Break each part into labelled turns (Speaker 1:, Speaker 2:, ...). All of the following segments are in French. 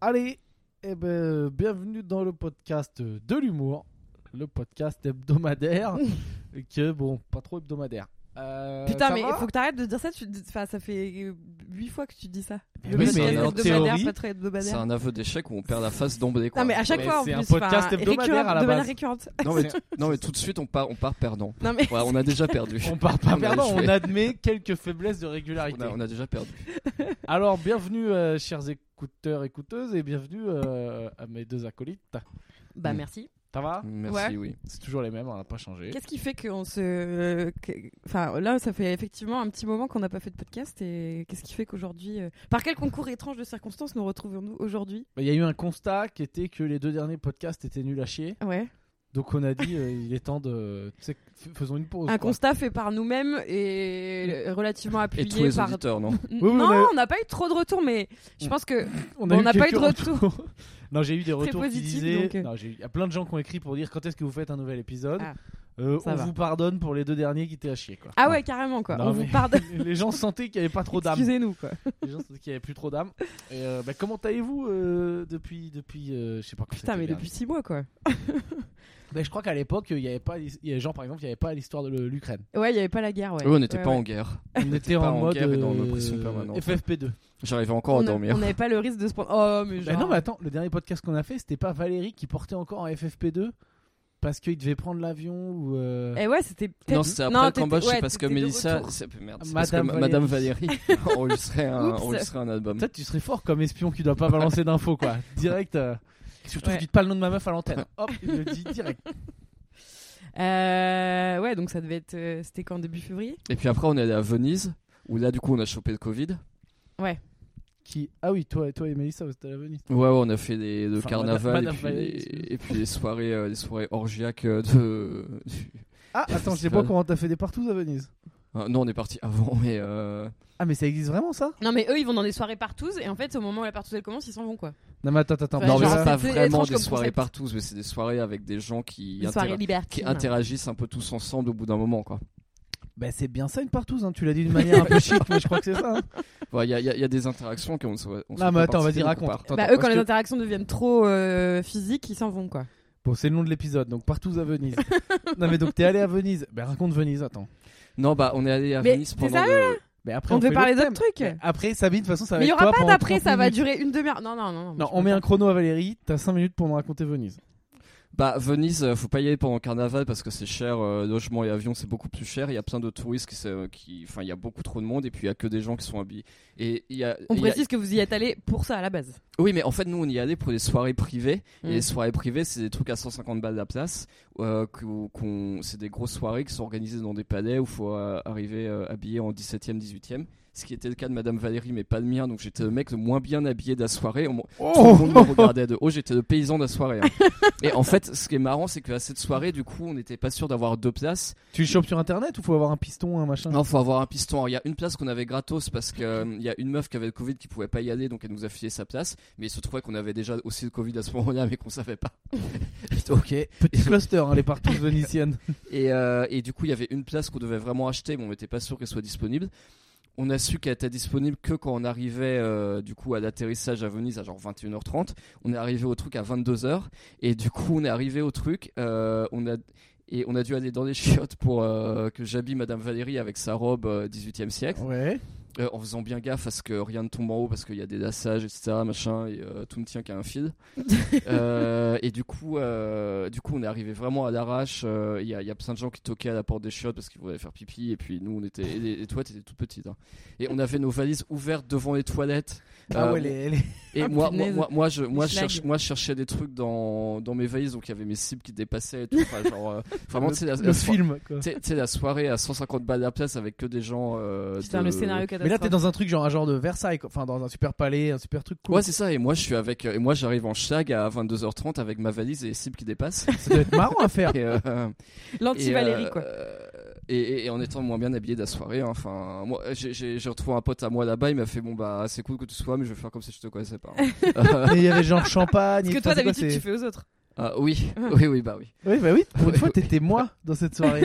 Speaker 1: Allez, eh ben, bienvenue dans le podcast de l'humour, le podcast hebdomadaire, que bon, pas trop hebdomadaire. Euh,
Speaker 2: Putain,
Speaker 1: ça
Speaker 2: mais
Speaker 1: va
Speaker 2: faut que t'arrêtes de dire ça. Tu... dis- Enfin, ça fait 8 fois que tu dis ça.
Speaker 1: Mais
Speaker 2: Le
Speaker 1: oui,
Speaker 2: podcast
Speaker 1: mais en
Speaker 2: hebdomadaire,
Speaker 1: théorie,
Speaker 2: pas très hebdomadaire.
Speaker 3: C'est un aveu d'échec où on perd la face d'emblée. quoi.
Speaker 2: Non, mais à chaque
Speaker 1: Mais
Speaker 2: fois, en
Speaker 1: c'est
Speaker 2: plus,
Speaker 1: un podcast
Speaker 2: enfin,
Speaker 1: hebdomadaire
Speaker 2: récurrent,
Speaker 1: à la
Speaker 2: de manière
Speaker 1: base.
Speaker 2: récurrente.
Speaker 3: Non, mais, non, mais tout de suite, on part, on part perdant.
Speaker 2: Non, mais
Speaker 3: Ouais, on a déjà perdu.
Speaker 1: On part pas
Speaker 3: On a
Speaker 1: perdant,
Speaker 3: échoué.
Speaker 1: on admet quelques faiblesses de
Speaker 3: On
Speaker 1: régularité.
Speaker 3: a, on a déjà perdu.
Speaker 1: Alors, bienvenue, euh, chers écouteurs, écouteuses, et bienvenue euh, à mes deux acolytes.
Speaker 2: bah merci.
Speaker 1: Ça
Speaker 3: Mm.
Speaker 1: va
Speaker 3: Merci, oui.
Speaker 1: C'est toujours les mêmes, on n'a pas changé.
Speaker 2: Qu'est-ce qui fait qu'on se, que- enfin là, ça fait effectivement un petit moment qu'on n'a pas fait de podcast et qu'est-ce qui fait qu'aujourd'hui, euh, par quel concours étrange de circonstances nous retrouvons-nous aujourd'hui
Speaker 1: Bah, Il y a eu un constat qui était que les deux derniers podcasts étaient nuls à chier.
Speaker 2: Ouais.
Speaker 1: Donc on a dit, euh, il est temps de... tu sais, f- Faisons une pause.
Speaker 2: Un
Speaker 1: quoi.
Speaker 2: constat fait par nous-mêmes et relativement
Speaker 3: Et
Speaker 2: appuyé
Speaker 3: tous les
Speaker 2: par.
Speaker 3: auditeurs, non
Speaker 1: oui, on
Speaker 2: non,
Speaker 1: a eu-
Speaker 2: on n'a pas eu trop de retours, mais je pense que
Speaker 1: eu
Speaker 2: on n'a pas eu
Speaker 1: quelques
Speaker 2: de retour.
Speaker 1: retours. non, j'ai eu des retours qui
Speaker 2: positif,
Speaker 1: disaient...
Speaker 2: donc, euh.
Speaker 1: non, j'ai eu- Il y a plein de gens qui ont écrit pour dire quand est-ce que vous faites un nouvel épisode.
Speaker 2: Ah.
Speaker 1: Euh,
Speaker 2: Ça
Speaker 1: on
Speaker 2: va.
Speaker 1: vous pardonne pour les deux derniers qui étaient à chier. Quoi.
Speaker 2: ah ouais, carrément quoi.
Speaker 1: Non,
Speaker 2: on
Speaker 1: mais-
Speaker 2: vous pardonne.
Speaker 1: les gens sentaient qu'il n'y avait pas trop d'âme.
Speaker 2: Excusez-nous quoi.
Speaker 1: Les gens sentaient qu'il n'y avait plus trop d'âme. Et euh, bah, comment allez-vous euh, depuis, depuis euh, je sais pas quand
Speaker 2: Putain,
Speaker 1: c'était
Speaker 2: mais
Speaker 1: le
Speaker 2: depuis 6 mois quoi.
Speaker 1: dernier. Mais je crois qu'à l'époque, il y avait pas, il y avait genre par exemple, il y avait pas l'histoire de le- l'Ukraine.
Speaker 2: Ouais, il y avait pas la guerre. Ouais.
Speaker 3: Eux, on n'était
Speaker 2: Ouais,
Speaker 3: pas
Speaker 2: ouais.
Speaker 3: en guerre.
Speaker 1: On était
Speaker 3: pas
Speaker 1: en
Speaker 3: en
Speaker 1: mode
Speaker 3: guerre et dans
Speaker 1: euh,
Speaker 3: l'oppression permanente.
Speaker 1: FFP2.
Speaker 3: J'arrivais encore à
Speaker 2: On a-
Speaker 3: dormir.
Speaker 2: On n'avait pas le risque de se prendre. Oh mais
Speaker 1: Bah
Speaker 2: genre.
Speaker 1: non, mais attends, le dernier podcast qu'on a fait, c'était pas Valérie qui portait encore en FFP2 parce qu'il devait prendre l'avion ou. euh,
Speaker 2: Eh ouais, c'était.
Speaker 3: Non, c'était après le
Speaker 2: t'étais-
Speaker 3: Cambodge, c'est
Speaker 2: ouais,
Speaker 3: parce que
Speaker 2: t'étais de
Speaker 3: Mélissa.
Speaker 2: retour.
Speaker 3: c'est- Merde,
Speaker 1: Ah,
Speaker 3: c'est parce que
Speaker 1: Madame
Speaker 3: ma- Madame Valérie enregistrait un,
Speaker 2: Oups.
Speaker 3: enregistrait un album.
Speaker 1: Toi, tu serais fort comme espion qui doit pas balancer d'infos, quoi. Direct. euh, Surtout,
Speaker 2: Ouais.
Speaker 1: tu dis pas le nom de ma meuf à l'antenne. Hop, il le dit direct.
Speaker 2: Euh, ouais, donc ça devait être. euh, C'était quand début février
Speaker 3: Et puis après, on est allé à Venise, où là, du coup, on a chopé le Covid.
Speaker 1: Qui... Ah oui, toi, toi et Mélissa, vous êtes à la Venise.
Speaker 3: Ouais, ouais, on a fait des, le
Speaker 1: Enfin,
Speaker 3: carnaval
Speaker 1: Madame-
Speaker 3: et,
Speaker 1: Madame
Speaker 3: puis
Speaker 1: Valérie,
Speaker 3: les, et puis les soirées, euh, les soirées orgiaques euh, de.
Speaker 1: Ah, attends, je sais pas comment t'as fait des partous à Venise.
Speaker 3: Ah, non, on est parti avant, mais. euh,
Speaker 1: Ah, mais ça existe vraiment ça
Speaker 2: Non, mais eux, ils vont dans des soirées partous et en fait, au moment où la partous elle commence, ils s'en vont quoi.
Speaker 1: Non, mais attends, attends, Bah,
Speaker 2: Ouais,
Speaker 3: non, mais
Speaker 2: genre,
Speaker 3: c'est pas
Speaker 2: c'est
Speaker 3: vraiment
Speaker 2: étrange
Speaker 3: des
Speaker 2: comme
Speaker 3: soirées
Speaker 2: concept.
Speaker 3: partout, mais c'est des soirées avec des gens qui,
Speaker 2: Une
Speaker 3: intera-
Speaker 2: soirée
Speaker 3: qui
Speaker 2: libertine.
Speaker 3: interagissent un peu tous ensemble au bout d'un moment. quoi.
Speaker 1: Bah, c'est bien ça une partouze, hein. tu l'as dit d'une manière un peu chic, mais je crois que c'est ça. hein.
Speaker 3: Il y, a- y a y a des interactions qu'on se voit. on se
Speaker 1: Non, mais
Speaker 3: voit pas
Speaker 1: attends, vas-y,
Speaker 3: participer,
Speaker 1: raconte.
Speaker 3: donc on part.
Speaker 1: Attends,
Speaker 2: bah,
Speaker 1: attends,
Speaker 2: eux, quand
Speaker 1: parce
Speaker 2: les
Speaker 1: que-
Speaker 2: interactions deviennent trop euh, physiques, ils s'en vont quoi.
Speaker 1: Bon, c'est le nom de l'épisode, donc partous à Venise. non, mais donc t'es allé à Venise. Bah, raconte Venise, attends.
Speaker 3: Non, bah, on est allé à
Speaker 2: Mais
Speaker 3: Venise
Speaker 2: t'es
Speaker 3: pendant.
Speaker 2: sérieux,
Speaker 3: le-
Speaker 1: Mais après,
Speaker 2: On
Speaker 1: on
Speaker 2: devait
Speaker 1: fait
Speaker 2: parler
Speaker 1: l'autre
Speaker 2: d'autres trucs.
Speaker 1: thème. Mais Après, Sabine, de toute façon, ça va
Speaker 2: mais il y
Speaker 1: être
Speaker 2: aura
Speaker 1: toi
Speaker 2: pas
Speaker 1: pendant
Speaker 2: d'après,
Speaker 1: 30
Speaker 2: ça va
Speaker 1: minutes.
Speaker 2: durer une demi-heure. Non, non, non.
Speaker 1: Non, on met un chrono à Valérie, t'as 5 minutes pour nous raconter Venise.
Speaker 3: Bah, Venise, euh, faut pas y aller pendant le carnaval parce que c'est cher, euh, logement et avion, c'est beaucoup plus cher. Il y a plein de touristes qui. se- qui- Enfin, il y a beaucoup trop de monde et puis il y a que des gens qui sont habillés. Et il y a.
Speaker 2: On
Speaker 3: il y a-
Speaker 2: précise que vous y êtes allé pour ça à la base.
Speaker 3: Oui, mais en fait, nous, on y allait pour des soirées privées.
Speaker 2: Mm.
Speaker 3: Et les soirées privées, c'est des trucs à 150 balles la place. euh, qu'o- qu'on- c'est des grosses soirées qui sont organisées dans des palais où il faut euh, arriver euh, habillé en 17e, 18e. Ce qui était le cas de Madame Valérie, mais pas le mien. Donc j'étais le mec le moins bien habillé de la soirée. On m- Tout le
Speaker 1: Oh.
Speaker 3: monde me regardait de haut. J'étais le paysan de la soirée. hein. et en fait, ce qui est marrant, c'est qu'à cette soirée, du coup, on n'était pas sûr d'avoir deux places.
Speaker 1: Tu le chopes sur internet ou faut avoir un piston, un machin
Speaker 3: Non, faut avoir un piston. Alors, Il y a une place qu'on avait gratos parce qu'il y a une meuf qui avait le Covid qui pouvait pas y aller, donc elle nous a filé sa place. Mais il se trouvait qu'on avait déjà aussi le Covid à ce moment-là, mais qu'on savait pas.
Speaker 1: Ok, petit cluster, hein, les partous vénitiennes.
Speaker 3: Et, euh, et du coup, il y avait une place qu'on devait vraiment acheter, mais on n'était pas sûr qu'elle soit disponible. On a su qu'elle était disponible que quand on arrivait euh, du coup à l'atterrissage à Venise à genre 21h30. On est arrivé au truc à 22h et du coup on est arrivé au truc. euh, on a et on a dû aller dans les chiottes pour euh, que j'habille Madame Valérie avec sa robe euh, 18e siècle.
Speaker 1: Ouais.
Speaker 3: Euh, en faisant bien gaffe à ce que rien ne tombe en haut parce qu'il y a des lassages, etc. Machin, et euh, tout ne tient qu'à un fil. Euh, et du coup, euh, du coup, on est arrivé vraiment à l'arrache. euh, Il y, a- il y a plein de gens qui toquaient à la porte des chiottes parce qu'ils voulaient faire pipi. Et puis nous, on était. Et les, les toilettes étaient toutes petites. hein. Et on avait nos valises ouvertes devant les toilettes.
Speaker 1: Ah
Speaker 3: Euh,
Speaker 1: ouais, les, les-
Speaker 3: Et
Speaker 2: Ah,
Speaker 3: moi, moi,
Speaker 2: punaise.
Speaker 3: moi, moi, je, moi, je
Speaker 2: schlags.
Speaker 3: cherche, moi, je cherchais des trucs dans, dans mes valises. Donc il y avait mes cibles qui dépassaient. Et tout. Enfin, genre, euh, vraiment,
Speaker 1: le,
Speaker 3: c'est la,
Speaker 1: le
Speaker 3: la so-
Speaker 1: film. Quoi.
Speaker 3: t'sais- t'sais, la soirée à 150 balles à la place avec que des gens. euh,
Speaker 2: Putain,
Speaker 3: de-
Speaker 2: le scénario
Speaker 1: Mais là, t'es
Speaker 2: catastrophe.
Speaker 1: dans un truc genre un genre de Versailles, quoi. enfin dans un super palais, un super truc cool.
Speaker 3: Ouais, c'est ça. Et moi, je suis avec. euh, Et moi, j'arrive en shag à 22h30 avec ma valise et les cibles qui dépassent.
Speaker 1: ça doit être marrant à faire.
Speaker 3: Et, euh, et,
Speaker 2: L'anti-Valérie
Speaker 3: euh,
Speaker 2: quoi.
Speaker 3: euh, Et, et- et en étant moins bien habillé de la soirée. hein. Enfin, moi, j'ai- j'ai j'ai retrouvé un pote à moi là-bas. Il m'a fait bon bah c'est cool que tu sois, mais je vais faire comme si je te connaissais pas. hein. Euh,
Speaker 1: Mais il y avait genre champagne.
Speaker 2: Parce
Speaker 1: et
Speaker 2: que
Speaker 1: tout,
Speaker 2: toi,
Speaker 1: c'est quoi,
Speaker 2: d'habitude,
Speaker 1: c'est-
Speaker 2: tu fais aux autres.
Speaker 3: ah, oui, oui, oui, bah oui.
Speaker 1: Oui, bah oui, pour une
Speaker 3: Ouais,
Speaker 1: fois,
Speaker 3: ouais.
Speaker 1: t'étais moi dans cette soirée.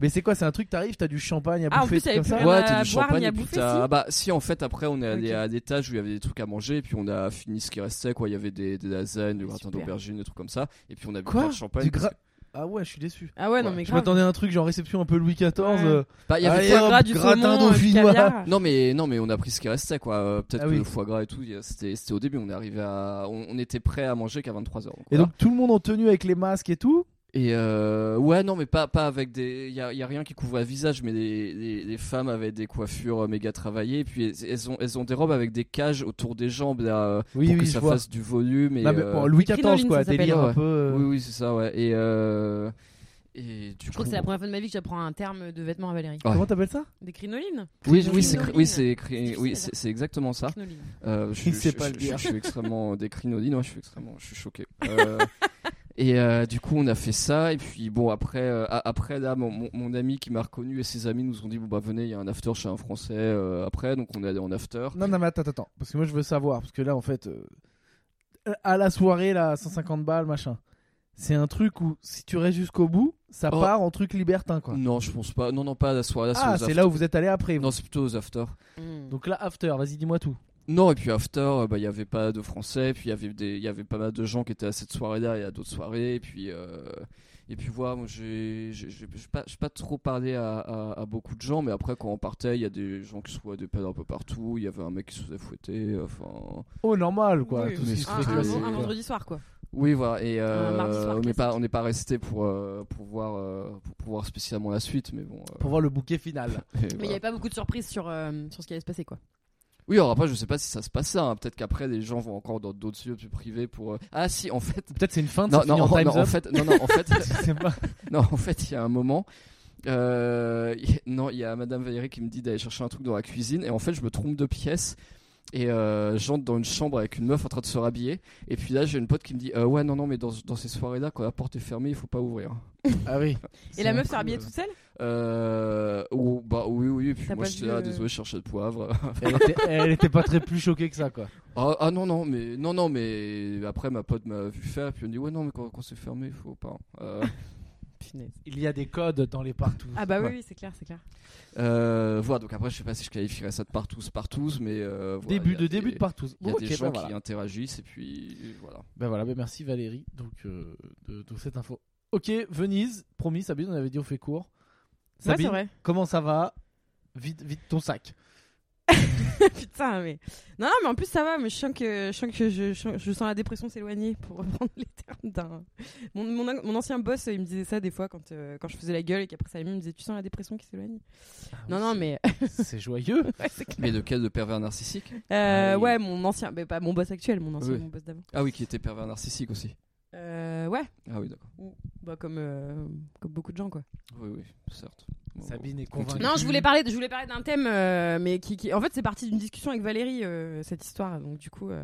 Speaker 1: Mais c'est quoi C'est un truc, t'arrives, t'as du champagne à
Speaker 2: Ah, en
Speaker 1: bouffer
Speaker 2: plus, il y avait
Speaker 1: comme ça
Speaker 2: plus rien.
Speaker 3: Ouais,
Speaker 2: à
Speaker 3: t'as du
Speaker 2: boire
Speaker 3: champagne
Speaker 2: ni à
Speaker 3: et puis
Speaker 2: bouffer,
Speaker 3: t'as-
Speaker 2: si
Speaker 3: bah si en fait après on est allé
Speaker 2: Ok.
Speaker 3: à l'étage où il y avait des trucs à manger et puis on a fini ce qui restait quoi. Il y avait des, des lasagnes, du gratin
Speaker 2: Super.
Speaker 3: d'aubergine, des trucs comme ça. Et puis on a bu
Speaker 1: Quoi
Speaker 3: plein de champagne.
Speaker 1: Du
Speaker 3: parce
Speaker 1: gra-
Speaker 3: que-
Speaker 1: Ah ouais, je suis déçu.
Speaker 2: Ah ouais, non,
Speaker 3: Ouais.
Speaker 2: mais
Speaker 1: Je
Speaker 2: grave.
Speaker 1: m'attendais à un truc genre réception un peu Louis XIV. euh,
Speaker 3: Bah, il y avait
Speaker 1: Allez,
Speaker 2: Foie
Speaker 1: hop,
Speaker 2: gras, du
Speaker 1: gratin
Speaker 2: saumon, euh, du
Speaker 1: dauphinois.
Speaker 2: caviar.
Speaker 3: Non mais non mais on a pris ce qui restait quoi. Euh, Peut-être
Speaker 1: Ah
Speaker 3: le
Speaker 1: oui.
Speaker 3: foie gras et tout. il y a- C'était c'était au début. On est arrivé à on, on était prêt à manger qu'à 23 h
Speaker 1: Et donc tout le monde en tenue avec les masques et tout.
Speaker 3: Et euh, ouais, non, mais pas, pas avec des. Il y a, y a rien qui couvre le visage, mais les, les, les femmes avaient des coiffures euh, méga travaillées. Et puis elles- elles ont, elles ont des robes avec des cages autour des jambes là, euh,
Speaker 1: Oui,
Speaker 3: pour
Speaker 1: oui,
Speaker 3: que
Speaker 1: je
Speaker 3: ça
Speaker 1: vois.
Speaker 3: fasse du volume. Et,
Speaker 1: Non, mais
Speaker 3: euh,
Speaker 1: bon, Louis
Speaker 2: Les
Speaker 1: XIV quoi,
Speaker 2: crinolines, ça
Speaker 1: délire
Speaker 3: s'appelle.
Speaker 1: un peu. euh,
Speaker 3: Oui, oui, c'est ça, ouais. Et, euh, et du
Speaker 2: Je crois
Speaker 3: coup-
Speaker 2: que c'est la première fois de ma vie que j'apprends un terme de vêtements à Valérie.
Speaker 3: Ouais.
Speaker 1: Comment t'appelles ça
Speaker 2: Des crinolines
Speaker 3: Oui, oui, c'est
Speaker 2: Crinoline.
Speaker 3: oui, c'est cri-
Speaker 2: C'est
Speaker 3: oui,
Speaker 2: ça,
Speaker 3: c'est- c'est exactement ça.
Speaker 2: Crinolines.
Speaker 3: Euh, je,
Speaker 1: Il sait
Speaker 3: je-
Speaker 1: pas
Speaker 3: je-
Speaker 1: le
Speaker 3: je-
Speaker 1: dire.
Speaker 3: je suis extrêmement des crinolines, ouais, je suis extrêmement, je suis choqué. Euh, et euh, du coup, on a fait ça, et puis bon, après, euh, a- après là, mon, mon- mon ami qui m'a reconnu et ses amis nous ont dit bon bah venez, il y a un after chez un Français euh, après, donc on est allé en after.
Speaker 1: Non, non, mais attends, attends, parce que moi je veux savoir, parce que là en fait, euh, à la soirée, là, 150 balles, machin, c'est un truc où si tu restes jusqu'au bout, ça
Speaker 3: Oh.
Speaker 1: part en truc libertin quoi.
Speaker 3: Non, je pense pas, non non pas à la soirée, là,
Speaker 1: Ah,
Speaker 3: c'est aux
Speaker 1: c'est
Speaker 3: after-
Speaker 1: là où vous êtes allé après. vous.
Speaker 3: Non, c'est plutôt aux after.
Speaker 2: Mm.
Speaker 1: Donc là, after, vas-y, dis-moi tout.
Speaker 3: Non, et puis after, euh, bah, il y avait pas de Français, puis il y avait des- il y avait pas mal de gens qui étaient à cette soirée-là et à d'autres soirées, et puis euh, et puis voilà, moi j'ai j'ai j'ai- j'ai pas j'ai pas trop parlé à, à- à beaucoup de gens, mais après quand on partait, il y a des gens qui se faisaient des pelles un peu partout, il y avait un mec qui se faisait fouetter, enfin
Speaker 1: Oh, normal quoi.
Speaker 2: Oui,
Speaker 1: tout ce
Speaker 3: mais euh,
Speaker 1: qui se
Speaker 2: un,
Speaker 1: fait
Speaker 2: un-
Speaker 1: classique,
Speaker 2: un
Speaker 1: quoi.
Speaker 2: vendredi soir, quoi.
Speaker 3: oui voilà, et euh,
Speaker 2: mardi soir
Speaker 3: on n'est pas
Speaker 2: classique.
Speaker 3: on n'est pas resté pour euh, pour voir euh, pour, pour voir spécialement la suite, mais bon. euh,
Speaker 1: Pour voir le bouquet final.
Speaker 3: et
Speaker 2: Mais il n'y
Speaker 3: voilà.
Speaker 2: avait pas beaucoup de surprises sur, euh, sur ce qui allait se passer, quoi.
Speaker 3: Oui, alors après je sais pas si ça se passe ça, hein, peut-être qu'après les gens vont encore dans d'autres lieux plus privés pour euh, ah si en fait
Speaker 1: Peut-être c'est une fin de
Speaker 3: non
Speaker 1: ça
Speaker 3: non,
Speaker 1: finit en Time's
Speaker 3: en- non, en
Speaker 1: Up.
Speaker 3: fait non non en fait
Speaker 1: Je sais pas.
Speaker 3: Non, en fait, il y a un moment. euh, y- non, il y a Madame Valérie qui me dit d'aller chercher un truc dans la cuisine. Et en fait, je me trompe de pièce. Et euh, j'entre dans une chambre avec une meuf en train de se rhabiller. Et puis là, j'ai une pote qui me dit euh, Ouais, non, non, mais dans, dans ces soirées-là, quand la porte est fermée, il faut pas ouvrir.
Speaker 1: Ah oui.
Speaker 2: Et la meuf s'est habillée toute seule
Speaker 3: Euh, ou- bah oui, oui. Et puis
Speaker 2: T'as
Speaker 3: moi,
Speaker 2: pas
Speaker 3: j'étais
Speaker 2: vu,
Speaker 3: là,
Speaker 2: euh,
Speaker 3: désolé, je cherchais le poivre.
Speaker 1: Elle était, elle était pas très plus choquée que ça quoi.
Speaker 3: ah, ah, non, non, mais non, non, mais après, ma pote m'a vu faire. Puis elle me dit Ouais, non, mais quand, quand c'est fermé, il faut pas. Euh,
Speaker 1: Il y a des codes dans les partout.
Speaker 2: Ah bah oui,
Speaker 3: Ouais.
Speaker 2: oui, c'est clair, c'est clair.
Speaker 3: euh, voilà, donc après, je sais pas si je qualifierais ça de partous, partous, mais euh, voilà, il
Speaker 1: début
Speaker 3: y a
Speaker 1: de début
Speaker 3: des-
Speaker 1: de partout.
Speaker 3: Il y a
Speaker 1: Bon,
Speaker 3: des
Speaker 1: ok,
Speaker 3: gens
Speaker 1: bah
Speaker 3: qui
Speaker 1: voilà.
Speaker 3: interagissent et puis voilà.
Speaker 1: Ben voilà, ben merci Valérie donc, euh, de, de cette info. Ok, Venise, promis Sabine, on avait dit on fait court.
Speaker 2: Ouais, c'est
Speaker 1: Sabine,
Speaker 2: vrai.
Speaker 1: comment ça va vite, vite ton sac.
Speaker 2: Putain, mais. Non, non, mais en plus, ça va, mais je sens que je, sens, que je, je- je sens la dépression s'éloigner, pour reprendre les termes d'un. Mon, mon, mon ancien boss, il me disait ça des fois quand, euh, quand je faisais la gueule et qu'après ça, il me disait Tu sens la dépression qui s'éloigne Ah Non, non, mais.
Speaker 1: Ah, C'est joyeux.
Speaker 2: ouais, c'est clair.
Speaker 3: Mais de quel de pervers narcissique
Speaker 2: Euh,
Speaker 3: Ah oui.
Speaker 2: ouais, mon ancien. Mais pas mon boss actuel, mon ancien
Speaker 3: Oui.
Speaker 2: mon boss d'avant.
Speaker 3: Ah oui, qui était pervers narcissique aussi.
Speaker 2: Euh, ouais,
Speaker 3: Ah oui, d'accord.
Speaker 2: bah, comme, euh, comme beaucoup de gens, quoi.
Speaker 3: Oui, oui, certes. Bon,
Speaker 1: Sabine est convaincue.
Speaker 2: Non, je voulais parler, de- je voulais parler d'un thème, euh, mais qui, qui- en fait, c'est parti d'une discussion avec Valérie euh, cette histoire. Donc du coup, euh,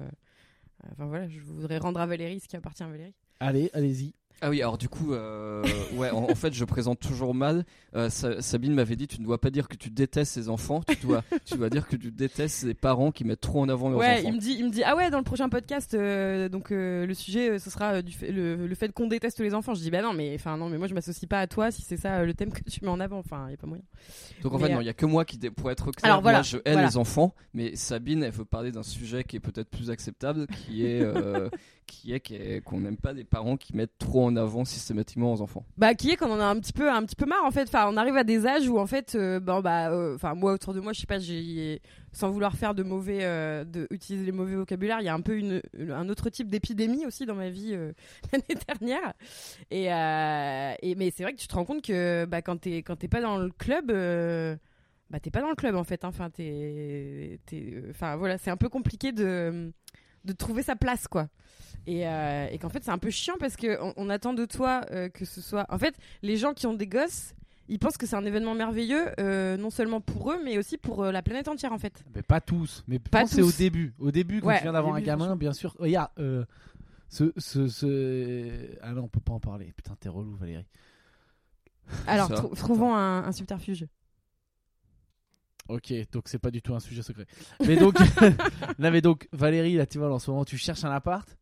Speaker 2: euh, enfin voilà, je voudrais rendre à Valérie ce qui appartient à Valérie.
Speaker 1: Allez, allez-y.
Speaker 3: Ah oui, alors du coup, euh, ouais, en, en fait, je présente toujours mal. Euh, Sa- Sabine m'avait dit, tu ne dois pas dire que tu détestes ses enfants, tu dois, tu dois dire que tu détestes les parents qui mettent trop en avant leurs
Speaker 2: ouais,
Speaker 3: enfants.
Speaker 2: il me dit, il me dit, ah ouais, dans le prochain podcast, euh, donc euh, le sujet, euh, ce sera euh, du fait, le, le fait qu'on déteste les enfants. Je dis, bah non, mais enfin non, mais moi je m'associe pas à toi si c'est ça euh, le thème que tu mets en avant. Enfin, y a pas moyen.
Speaker 3: Donc en
Speaker 2: Mais,
Speaker 3: fait, non,
Speaker 2: euh,
Speaker 3: il y a que moi qui, dé- pour être clair,
Speaker 2: Alors, voilà,
Speaker 3: moi, je hais
Speaker 2: voilà.
Speaker 3: les enfants, mais Sabine, elle veut parler d'un sujet qui est peut-être plus acceptable, qui est, euh, qui est qu'est- qu'on n'aime pas des parents qui mettent trop en avant systématiquement aux enfants.
Speaker 2: Bah qui est quand on en a un petit peu un petit peu marre en fait. Enfin, on arrive à des âges où en fait, euh, bon bah, euh, enfin moi autour de moi, je sais pas, j'ai sans vouloir faire de mauvais, euh, de utiliser les mauvais vocabulaires, il y a un peu une, une- un autre type d'épidémie aussi dans ma vie euh, l'année dernière. Et, euh, et mais c'est vrai que tu te rends compte que bah quand t'es quand t'es pas dans le club. euh, bah t'es pas dans le club en fait hein. enfin t'es t'es- euh, enfin voilà c'est un peu compliqué de de trouver sa place quoi et, euh, et qu'en fait c'est un peu chiant parce que on, on attend de toi euh, que ce soit en fait les gens qui ont des gosses ils pensent que c'est un événement merveilleux euh, non seulement pour eux mais aussi pour euh, la planète entière en fait
Speaker 1: Mais pas tous. Mais je
Speaker 2: Pas
Speaker 1: pense que c'est au
Speaker 2: tous.
Speaker 1: début. Au début, quand
Speaker 2: Ouais,
Speaker 1: tu viens d'avoir
Speaker 2: au
Speaker 1: un
Speaker 2: début,
Speaker 1: gamin,
Speaker 2: franchement.
Speaker 1: bien sûr. Regarde, euh, ce, ce, ce. Ah non, on peut pas en parler. Putain, t'es relou, Valérie.
Speaker 2: alors
Speaker 3: Ça.
Speaker 2: trou- trouvons un, un subterfuge
Speaker 1: Ok, donc c'est pas du tout un sujet secret. Mais donc, non, mais donc Valérie, là, tu vois, en ce moment, tu cherches un appart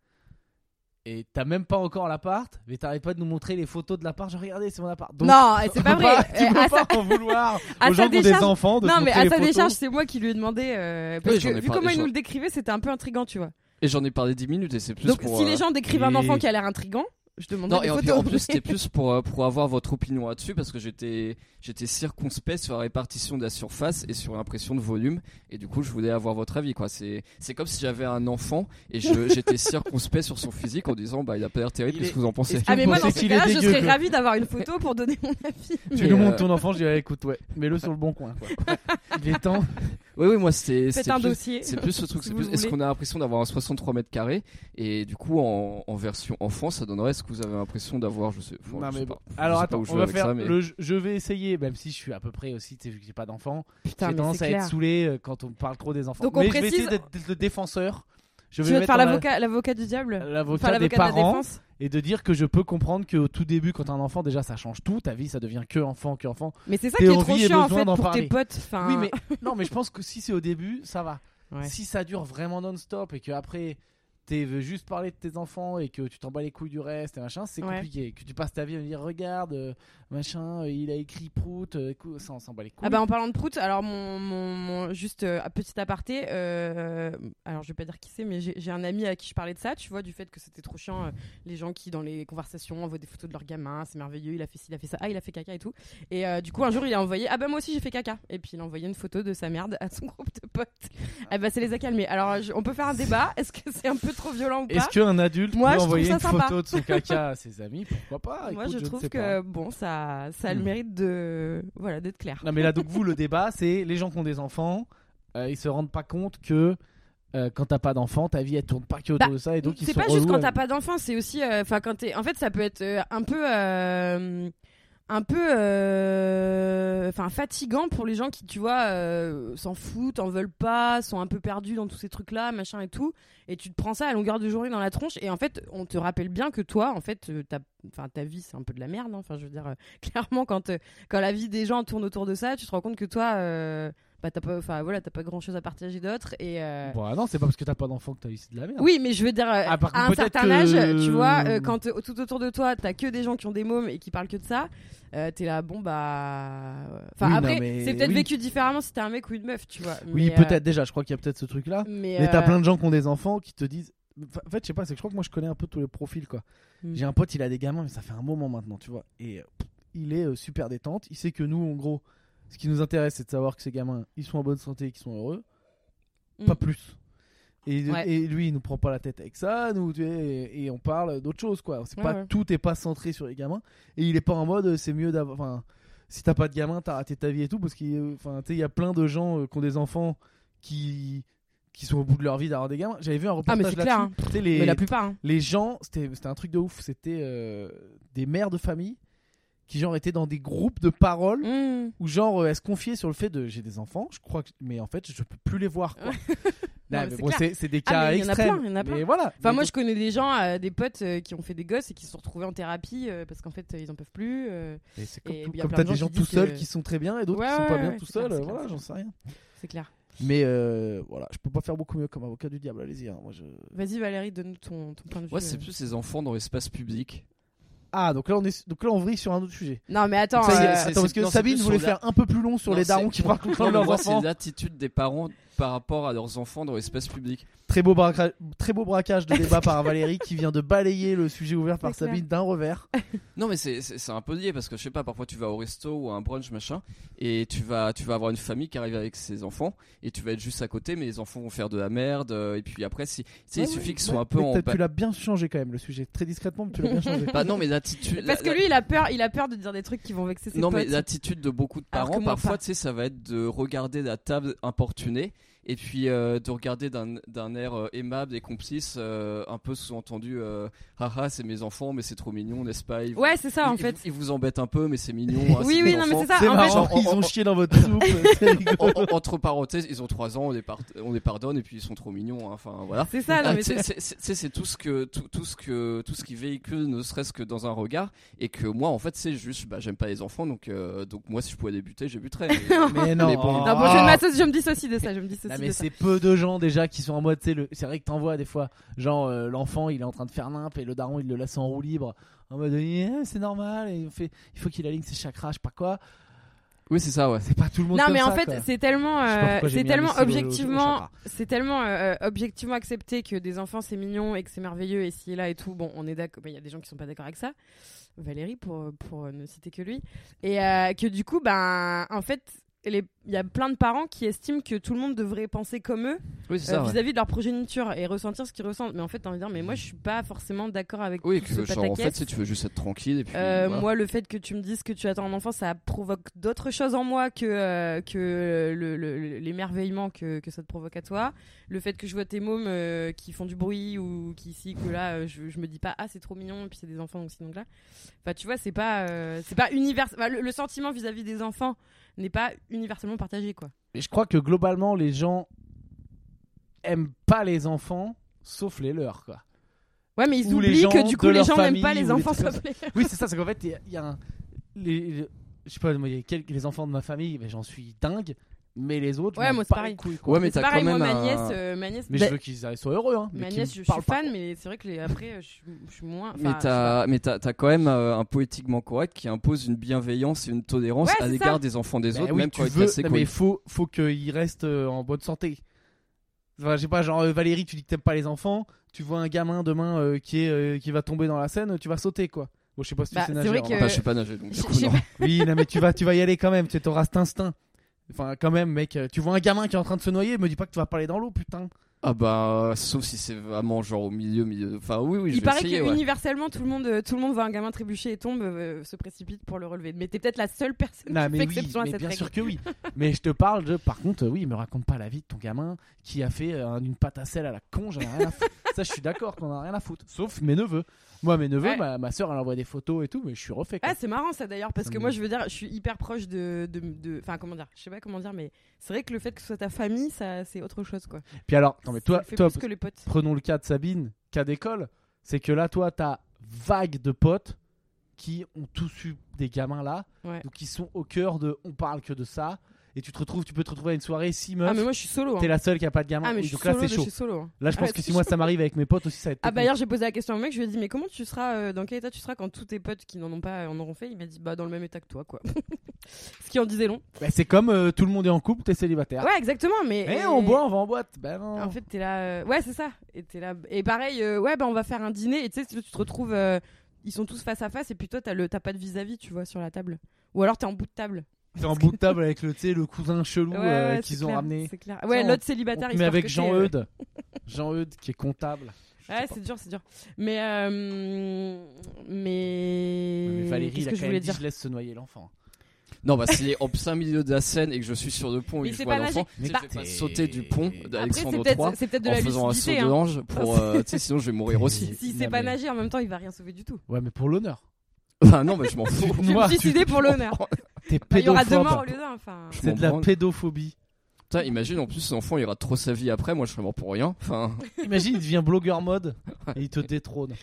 Speaker 1: Et t'as même pas encore l'appart, mais t'arrêtes pas de nous montrer les photos de l'appart. Genre, regardez, c'est mon appart. Donc,
Speaker 2: non, et c'est pas
Speaker 1: tu peux
Speaker 3: Bah,
Speaker 2: vrai.
Speaker 1: tu
Speaker 2: Eh,
Speaker 1: peux
Speaker 2: à sa-
Speaker 1: pas en vouloir
Speaker 2: à
Speaker 1: aux gens
Speaker 2: sa
Speaker 1: qui ont des
Speaker 2: décharge-
Speaker 1: enfants de te
Speaker 2: non, mais
Speaker 1: montrer
Speaker 2: à
Speaker 1: les
Speaker 2: sa
Speaker 1: photos.
Speaker 2: décharge, c'est moi qui lui ai demandé. euh, parce
Speaker 3: Oui, j'en
Speaker 2: que
Speaker 3: ai
Speaker 2: vu
Speaker 3: pas-
Speaker 2: comment il
Speaker 3: j'en-
Speaker 2: nous le décrivait, c'était un peu intriguant, tu vois.
Speaker 3: Et j'en ai parlé 10 minutes et c'est plus
Speaker 2: Donc
Speaker 3: pour.
Speaker 2: si
Speaker 3: euh,
Speaker 2: les gens décrivent un enfant
Speaker 1: et-
Speaker 2: qui a l'air intriguant, je demandais
Speaker 3: Non,
Speaker 2: des
Speaker 3: et en,
Speaker 2: photos.
Speaker 3: en plus, c'était plus pour, euh, pour avoir votre opinion là-dessus parce que j'étais j'étais circonspect sur la répartition de la surface et sur l'impression de volume. Et du coup, je voulais avoir votre avis. quoi. C'est c'est comme si j'avais un enfant et je- j'étais circonspect sur son physique en disant bah, il a pas l'air terrible,
Speaker 1: Il
Speaker 3: qu'est-ce
Speaker 1: est-
Speaker 3: que vous en pensez
Speaker 2: Ah mais moi
Speaker 1: Vous
Speaker 2: dans
Speaker 1: pensez
Speaker 2: ce
Speaker 1: qu'il est
Speaker 2: cas-là, je
Speaker 1: dégueu,
Speaker 2: serais
Speaker 1: quoi.
Speaker 2: ravie d'avoir une photo pour donner mon avis.
Speaker 1: Tu
Speaker 3: Mais,
Speaker 1: nous
Speaker 3: euh,
Speaker 1: montres ton enfant, je dis, ah, écoute, ouais, mets-le sur le bon coin. quoi. Il est temps.
Speaker 3: Oui, oui, moi, c'était.
Speaker 2: Faites
Speaker 3: c'était
Speaker 2: un
Speaker 3: plus-
Speaker 2: dossier.
Speaker 3: C'est plus ce truc,
Speaker 2: Si
Speaker 3: c'est
Speaker 2: vous
Speaker 3: plus. Est-ce
Speaker 2: voulez.
Speaker 3: qu'on a l'impression d'avoir un 63 mètres carrés et du coup en, en version enfant, ça donnerait ce que vous avez l'impression d'avoir, je sais, enfin,
Speaker 1: Non,
Speaker 3: je sais
Speaker 1: mais
Speaker 3: pas.
Speaker 1: bon. Alors
Speaker 3: sais pas
Speaker 1: attends,
Speaker 3: où je
Speaker 1: on
Speaker 3: vais
Speaker 1: va
Speaker 3: avec
Speaker 1: faire
Speaker 3: ça, mais-
Speaker 1: le jeu- Je vais essayer, même si je suis à peu près aussi, tu sais, vu que j'ai pas d'enfant,
Speaker 2: Putain,
Speaker 1: j'ai
Speaker 2: mais
Speaker 1: tendance
Speaker 2: c'est
Speaker 1: à être
Speaker 2: clair.
Speaker 1: saoulé euh, quand on parle trop des enfants.
Speaker 2: Donc, on
Speaker 1: mais je
Speaker 2: précise-
Speaker 1: vais essayer d'être le défenseur. Je vais
Speaker 2: Tu veux te
Speaker 1: mettre
Speaker 2: faire
Speaker 1: en a-
Speaker 2: l'avocat, l'avocat du diable Enfin,
Speaker 1: l'avocat des
Speaker 2: l'avocat de la
Speaker 1: parents
Speaker 2: défense
Speaker 1: et de dire que je peux comprendre que au tout début, quand t'as un enfant, déjà ça change tout. Ta vie, ça devient que enfant, que enfant.
Speaker 2: Mais c'est ça qui
Speaker 1: Tes
Speaker 2: est trop
Speaker 1: envies et
Speaker 2: chiant en
Speaker 1: besoins
Speaker 2: fait
Speaker 1: d'en
Speaker 2: pour
Speaker 1: parler.
Speaker 2: tes potes. Enfin,
Speaker 1: Oui, mais non, mais je pense que si c'est au début, ça va.
Speaker 2: Ouais.
Speaker 1: Si ça dure vraiment non-stop et que après tu veux juste parler de tes enfants et que tu t'en bats les couilles du reste et machin, c'est
Speaker 2: Ouais.
Speaker 1: compliqué. Que tu passes ta vie à me dire regarde, euh, machin, euh, il a écrit Prout, euh, écou- ça on s'en bat les couilles.
Speaker 2: Ah bah en parlant de Prout, alors mon, mon, mon- juste euh, un petit aparté, euh, alors je vais pas dire qui c'est, mais j'ai j'ai un ami à qui je parlais de ça, tu vois, du fait que c'était trop chiant, euh, les gens qui dans les conversations envoient des photos de leur gamin, c'est merveilleux, il a fait ci, il a fait ça, ah il a fait caca et tout. Et euh, du coup un jour il a envoyé, ah bah moi aussi j'ai fait caca, et puis il a envoyé une photo de sa merde à son groupe de potes. Ah bah ça les a calmés. Alors je- on peut faire un débat, est-ce que c'est un peu trop violent ou
Speaker 1: Est-ce
Speaker 2: pas
Speaker 1: qu'un adulte
Speaker 2: Moi, je
Speaker 1: peut
Speaker 2: trouve
Speaker 1: envoyer
Speaker 2: ça
Speaker 1: une
Speaker 2: sympa.
Speaker 1: photo de son caca à ses amis Pourquoi pas
Speaker 2: Moi
Speaker 1: Écoute,
Speaker 2: je
Speaker 1: ne
Speaker 2: trouve
Speaker 1: sais
Speaker 2: que
Speaker 1: pas.
Speaker 2: bon ça, ça a le
Speaker 1: Hmm.
Speaker 2: mérite de, voilà, d'être clair.
Speaker 1: Non mais là donc vous le débat c'est les gens qui ont des enfants, euh, ils se rendent pas compte que euh, quand t'as pas d'enfant, ta vie elle tourne pas que autour
Speaker 2: Bah,
Speaker 1: de ça et donc ils
Speaker 2: c'est
Speaker 1: sont
Speaker 2: pas juste
Speaker 1: relous hein.
Speaker 2: quand
Speaker 1: avec-
Speaker 2: t'as pas d'enfant, c'est aussi, euh, enfin quand t'es, en fait ça peut être euh, un peu, euh, un peu, euh, enfin fatigant pour les gens qui, tu vois, euh, s'en foutent, en veulent pas, sont un peu perdus dans tous ces trucs là, machin et tout, et tu te prends ça à longueur de journée dans la tronche, et en fait on te rappelle bien que toi, en fait, euh, t'as- enfin ta vie c'est un peu de la merde, hein. enfin je veux dire, euh, clairement quand euh, quand la vie des gens tourne autour de ça, tu te rends compte que toi, euh, bah t'as pas, enfin voilà, t'as pas grand chose à partager d'autre, et euh,
Speaker 1: Bon, ah non, c'est pas parce que t'as pas d'enfant que ta vie c'est de la merde.
Speaker 2: oui, mais je veux dire, euh,
Speaker 1: Ah, par
Speaker 2: à
Speaker 1: contre,
Speaker 2: un
Speaker 1: peut-être
Speaker 2: certain
Speaker 1: que-
Speaker 2: âge, tu vois, euh, quand euh, tout autour de toi, t'as que des gens qui ont des mômes et qui parlent que de ça, euh, t'es là, bon bah. Enfin,
Speaker 1: Oui, non,
Speaker 2: après,
Speaker 1: mais
Speaker 2: c'est peut-être
Speaker 1: oui.
Speaker 2: vécu différemment si t'es un mec ou une meuf, tu vois.
Speaker 1: Oui,
Speaker 2: mais, euh,
Speaker 1: peut-être déjà, je crois qu'il y a peut-être ce truc là.
Speaker 2: Mais,
Speaker 1: Mais t'as
Speaker 2: euh,
Speaker 1: plein de gens qui ont des enfants qui te disent. Enfin, En fait, je sais pas, c'est que je crois que moi je connais un peu tous les profils quoi.
Speaker 2: Mm.
Speaker 1: J'ai un pote, il a des gamins, mais ça fait un moment maintenant, tu vois. Et euh, pff, il est euh, super détente. Il sait que nous, en gros, ce qui nous intéresse, c'est de savoir que ces gamins, ils sont en bonne santé et qu'ils sont heureux.
Speaker 2: Mm.
Speaker 1: Pas plus. Et,
Speaker 2: Ouais.
Speaker 1: et lui, il nous prend pas la tête avec ça, nous, tu sais, et, et on parle d'autre chose quoi. C'est
Speaker 2: Ouais,
Speaker 1: pas,
Speaker 2: ouais.
Speaker 1: Tout est pas centré sur les gamins. Et il est pas en mode, euh, c'est mieux d'avoir. Enfin, si t'as pas de gamin, t'as raté ta vie et tout. Parce qu'il euh, enfin, tu sais, il y a plein de gens euh, qui ont des enfants qui qui sont au bout de leur vie d'avoir des gamins. J'avais vu un
Speaker 2: Ah,
Speaker 1: reportage
Speaker 2: mais c'est clair,
Speaker 1: là-dessus. Tu sais, les,
Speaker 2: mais la plupart. hein.
Speaker 1: les gens, c'était c'était un truc de ouf. C'était euh, des mères de famille qui genre étaient dans des groupes de paroles
Speaker 2: Mm.
Speaker 1: où genre euh, elles se confiaient sur le fait de j'ai des enfants, je crois que mais en fait je peux plus les voir. quoi. Non,
Speaker 2: mais
Speaker 1: mais
Speaker 2: c'est
Speaker 1: bon,
Speaker 2: clair.
Speaker 1: c'est c'est des
Speaker 2: Ah,
Speaker 1: cas
Speaker 2: mais il y en a
Speaker 1: extrêmes.
Speaker 2: plein, il y en a plein.
Speaker 1: Mais voilà.
Speaker 2: Enfin,
Speaker 1: Mais
Speaker 2: moi,
Speaker 1: donc-
Speaker 2: je connais des gens, euh, des potes euh, qui ont fait des gosses et qui se sont retrouvés en thérapie euh, parce qu'en fait, euh, ils en peuvent plus. euh,
Speaker 1: mais c'est comme
Speaker 2: et
Speaker 1: tout-
Speaker 2: il y a
Speaker 1: comme
Speaker 2: plein
Speaker 1: t'as
Speaker 2: de
Speaker 1: des
Speaker 2: gens
Speaker 1: gens
Speaker 2: qui
Speaker 1: tout
Speaker 2: disent
Speaker 1: seuls
Speaker 2: que-
Speaker 1: qui sont très bien et d'autres
Speaker 2: Ouais,
Speaker 1: qui sont pas
Speaker 2: ouais,
Speaker 1: bien
Speaker 2: ouais,
Speaker 1: tout
Speaker 2: c'est clair,
Speaker 1: seuls.
Speaker 2: c'est
Speaker 1: euh,
Speaker 2: clair,
Speaker 1: Voilà,
Speaker 2: c'est
Speaker 1: j'en sais rien.
Speaker 2: c'est clair.
Speaker 1: Mais euh, voilà, je peux pas faire beaucoup mieux comme avocat du diable. Allez-y. hein, moi, je-
Speaker 2: Vas-y, Valérie, donne-nous ton, ton point de vue.
Speaker 3: Moi, c'est
Speaker 2: euh.
Speaker 3: plus les enfants dans l'espace public.
Speaker 1: Ah donc là on est donc là on vrille sur un autre sujet.
Speaker 2: Non, mais attends.
Speaker 1: Ça, il y a-
Speaker 2: euh,
Speaker 3: c'est-
Speaker 1: Attends parce que
Speaker 3: non, c'est
Speaker 1: Sabine
Speaker 3: plus
Speaker 1: voulait
Speaker 3: sur la-
Speaker 1: faire un peu plus long sur
Speaker 3: Non,
Speaker 1: les
Speaker 3: c'est-
Speaker 1: darons qui parlent contre
Speaker 3: Non, mais
Speaker 1: leurs
Speaker 3: moi, c'est
Speaker 1: enfants.
Speaker 3: l'attitude des parents par rapport à leurs enfants dans l'espace public.
Speaker 1: Très beau, braquage, très beau braquage de débat par Valérie qui vient de balayer le sujet ouvert par
Speaker 2: C'est clair.
Speaker 1: Sabine d'un revers.
Speaker 3: Non, mais c'est- c'est c'est un peu lié parce que je sais pas, parfois tu vas au resto ou à un brunch machin et tu vas tu vas avoir une famille qui arrive avec ses enfants et tu vas être juste à côté, mais les enfants vont faire de la merde euh, et puis après, si, tu sais,
Speaker 1: Ouais,
Speaker 3: il suffit
Speaker 1: ouais,
Speaker 3: qu'ils soient
Speaker 1: ouais.
Speaker 3: un peu
Speaker 1: Mais
Speaker 3: en.
Speaker 1: t'as-
Speaker 3: ba-
Speaker 1: Tu l'as bien changé quand même le sujet, très discrètement, mais tu l'as bien changé.
Speaker 3: Bah, non, mais l'attitude.
Speaker 2: Parce
Speaker 3: la-
Speaker 2: que lui, il a peur, il a peur de dire des trucs qui vont vexer ses
Speaker 3: Non, mais
Speaker 2: potes.
Speaker 3: l'attitude de beaucoup de
Speaker 2: Alors que
Speaker 3: parents,
Speaker 2: moi, pas.
Speaker 3: parfois, tu sais, ça va être de regarder la table importunée et puis euh, de regarder d'un d'un air euh, aimable et complice, euh, un peu sous-entendu euh, Haha, c'est mes enfants, mais c'est trop mignon, n'est-ce pas Ils-
Speaker 2: Ouais, c'est ça en
Speaker 3: ils-
Speaker 2: fait.
Speaker 3: Ils, vous embêtent un peu, mais c'est mignon. hein,
Speaker 2: Oui, oui,
Speaker 3: c'est mes
Speaker 2: non, mais
Speaker 3: enfants.
Speaker 2: c'est ça.
Speaker 1: C'est
Speaker 2: en fait,
Speaker 1: marrant,
Speaker 3: on-
Speaker 1: ils ont
Speaker 3: on-
Speaker 1: chié dans votre soupe. c'est rigolo.
Speaker 3: En- en- entre parenthèses, ils ont 3 ans, on les, par- on les pardonne et puis ils sont trop mignons. hein, Enfin, voilà.
Speaker 2: C'est ça, non,
Speaker 3: Ah,
Speaker 2: mais
Speaker 3: c'est-
Speaker 2: c'est-
Speaker 3: c'est- c'est- c'est c'est tout ce que tout, tout ce que tout ce qui véhicule ne serait-ce que dans un regard et que moi en fait c'est juste bah j'aime pas les enfants donc euh, donc moi si je pouvais débuter je débuterais. Mais-
Speaker 1: mais non.
Speaker 3: Mais bon.
Speaker 2: Non, bon, je, me
Speaker 1: Ah.
Speaker 2: m'asso- je me dissocie de ça, je me dissocie.
Speaker 1: Ah,
Speaker 2: partie
Speaker 1: mais
Speaker 2: de ça.
Speaker 1: c'est peu de gens déjà qui sont en mode, tu sais, le- c'est vrai que t'en vois des fois, genre euh, l'enfant il est en train de faire nimp et le daron il le laisse en roue libre, en mode eh, c'est normal, et il, fait, il faut qu'il aligne ses chakras, je sais pas quoi.
Speaker 3: Oui, c'est ça, ouais.
Speaker 1: C'est pas tout le monde
Speaker 2: Non
Speaker 1: comme
Speaker 2: mais en
Speaker 1: ça,
Speaker 2: fait
Speaker 1: quoi.
Speaker 2: c'est tellement
Speaker 1: Je sais pas
Speaker 2: euh,
Speaker 1: pourquoi j'ai
Speaker 2: c'est
Speaker 1: mis un
Speaker 2: tellement
Speaker 1: missile au- au- au
Speaker 2: objectivement
Speaker 1: chakra.
Speaker 2: c'est tellement euh, objectivement accepté que des enfants c'est mignon et que c'est merveilleux et si et là et tout bon on est d'accord mais il y a des gens qui sont pas d'accord avec ça Valérie pour pour ne citer que lui et euh, que du coup ben en fait les- il y a plein de parents qui estiment que tout le monde devrait penser comme eux
Speaker 3: Oui, c'est
Speaker 2: euh,
Speaker 3: ça. ouais.
Speaker 2: vis-à-vis de leur progéniture et ressentir ce qu'ils ressentent mais en fait t'as envie de dire mais moi je suis pas forcément d'accord avec
Speaker 3: Oui,
Speaker 2: tout
Speaker 3: que,
Speaker 2: ce
Speaker 3: genre, en fait,
Speaker 2: pataquès.
Speaker 3: si tu veux juste être tranquille et puis.
Speaker 2: Euh,
Speaker 3: voilà.
Speaker 2: Moi, le fait que tu me dises que tu attends un enfant, ça provoque d'autres choses en moi que, euh, que le- le- l'émerveillement que, que ça te provoque à toi. Le fait que je vois tes mômes euh, qui font du bruit ou qui ici, que là, euh, je, je me dis pas, ah, c'est trop mignon, et puis c'est des enfants, donc sinon là. Enfin, tu vois, c'est pas, euh, c'est pas univers. enfin, le, le sentiment vis-à-vis des enfants n'est pas universellement partagé, quoi.
Speaker 1: Et je crois que globalement, les gens aiment pas les enfants, sauf les leurs, quoi.
Speaker 2: Ouais, mais ils
Speaker 1: Ou les
Speaker 2: oublient
Speaker 1: gens
Speaker 2: que du
Speaker 1: de
Speaker 2: coup, les
Speaker 1: leur
Speaker 2: gens n'aiment pas
Speaker 1: famille
Speaker 2: les
Speaker 1: ou des
Speaker 2: enfants,
Speaker 1: trucs
Speaker 2: ça
Speaker 1: comme
Speaker 2: plaît.
Speaker 1: Oui, c'est ça, c'est qu'en fait, il y a- il y a un. les- les- je sais pas, moi, il y a quelques- les enfants de ma famille, mais j'en suis dingue, mais les autres,
Speaker 2: Ouais,
Speaker 1: j'en ai
Speaker 2: moi, c'est
Speaker 1: pas
Speaker 2: pareil.
Speaker 1: les couilles, quoi.
Speaker 3: Ouais, mais
Speaker 2: C'est
Speaker 3: t'as
Speaker 2: pareil,
Speaker 3: quand
Speaker 2: moi,
Speaker 3: même.
Speaker 2: ma
Speaker 3: un-
Speaker 2: nièce, euh, ma nièce,
Speaker 1: Mais je veux qu'ils soient heureux, hein. Mais
Speaker 2: Ma
Speaker 1: qu'ils
Speaker 2: nièce,
Speaker 1: me
Speaker 2: je suis
Speaker 1: parlent pas,
Speaker 2: fan,
Speaker 1: quoi.
Speaker 2: mais c'est vrai que les... après, je suis, je suis moins. enfin,
Speaker 3: Mais
Speaker 2: je sais pas.
Speaker 3: t'as, mais t'as, t'as quand même euh, un poétiquement correct qui impose une bienveillance et une tolérance
Speaker 2: Ouais,
Speaker 3: à
Speaker 2: c'est
Speaker 3: l'égard
Speaker 2: ça.
Speaker 3: des enfants des
Speaker 1: Bah
Speaker 3: autres,
Speaker 1: oui,
Speaker 3: même
Speaker 1: tu
Speaker 3: quand ils
Speaker 1: veux-
Speaker 3: cassent les
Speaker 1: non,
Speaker 3: couilles.
Speaker 1: mais faut, faut qu'il reste euh, en bonne santé. Enfin, je sais pas, genre euh, Valérie, tu dis que t'aimes pas les enfants, tu vois un gamin demain euh, qui, est, euh, qui va tomber dans la scène, tu vas sauter, quoi. Bon, je sais pas si
Speaker 2: Bah,
Speaker 1: tu sais nager.
Speaker 2: c'est vrai
Speaker 1: hein.
Speaker 2: que-
Speaker 3: Enfin, je sais pas nager, donc
Speaker 2: Je-
Speaker 3: du coup,
Speaker 2: je sais
Speaker 3: non.
Speaker 2: pas.
Speaker 1: Oui, non, mais tu vas, tu vas y aller quand même, tu auras cet instinct. Enfin, quand même, mec, euh, tu vois un gamin qui est en train de se noyer, me dis pas que tu vas parler dans l'eau, putain.
Speaker 3: Ah bah, euh, sauf si c'est vraiment genre au milieu, milieu. Enfin, oui, oui, je
Speaker 2: Il
Speaker 3: vais
Speaker 2: paraît
Speaker 3: essayer,
Speaker 2: que
Speaker 3: ouais.
Speaker 2: universellement tout le monde euh, tout le monde voit un gamin trébucher et tombe euh, se précipite pour le relever. Mais t'es peut-être la seule personne
Speaker 1: Non,
Speaker 2: qui
Speaker 1: mais
Speaker 2: fait
Speaker 1: oui,
Speaker 2: exception à
Speaker 1: mais
Speaker 2: cette
Speaker 1: bien
Speaker 2: règle.
Speaker 1: sûr que oui. mais je te parle de, par contre, euh, oui, me raconte pas la vie de ton gamin qui a fait euh, une pâte à sel à la con, j'en ai rien à foutre. Ça, je suis d'accord qu'on en a rien à foutre. Sauf mes neveux. Moi, mes neveux,
Speaker 2: Ouais.
Speaker 1: ma, ma soeur, elle envoie des photos et tout, mais je suis refait. quoi.
Speaker 2: Ah, c'est marrant ça d'ailleurs parce
Speaker 1: Ça
Speaker 2: que
Speaker 1: me-
Speaker 2: moi je veux dire je suis hyper proche de de- de enfin comment dire je sais pas comment dire mais c'est vrai que le fait que ce soit ta famille ça c'est autre chose quoi.
Speaker 1: Puis alors, non, mais
Speaker 2: Ça
Speaker 1: toi,
Speaker 2: le fait
Speaker 1: toi
Speaker 2: plus que les potes.
Speaker 1: prenons le cas de Sabine, cas d'école, c'est que là, toi, t'as vague de potes qui ont tous eu des gamins là,
Speaker 2: Ouais.
Speaker 1: donc qui sont au cœur de on parle que de ça, et tu te retrouves, tu peux te retrouver à une soirée, si meufs,
Speaker 2: Ah mais moi je suis solo. hein.
Speaker 1: t'es la seule qui a pas de gamin,
Speaker 2: Ah mais
Speaker 1: Oui,
Speaker 2: je suis
Speaker 1: donc là,
Speaker 2: solo,
Speaker 1: c'est
Speaker 2: de
Speaker 1: chaud.
Speaker 2: chez solo. hein.
Speaker 1: Là, je
Speaker 2: Ah,
Speaker 1: pense
Speaker 2: ouais,
Speaker 1: que si
Speaker 2: c'est
Speaker 1: moi ça m'arrive avec mes potes aussi, ça va être.
Speaker 2: Ah bah
Speaker 1: technique.
Speaker 2: hier j'ai posé la question au mec, je lui ai dit mais comment tu seras euh, dans quel état tu seras quand tous tes potes qui n'en ont pas euh, en auront fait, il m'a dit bah dans le même état que toi quoi. ce qui en disait long.
Speaker 1: Bah, c'est comme euh, tout le monde est en couple, t'es célibataire.
Speaker 2: Ouais exactement mais
Speaker 1: Eh, Bah. on boit, on va en boîte. Ben non.
Speaker 2: En fait, t'es là. euh, Ouais, c'est ça. Et t'es là. Et pareil, euh, ouais, bah, on va faire un dîner. Et tu sais, tu tu te retrouves. euh, ils sont tous face à face. Et puis toi, t'as le... t'as pas de vis-à-vis, tu vois, sur la table. Ou alors t'es en bout de table.
Speaker 1: T'es en bout de table avec le, tu sais, le cousin chelou
Speaker 2: Ouais,
Speaker 1: euh,
Speaker 2: ouais,
Speaker 1: qu'ils
Speaker 2: c'est
Speaker 1: ont
Speaker 2: clair,
Speaker 1: ramené.
Speaker 2: C'est clair.
Speaker 1: Tiens,
Speaker 2: Ouais,
Speaker 1: on-
Speaker 2: l'autre célibataire.
Speaker 1: Mais
Speaker 2: histoire que
Speaker 1: avec
Speaker 2: t'aies, euh,
Speaker 1: Jean-Eude. Jean-Eude qui est comptable. Je sais
Speaker 2: Ouais,
Speaker 1: pas.
Speaker 2: c'est dur, c'est dur. Mais. euh, Mais.
Speaker 1: Mais Valérie,
Speaker 2: Qu'est-ce
Speaker 1: il a
Speaker 2: que
Speaker 1: quand
Speaker 2: je
Speaker 1: même
Speaker 2: voulais
Speaker 1: dit
Speaker 2: dire
Speaker 1: je laisse se noyer l'enfant.
Speaker 3: Non, bah, si en plein milieu de la scène et que je suis sur le pont
Speaker 2: Mais
Speaker 3: et que je
Speaker 2: c'est
Speaker 3: vois
Speaker 2: pas
Speaker 3: l'enfant,
Speaker 1: Mais
Speaker 3: tu sais, je vais
Speaker 1: t'es-
Speaker 3: pas sauter du pont
Speaker 2: Après, c'est
Speaker 3: d'Alexandre III
Speaker 2: peut-être c'est peut-être de
Speaker 3: en
Speaker 2: la
Speaker 3: faisant un saut
Speaker 2: lucidité.
Speaker 3: de
Speaker 2: hein.
Speaker 3: l'ange pour. euh, tu sais, sinon je vais mourir aussi.
Speaker 2: S'il
Speaker 1: Non,
Speaker 2: sait pas
Speaker 1: mais-
Speaker 2: nager en même temps, il va rien sauver du tout.
Speaker 1: Ouais, mais pour l'honneur.
Speaker 3: Bah, non, mais je m'en fous.
Speaker 2: Je vais me
Speaker 1: Noir,
Speaker 2: suicider pour l'honneur.
Speaker 1: T'es
Speaker 2: Bah, Il y aura deux
Speaker 1: pédophobe.
Speaker 2: morts au lieu d'un. Enfin.
Speaker 3: Je
Speaker 1: C'est
Speaker 3: m'en
Speaker 1: de la
Speaker 3: branle.
Speaker 1: pédophobie.
Speaker 3: Putain, imagine en plus l'enfant il ira trop sa vie après, moi je serais mort pour rien. Enfin,
Speaker 1: Imagine, il devient blogueur mode et il te détrône.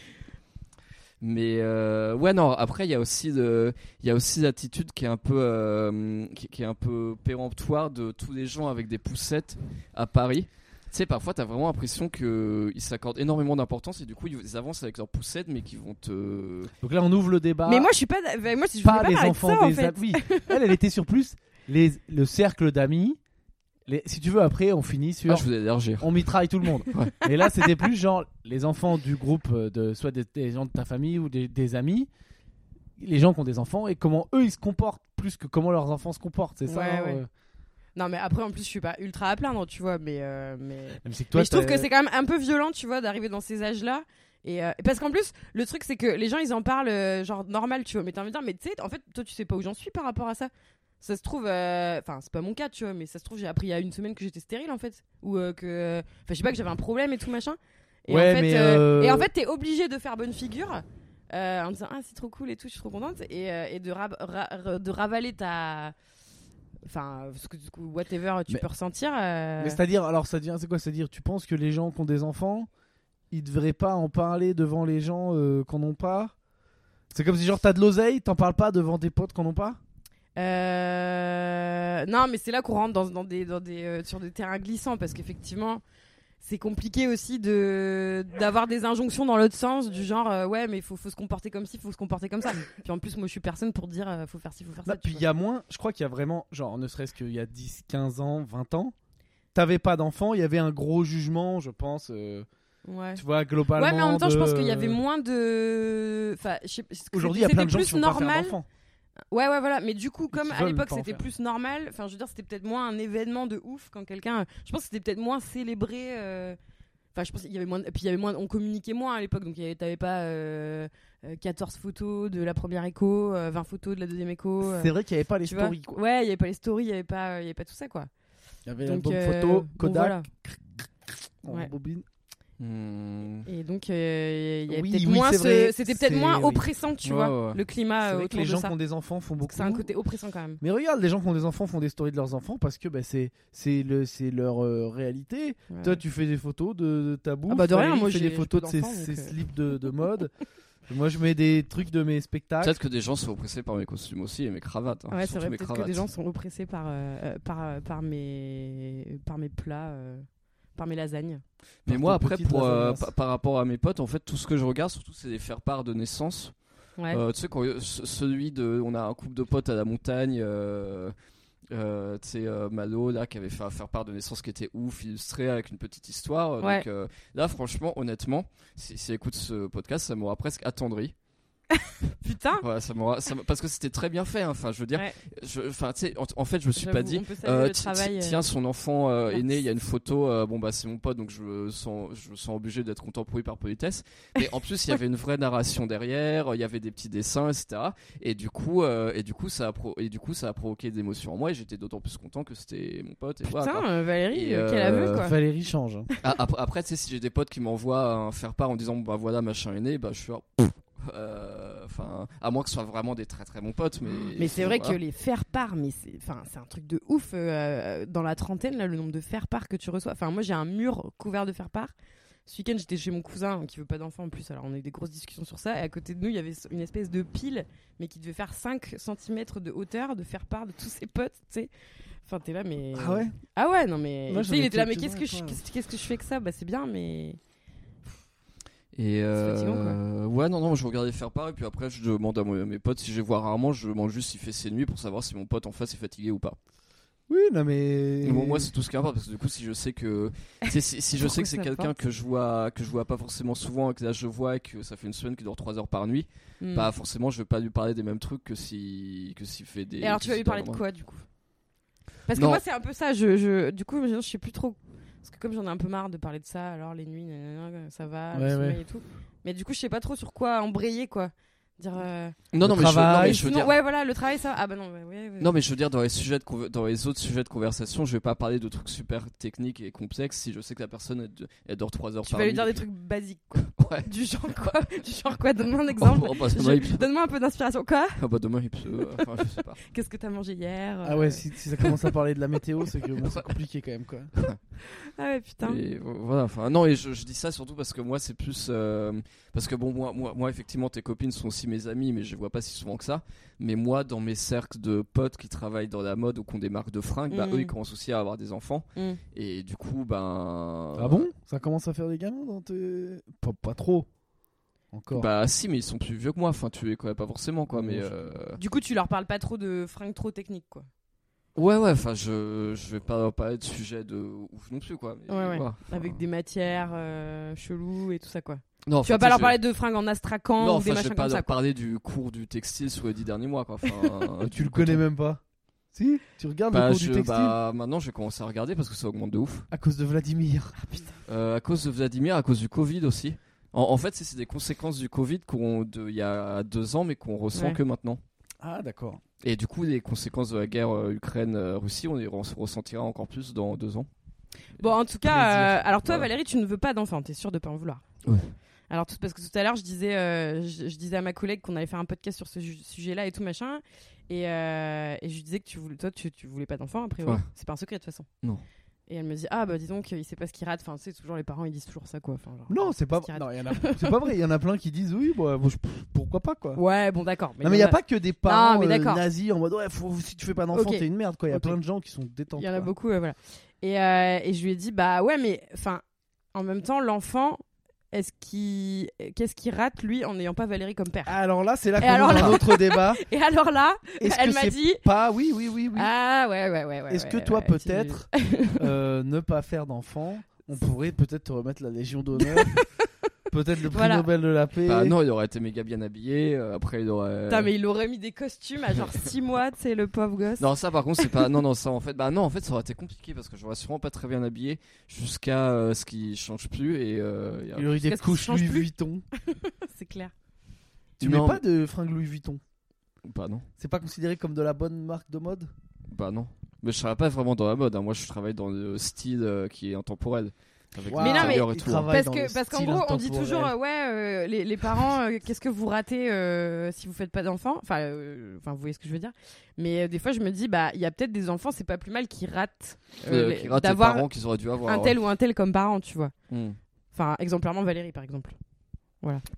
Speaker 3: mais euh, ouais non. Après il y a aussi le- il y a aussi l'attitude qui est un peu euh, qui, qui est un peu péremptoire de tous les gens avec des poussettes à Paris. Tu sais, parfois t'as vraiment l'impression que ils s'accordent énormément d'importance et du coup ils avancent avec leurs poussettes mais qui vont te.
Speaker 1: Donc là, on ouvre le débat.
Speaker 2: Mais moi, je suis pas. bah, Moi, je voulais
Speaker 1: pas
Speaker 2: pas
Speaker 1: les
Speaker 2: parler de
Speaker 1: enfants
Speaker 2: ça en
Speaker 1: des
Speaker 2: fait.
Speaker 1: ab- Oui, elle, elle était sur plus les, le cercle d'amis. Les- si tu veux, après, on finit sur.
Speaker 3: Ah, je vous ai élargir.
Speaker 1: On mitraille tout le monde.
Speaker 3: Ouais.
Speaker 1: Et là, c'était plus genre les enfants du groupe, euh, de, soit des, des gens de ta famille ou des, des amis, les gens qui ont des enfants et comment eux ils se comportent plus que comment leurs enfants se comportent. C'est ça.
Speaker 2: Ouais,
Speaker 1: hein,
Speaker 2: ouais.
Speaker 1: euh.
Speaker 2: Non, mais après, en plus, je suis pas ultra à plaindre, tu vois, mais. euh, mais...
Speaker 1: Mais c'est que toi,
Speaker 2: mais je trouve
Speaker 1: t'as-
Speaker 2: que c'est quand même un peu violent, tu vois, d'arriver dans ces âges-là. Et euh, parce qu'en plus, le truc, c'est que les gens, ils en parlent, euh, genre, normal, tu vois. Mais t'as envie de dire, mais tu sais, en fait, toi, tu sais pas où j'en suis par rapport à ça. Ça se trouve, euh, enfin, c'est pas mon cas, tu vois, mais ça se trouve, j'ai appris il y a une semaine que j'étais stérile, en fait. Ou euh, que. Enfin, je sais pas, que j'avais un problème et tout, machin. Et
Speaker 1: Ouais,
Speaker 2: en fait,
Speaker 1: mais, euh,
Speaker 2: et en fait, t'es obligé de faire bonne figure. euh, en disant, ah, c'est trop cool et tout, je suis trop contente. Et, euh, et de, ra- ra- de ravaler ta. Enfin, ce que, ce que- whatever tu
Speaker 1: Mais-
Speaker 2: peux ressentir. euh,
Speaker 1: Mais c'est-à-dire, alors, ça devient- c'est quoi C'est-à-dire, tu penses que les gens qui ont des enfants, ils devraient pas en parler devant les gens euh, qui n'en ont pas C'est comme si, genre, t'as de l'oseille, t'en parles pas devant tes potes qui n'en ont pas
Speaker 2: Euh, Non, mais c'est là qu'on rentre dans, dans des, dans des, euh, sur des terrains glissants parce qu'effectivement, c'est compliqué aussi de d'avoir des injonctions dans l'autre sens du genre euh, ouais mais faut faut se comporter comme ci, faut se comporter comme ça. puis en plus moi je suis personne pour dire euh, faut faire ci, faut faire
Speaker 1: Bah,
Speaker 2: ça. tu
Speaker 1: puis
Speaker 2: vois.
Speaker 1: il y a moins, je crois qu'il y a vraiment, genre ne serait-ce qu'il y a 10, 15 ans, 20 ans, t'avais pas d'enfant, il y avait un gros jugement, je pense, euh,
Speaker 2: Ouais.
Speaker 1: tu vois, globalement.
Speaker 2: Ouais, mais en même temps, je
Speaker 1: de-
Speaker 2: pense qu'il y avait moins de. Enfin, je sais pas, c'était-
Speaker 1: Aujourd'hui, il y a plein de gens
Speaker 2: c'était
Speaker 1: qui
Speaker 2: plus
Speaker 1: ont pas fait
Speaker 2: normal.
Speaker 1: d'enfant.
Speaker 2: Ouais, ouais, voilà. Mais du coup,
Speaker 1: qui
Speaker 2: comme à
Speaker 1: veulent
Speaker 2: l'époque,
Speaker 1: pas en
Speaker 2: c'était
Speaker 1: faire.
Speaker 2: plus normal. Enfin, je veux dire, c'était peut-être moins un événement de ouf quand quelqu'un. Je pense que c'était peut-être moins célébré. euh, Enfin, je pense qu'il y avait moins. de- Puis il y avait moins. On communiquait moins à l'époque, donc il y avait- t'avais pas euh, euh, 14 photos de la première écho, euh, 20 photos de la deuxième écho. euh,
Speaker 1: C'est vrai qu'il n'y avait pas les
Speaker 2: tu vois.
Speaker 1: stories. quoi.
Speaker 2: Ouais, il y avait pas les stories, il y avait pas, euh, il y avait pas tout ça, quoi.
Speaker 1: Il y avait
Speaker 2: Donc,
Speaker 1: l'album
Speaker 2: euh,
Speaker 1: photo,
Speaker 2: bon, voilà.
Speaker 1: Kodak, en
Speaker 2: Ouais.
Speaker 1: bobine.
Speaker 3: Hmm.
Speaker 2: Et donc, euh, il y avait
Speaker 1: Oui,
Speaker 2: peut-être
Speaker 1: oui,
Speaker 2: moins.
Speaker 1: c'est
Speaker 2: ce-
Speaker 1: vrai,
Speaker 2: C'était peut-être
Speaker 1: c'est-
Speaker 2: moins
Speaker 1: oui.
Speaker 2: oppressant, tu
Speaker 3: Ouais,
Speaker 2: vois,
Speaker 3: ouais.
Speaker 2: le climat
Speaker 1: C'est
Speaker 2: euh,
Speaker 1: vrai que
Speaker 2: autour
Speaker 1: les
Speaker 2: de
Speaker 1: gens
Speaker 2: ça.
Speaker 1: qui ont des enfants font
Speaker 2: Parce
Speaker 1: beaucoup.
Speaker 2: que C'est un côté oppressant quand même.
Speaker 1: Mais regarde, les gens qui ont des enfants font des stories de leurs enfants parce que bah, c'est c'est le c'est leur euh, réalité. Toi, tu fais des photos de, de ta bouffe.
Speaker 2: Ah bah de rien,
Speaker 1: Valérie
Speaker 2: moi,
Speaker 1: fait
Speaker 2: j'ai-
Speaker 1: des photos de
Speaker 2: j'ai
Speaker 1: ses,
Speaker 2: pas d'enfants,
Speaker 1: ses
Speaker 2: donc, euh.
Speaker 1: slips de, de mode. moi, je mets des trucs de mes spectacles.
Speaker 3: Peut-être que des gens sont oppressés par mes costumes aussi et mes cravates. hein,
Speaker 2: Ouais, c'est
Speaker 3: surtout
Speaker 2: vrai,
Speaker 3: mes
Speaker 2: peut-être que
Speaker 3: cravates.
Speaker 2: des gens sont oppressés par, euh, euh, par, euh, par, mes, par mes plats, euh, par mes lasagnes.
Speaker 3: Mais
Speaker 1: Par
Speaker 3: moi,
Speaker 1: tes
Speaker 3: après,
Speaker 1: petites
Speaker 3: pour, euh,
Speaker 1: lasagnas.
Speaker 3: pa- par rapport à mes potes, en fait, tout ce que je regarde, surtout, c'est des faire-part de naissance.
Speaker 2: Ouais.
Speaker 3: Euh, tu sais, quand, euh, ce- celui de. On a un couple de potes à la montagne. euh, euh, tu sais, euh, Malo, là, qui avait fait un faire-part de naissance qui était ouf, illustré avec une petite histoire. Euh,
Speaker 2: Ouais.
Speaker 3: Donc, euh, là, franchement, honnêtement, si, si écoute ce podcast, ça m'aura presque attendri.
Speaker 2: Putain
Speaker 3: Voilà, ça m'aura- ça m'a- parce que c'était très bien fait. hein. Enfin, je veux dire,
Speaker 2: Ouais.
Speaker 3: je- enfin, tu sais, en, en fait, je me suis
Speaker 2: J'avoue,
Speaker 3: pas dit,
Speaker 2: on peut saluer
Speaker 3: euh,
Speaker 2: le
Speaker 3: ti- ti-
Speaker 2: travail, euh.
Speaker 3: tiens, son enfant euh, est
Speaker 2: Merci.
Speaker 3: né, il y a une photo, euh, bon bah c'est mon pote, donc je me sens, je me sens obligé d'être content pour lui par politesse. Mais en plus, il y avait une vraie narration derrière, euh, il y avait des petits dessins, etc. Et du coup, euh, et du coup, ça a pro- et du coup, ça a provoqué des émotions en moi, et j'étais d'autant plus content que c'était mon pote. Et voilà, quoi.
Speaker 2: Putain, euh, Valérie,
Speaker 3: Et,
Speaker 2: euh, quelle aveu
Speaker 3: euh,
Speaker 2: quoi
Speaker 1: Valérie change. hein.
Speaker 3: Ah, ap- après, tu sais, si j'ai des potes qui m'envoient un faire part en disant bah voilà machin est né, bah je suis là, pff, euh, enfin à moins que ce soit vraiment des très très bons potes, mais
Speaker 2: Mais c'est vrai que
Speaker 3: voilà.
Speaker 2: les faire part, mais c'est enfin, c'est un truc de ouf. euh, dans la trentaine, là, le nombre de faire part que tu reçois. Enfin, moi, j'ai un mur couvert de faire part. Ce week-end, j'étais chez mon cousin hein, qui veut pas d'enfant en plus, alors on a eu des grosses discussions sur ça. Et à côté de nous, il y avait une espèce de pile, mais qui devait faire 5 cm de hauteur, de faire part de tous ses potes, tu sais. Enfin, t'es là, mais.
Speaker 1: Ah ouais
Speaker 2: Ah ouais, non, mais.
Speaker 1: Moi,
Speaker 2: tu
Speaker 1: j'en
Speaker 2: sais, il
Speaker 1: étais
Speaker 2: était là, mais
Speaker 1: plus
Speaker 2: qu'est-ce
Speaker 1: loin,
Speaker 2: que, je,
Speaker 1: quoi.
Speaker 2: qu'est-ce, qu'est-ce que je fais que ça Bah, c'est bien, mais.
Speaker 3: Et euh,
Speaker 2: fatigant,
Speaker 3: ouais, non, non, je regardais faire part et puis après je demande à mon- mes potes si je les vois rarement, je demande juste s'il fait ses nuits pour savoir si mon pote en face est fatigué ou pas.
Speaker 1: Oui, non mais.
Speaker 3: Et bon, moi c'est tout ce qui importe parce que du coup si je sais que tu sais, si, si je
Speaker 2: Pourquoi
Speaker 3: sais que c'est
Speaker 2: ça
Speaker 3: quelqu'un
Speaker 2: porte
Speaker 3: que je vois que je vois pas forcément souvent et que là je vois et que ça fait une semaine qu'il dort 3 heures par nuit,
Speaker 2: hmm.
Speaker 3: bah forcément je vais pas lui parler des mêmes trucs que si que s'il fait des
Speaker 2: Et alors,
Speaker 3: que
Speaker 2: tu vas
Speaker 3: s'il
Speaker 2: lui
Speaker 3: dort
Speaker 2: parler de
Speaker 3: dans-
Speaker 2: quoi, du coup Parce que
Speaker 3: Non.
Speaker 2: moi, c'est un peu ça. Je, je- du coup, je sais plus trop. Parce que comme j'en ai un peu marre de parler de ça, alors les nuits, nanana, ça va, le
Speaker 1: Ouais,
Speaker 2: sommeil
Speaker 1: ouais.
Speaker 2: et tout. Mais du coup, je sais pas trop sur quoi embrayer, quoi. Dire. euh,
Speaker 3: Non non
Speaker 1: Le
Speaker 3: mais je, non,
Speaker 1: travail.
Speaker 3: mais Ah je veux
Speaker 2: sinon-
Speaker 3: dire
Speaker 2: Ouais, voilà, le travail, ça. Ah bah non, ouais, ouais, ouais.
Speaker 3: Non mais je veux dire dans les sujets de conver- dans les autres sujets de conversation, je vais pas parler de trucs super techniques et complexes si je sais que la personne elle, elle dort 3 heures
Speaker 2: tu
Speaker 3: par
Speaker 2: vas lui
Speaker 3: nuit.
Speaker 2: dire des trucs basiques, quoi.
Speaker 3: Ouais.
Speaker 2: Du genre quoi Du genre quoi Donne-moi un exemple.
Speaker 3: Oh, bah,
Speaker 2: Je-
Speaker 3: demain, il pleut.
Speaker 2: Donne-moi un peu d'inspiration. Quoi
Speaker 3: Ah bah demain il pleut. Enfin, je sais pas.
Speaker 2: Qu'est-ce que t'as mangé hier Euh,
Speaker 1: Ah ouais, si, si ça commence à parler de la météo, c'est que bon, c'est compliqué quand même quoi.
Speaker 2: Ah ouais, putain.
Speaker 3: Et vo- voilà. Enfin non et je, je dis ça surtout parce que moi c'est plus euh, parce que bon moi moi moi effectivement tes copines sont aussi mes amies mais je les vois pas si souvent que ça. Mais moi dans mes cercles de potes qui travaillent dans la mode ou qui ont des marques de fringues, bah
Speaker 2: Mhm.
Speaker 3: eux ils commencent aussi à avoir des enfants
Speaker 2: Mm.
Speaker 3: et du coup ben
Speaker 1: Ah bon Ça commence à faire des gamins dans tes. Pas, pas trop. Encore.
Speaker 3: Bah si mais ils sont plus vieux que moi. Enfin tu les connais pas forcément quoi
Speaker 1: Non,
Speaker 3: mais
Speaker 1: je-
Speaker 3: euh,
Speaker 2: Du coup, tu leur parles pas trop de fringues trop techniques, quoi.
Speaker 3: Ouais, ouais, enfin, je, je vais pas parler de sujet de ouf non plus, quoi. mais
Speaker 2: Ouais, ouais.
Speaker 3: voilà,
Speaker 2: Avec
Speaker 3: enfin.
Speaker 2: des matières euh, cheloues et tout ça, quoi.
Speaker 3: Non,
Speaker 2: Tu
Speaker 3: enfin,
Speaker 2: vas pas
Speaker 3: sais,
Speaker 2: leur
Speaker 3: je-
Speaker 2: parler de fringues en astracan ou
Speaker 3: Non,
Speaker 2: des
Speaker 3: enfin, je
Speaker 2: machins
Speaker 3: vais pas
Speaker 2: comme
Speaker 3: leur
Speaker 2: ça. quoi.
Speaker 3: parler du cours du textile sur les dix derniers mois, quoi. Enfin,
Speaker 1: Euh,
Speaker 3: euh,
Speaker 1: tu le connais même pas. Si Tu regardes
Speaker 3: Bah,
Speaker 1: le cours
Speaker 3: je-
Speaker 1: du textile
Speaker 3: bah, maintenant, je vais commencer à regarder parce que ça augmente de ouf.
Speaker 1: à cause de Vladimir.
Speaker 3: Euh, à cause de Vladimir, à cause du Covid aussi. En, en fait, c'est c'est des conséquences du Covid qu'on de- il y a deux ans, mais qu'on ressent
Speaker 2: Ouais.
Speaker 3: que maintenant.
Speaker 1: Ah d'accord.
Speaker 3: Et du coup, les conséquences de la guerre euh, Ukraine-Russie, on les re- ressentira encore plus dans deux ans.
Speaker 2: Bon, en tout cas,
Speaker 3: Plaisir.
Speaker 2: euh, alors toi,
Speaker 3: Ouais.
Speaker 2: Valérie, tu ne veux pas d'enfant, t'es sûre de pas en vouloir.
Speaker 3: Ouais.
Speaker 2: Alors tout parce que tout à l'heure, je disais, euh, je, je disais à ma collègue qu'on allait faire un podcast sur ce ju- sujet-là et tout machin, et, euh, et je lui disais que tu voulais, toi, tu, tu voulais pas d'enfant. Après,
Speaker 3: Ouais.
Speaker 2: c'est pas un secret de toute façon.
Speaker 3: Non.
Speaker 2: Et elle me dit ah bah dis donc il sait pas ce qu'il rate. Enfin c'est toujours les parents ils disent toujours ça quoi. Enfin, genre, ah,
Speaker 1: Non, c'est pas,
Speaker 2: Parce qu'il y a-
Speaker 1: non, il y en a- c'est pas vrai. Il y en a plein qui disent oui, bah, bon, je- pourquoi pas quoi.
Speaker 2: Ouais bon d'accord.
Speaker 1: non, mais il n'y
Speaker 2: y
Speaker 1: a
Speaker 2: en
Speaker 1: pas que des parents
Speaker 2: Non, mais
Speaker 1: euh,
Speaker 2: d'accord.
Speaker 1: nazis en mode ouais, faut- si tu fais pas d'enfant,
Speaker 2: Ok.
Speaker 1: t'es une merde quoi. Il y a
Speaker 2: Ok.
Speaker 1: plein de gens qui sont détentes.
Speaker 2: Il y en a
Speaker 1: quoi.
Speaker 2: beaucoup, euh, voilà. Et, euh, et je lui ai dit, bah ouais, mais enfin, en même temps, l'enfant, est-ce qu'il, qu'est-ce qu'il rate lui en n'ayant pas Valérie comme père
Speaker 1: Alors là, c'est là
Speaker 2: Et
Speaker 1: qu'on
Speaker 2: alors
Speaker 1: a
Speaker 2: là-
Speaker 1: un autre débat.
Speaker 2: Et alors là,
Speaker 1: Est-ce que
Speaker 2: elle m'a
Speaker 1: c'est
Speaker 2: dit,
Speaker 1: pas oui, oui, oui, oui.
Speaker 2: ah ouais, ouais, ouais, ouais.
Speaker 1: Est-ce que
Speaker 2: ouais,
Speaker 1: toi,
Speaker 2: ouais,
Speaker 1: peut-être, euh, ne pas faire d'enfant, on pourrait peut-être te remettre la Légion d'honneur, peut-être le prix
Speaker 2: Voilà.
Speaker 1: Nobel de la paix.
Speaker 3: Bah non, il aurait été méga bien habillé. euh, après, il aurait.
Speaker 2: tu- Putain, mais il aurait mis des costumes à genre 6 mois, tu sais, le pauvre gosse.
Speaker 3: Non, ça par contre, c'est pas. Non, non, ça en fait. Bah non, en fait, ça aurait été compliqué parce que j'aurais sûrement pas très bien habillé jusqu'à euh, ce qui change plus. Et euh, il y a-
Speaker 1: Il aurait des
Speaker 2: Parce que ça
Speaker 1: couches
Speaker 2: change
Speaker 1: Louis
Speaker 2: plus.
Speaker 1: Vuitton.
Speaker 2: C'est clair.
Speaker 1: Tu
Speaker 3: Non,
Speaker 1: mets pas de fringues Louis Vuitton.
Speaker 3: Bah non.
Speaker 1: C'est pas considéré comme de la bonne marque de mode
Speaker 3: Bah non. Mais je serais pas vraiment dans la mode. hein. Moi, je travaille dans le style euh, qui est intemporel. Avec
Speaker 1: Waouh.
Speaker 2: Mais non, mais-
Speaker 3: l'intérieur et
Speaker 1: Il
Speaker 3: tout. hein.
Speaker 1: travaille
Speaker 2: Parce,
Speaker 1: dans le
Speaker 2: que, parce qu'en
Speaker 1: style
Speaker 2: gros, on dit
Speaker 1: intemporel.
Speaker 2: toujours, euh, ouais, euh, les, les parents, euh, qu'est-ce que vous ratez euh, si vous faites pas d'enfants Enfin, euh, enfin, vous voyez ce que je veux dire. Mais euh, des fois, je me dis, bah, il y a peut-être des enfants, c'est pas plus mal qui ratent euh,
Speaker 3: Euh,
Speaker 2: les-
Speaker 3: qui rate les
Speaker 2: d'avoir
Speaker 3: parents qu'ils auraient dû avoir.
Speaker 2: un
Speaker 3: ouais.
Speaker 2: tel ou un tel comme parent, tu vois.
Speaker 3: Hmm.
Speaker 2: Enfin, exemplairement Valérie, par exemple.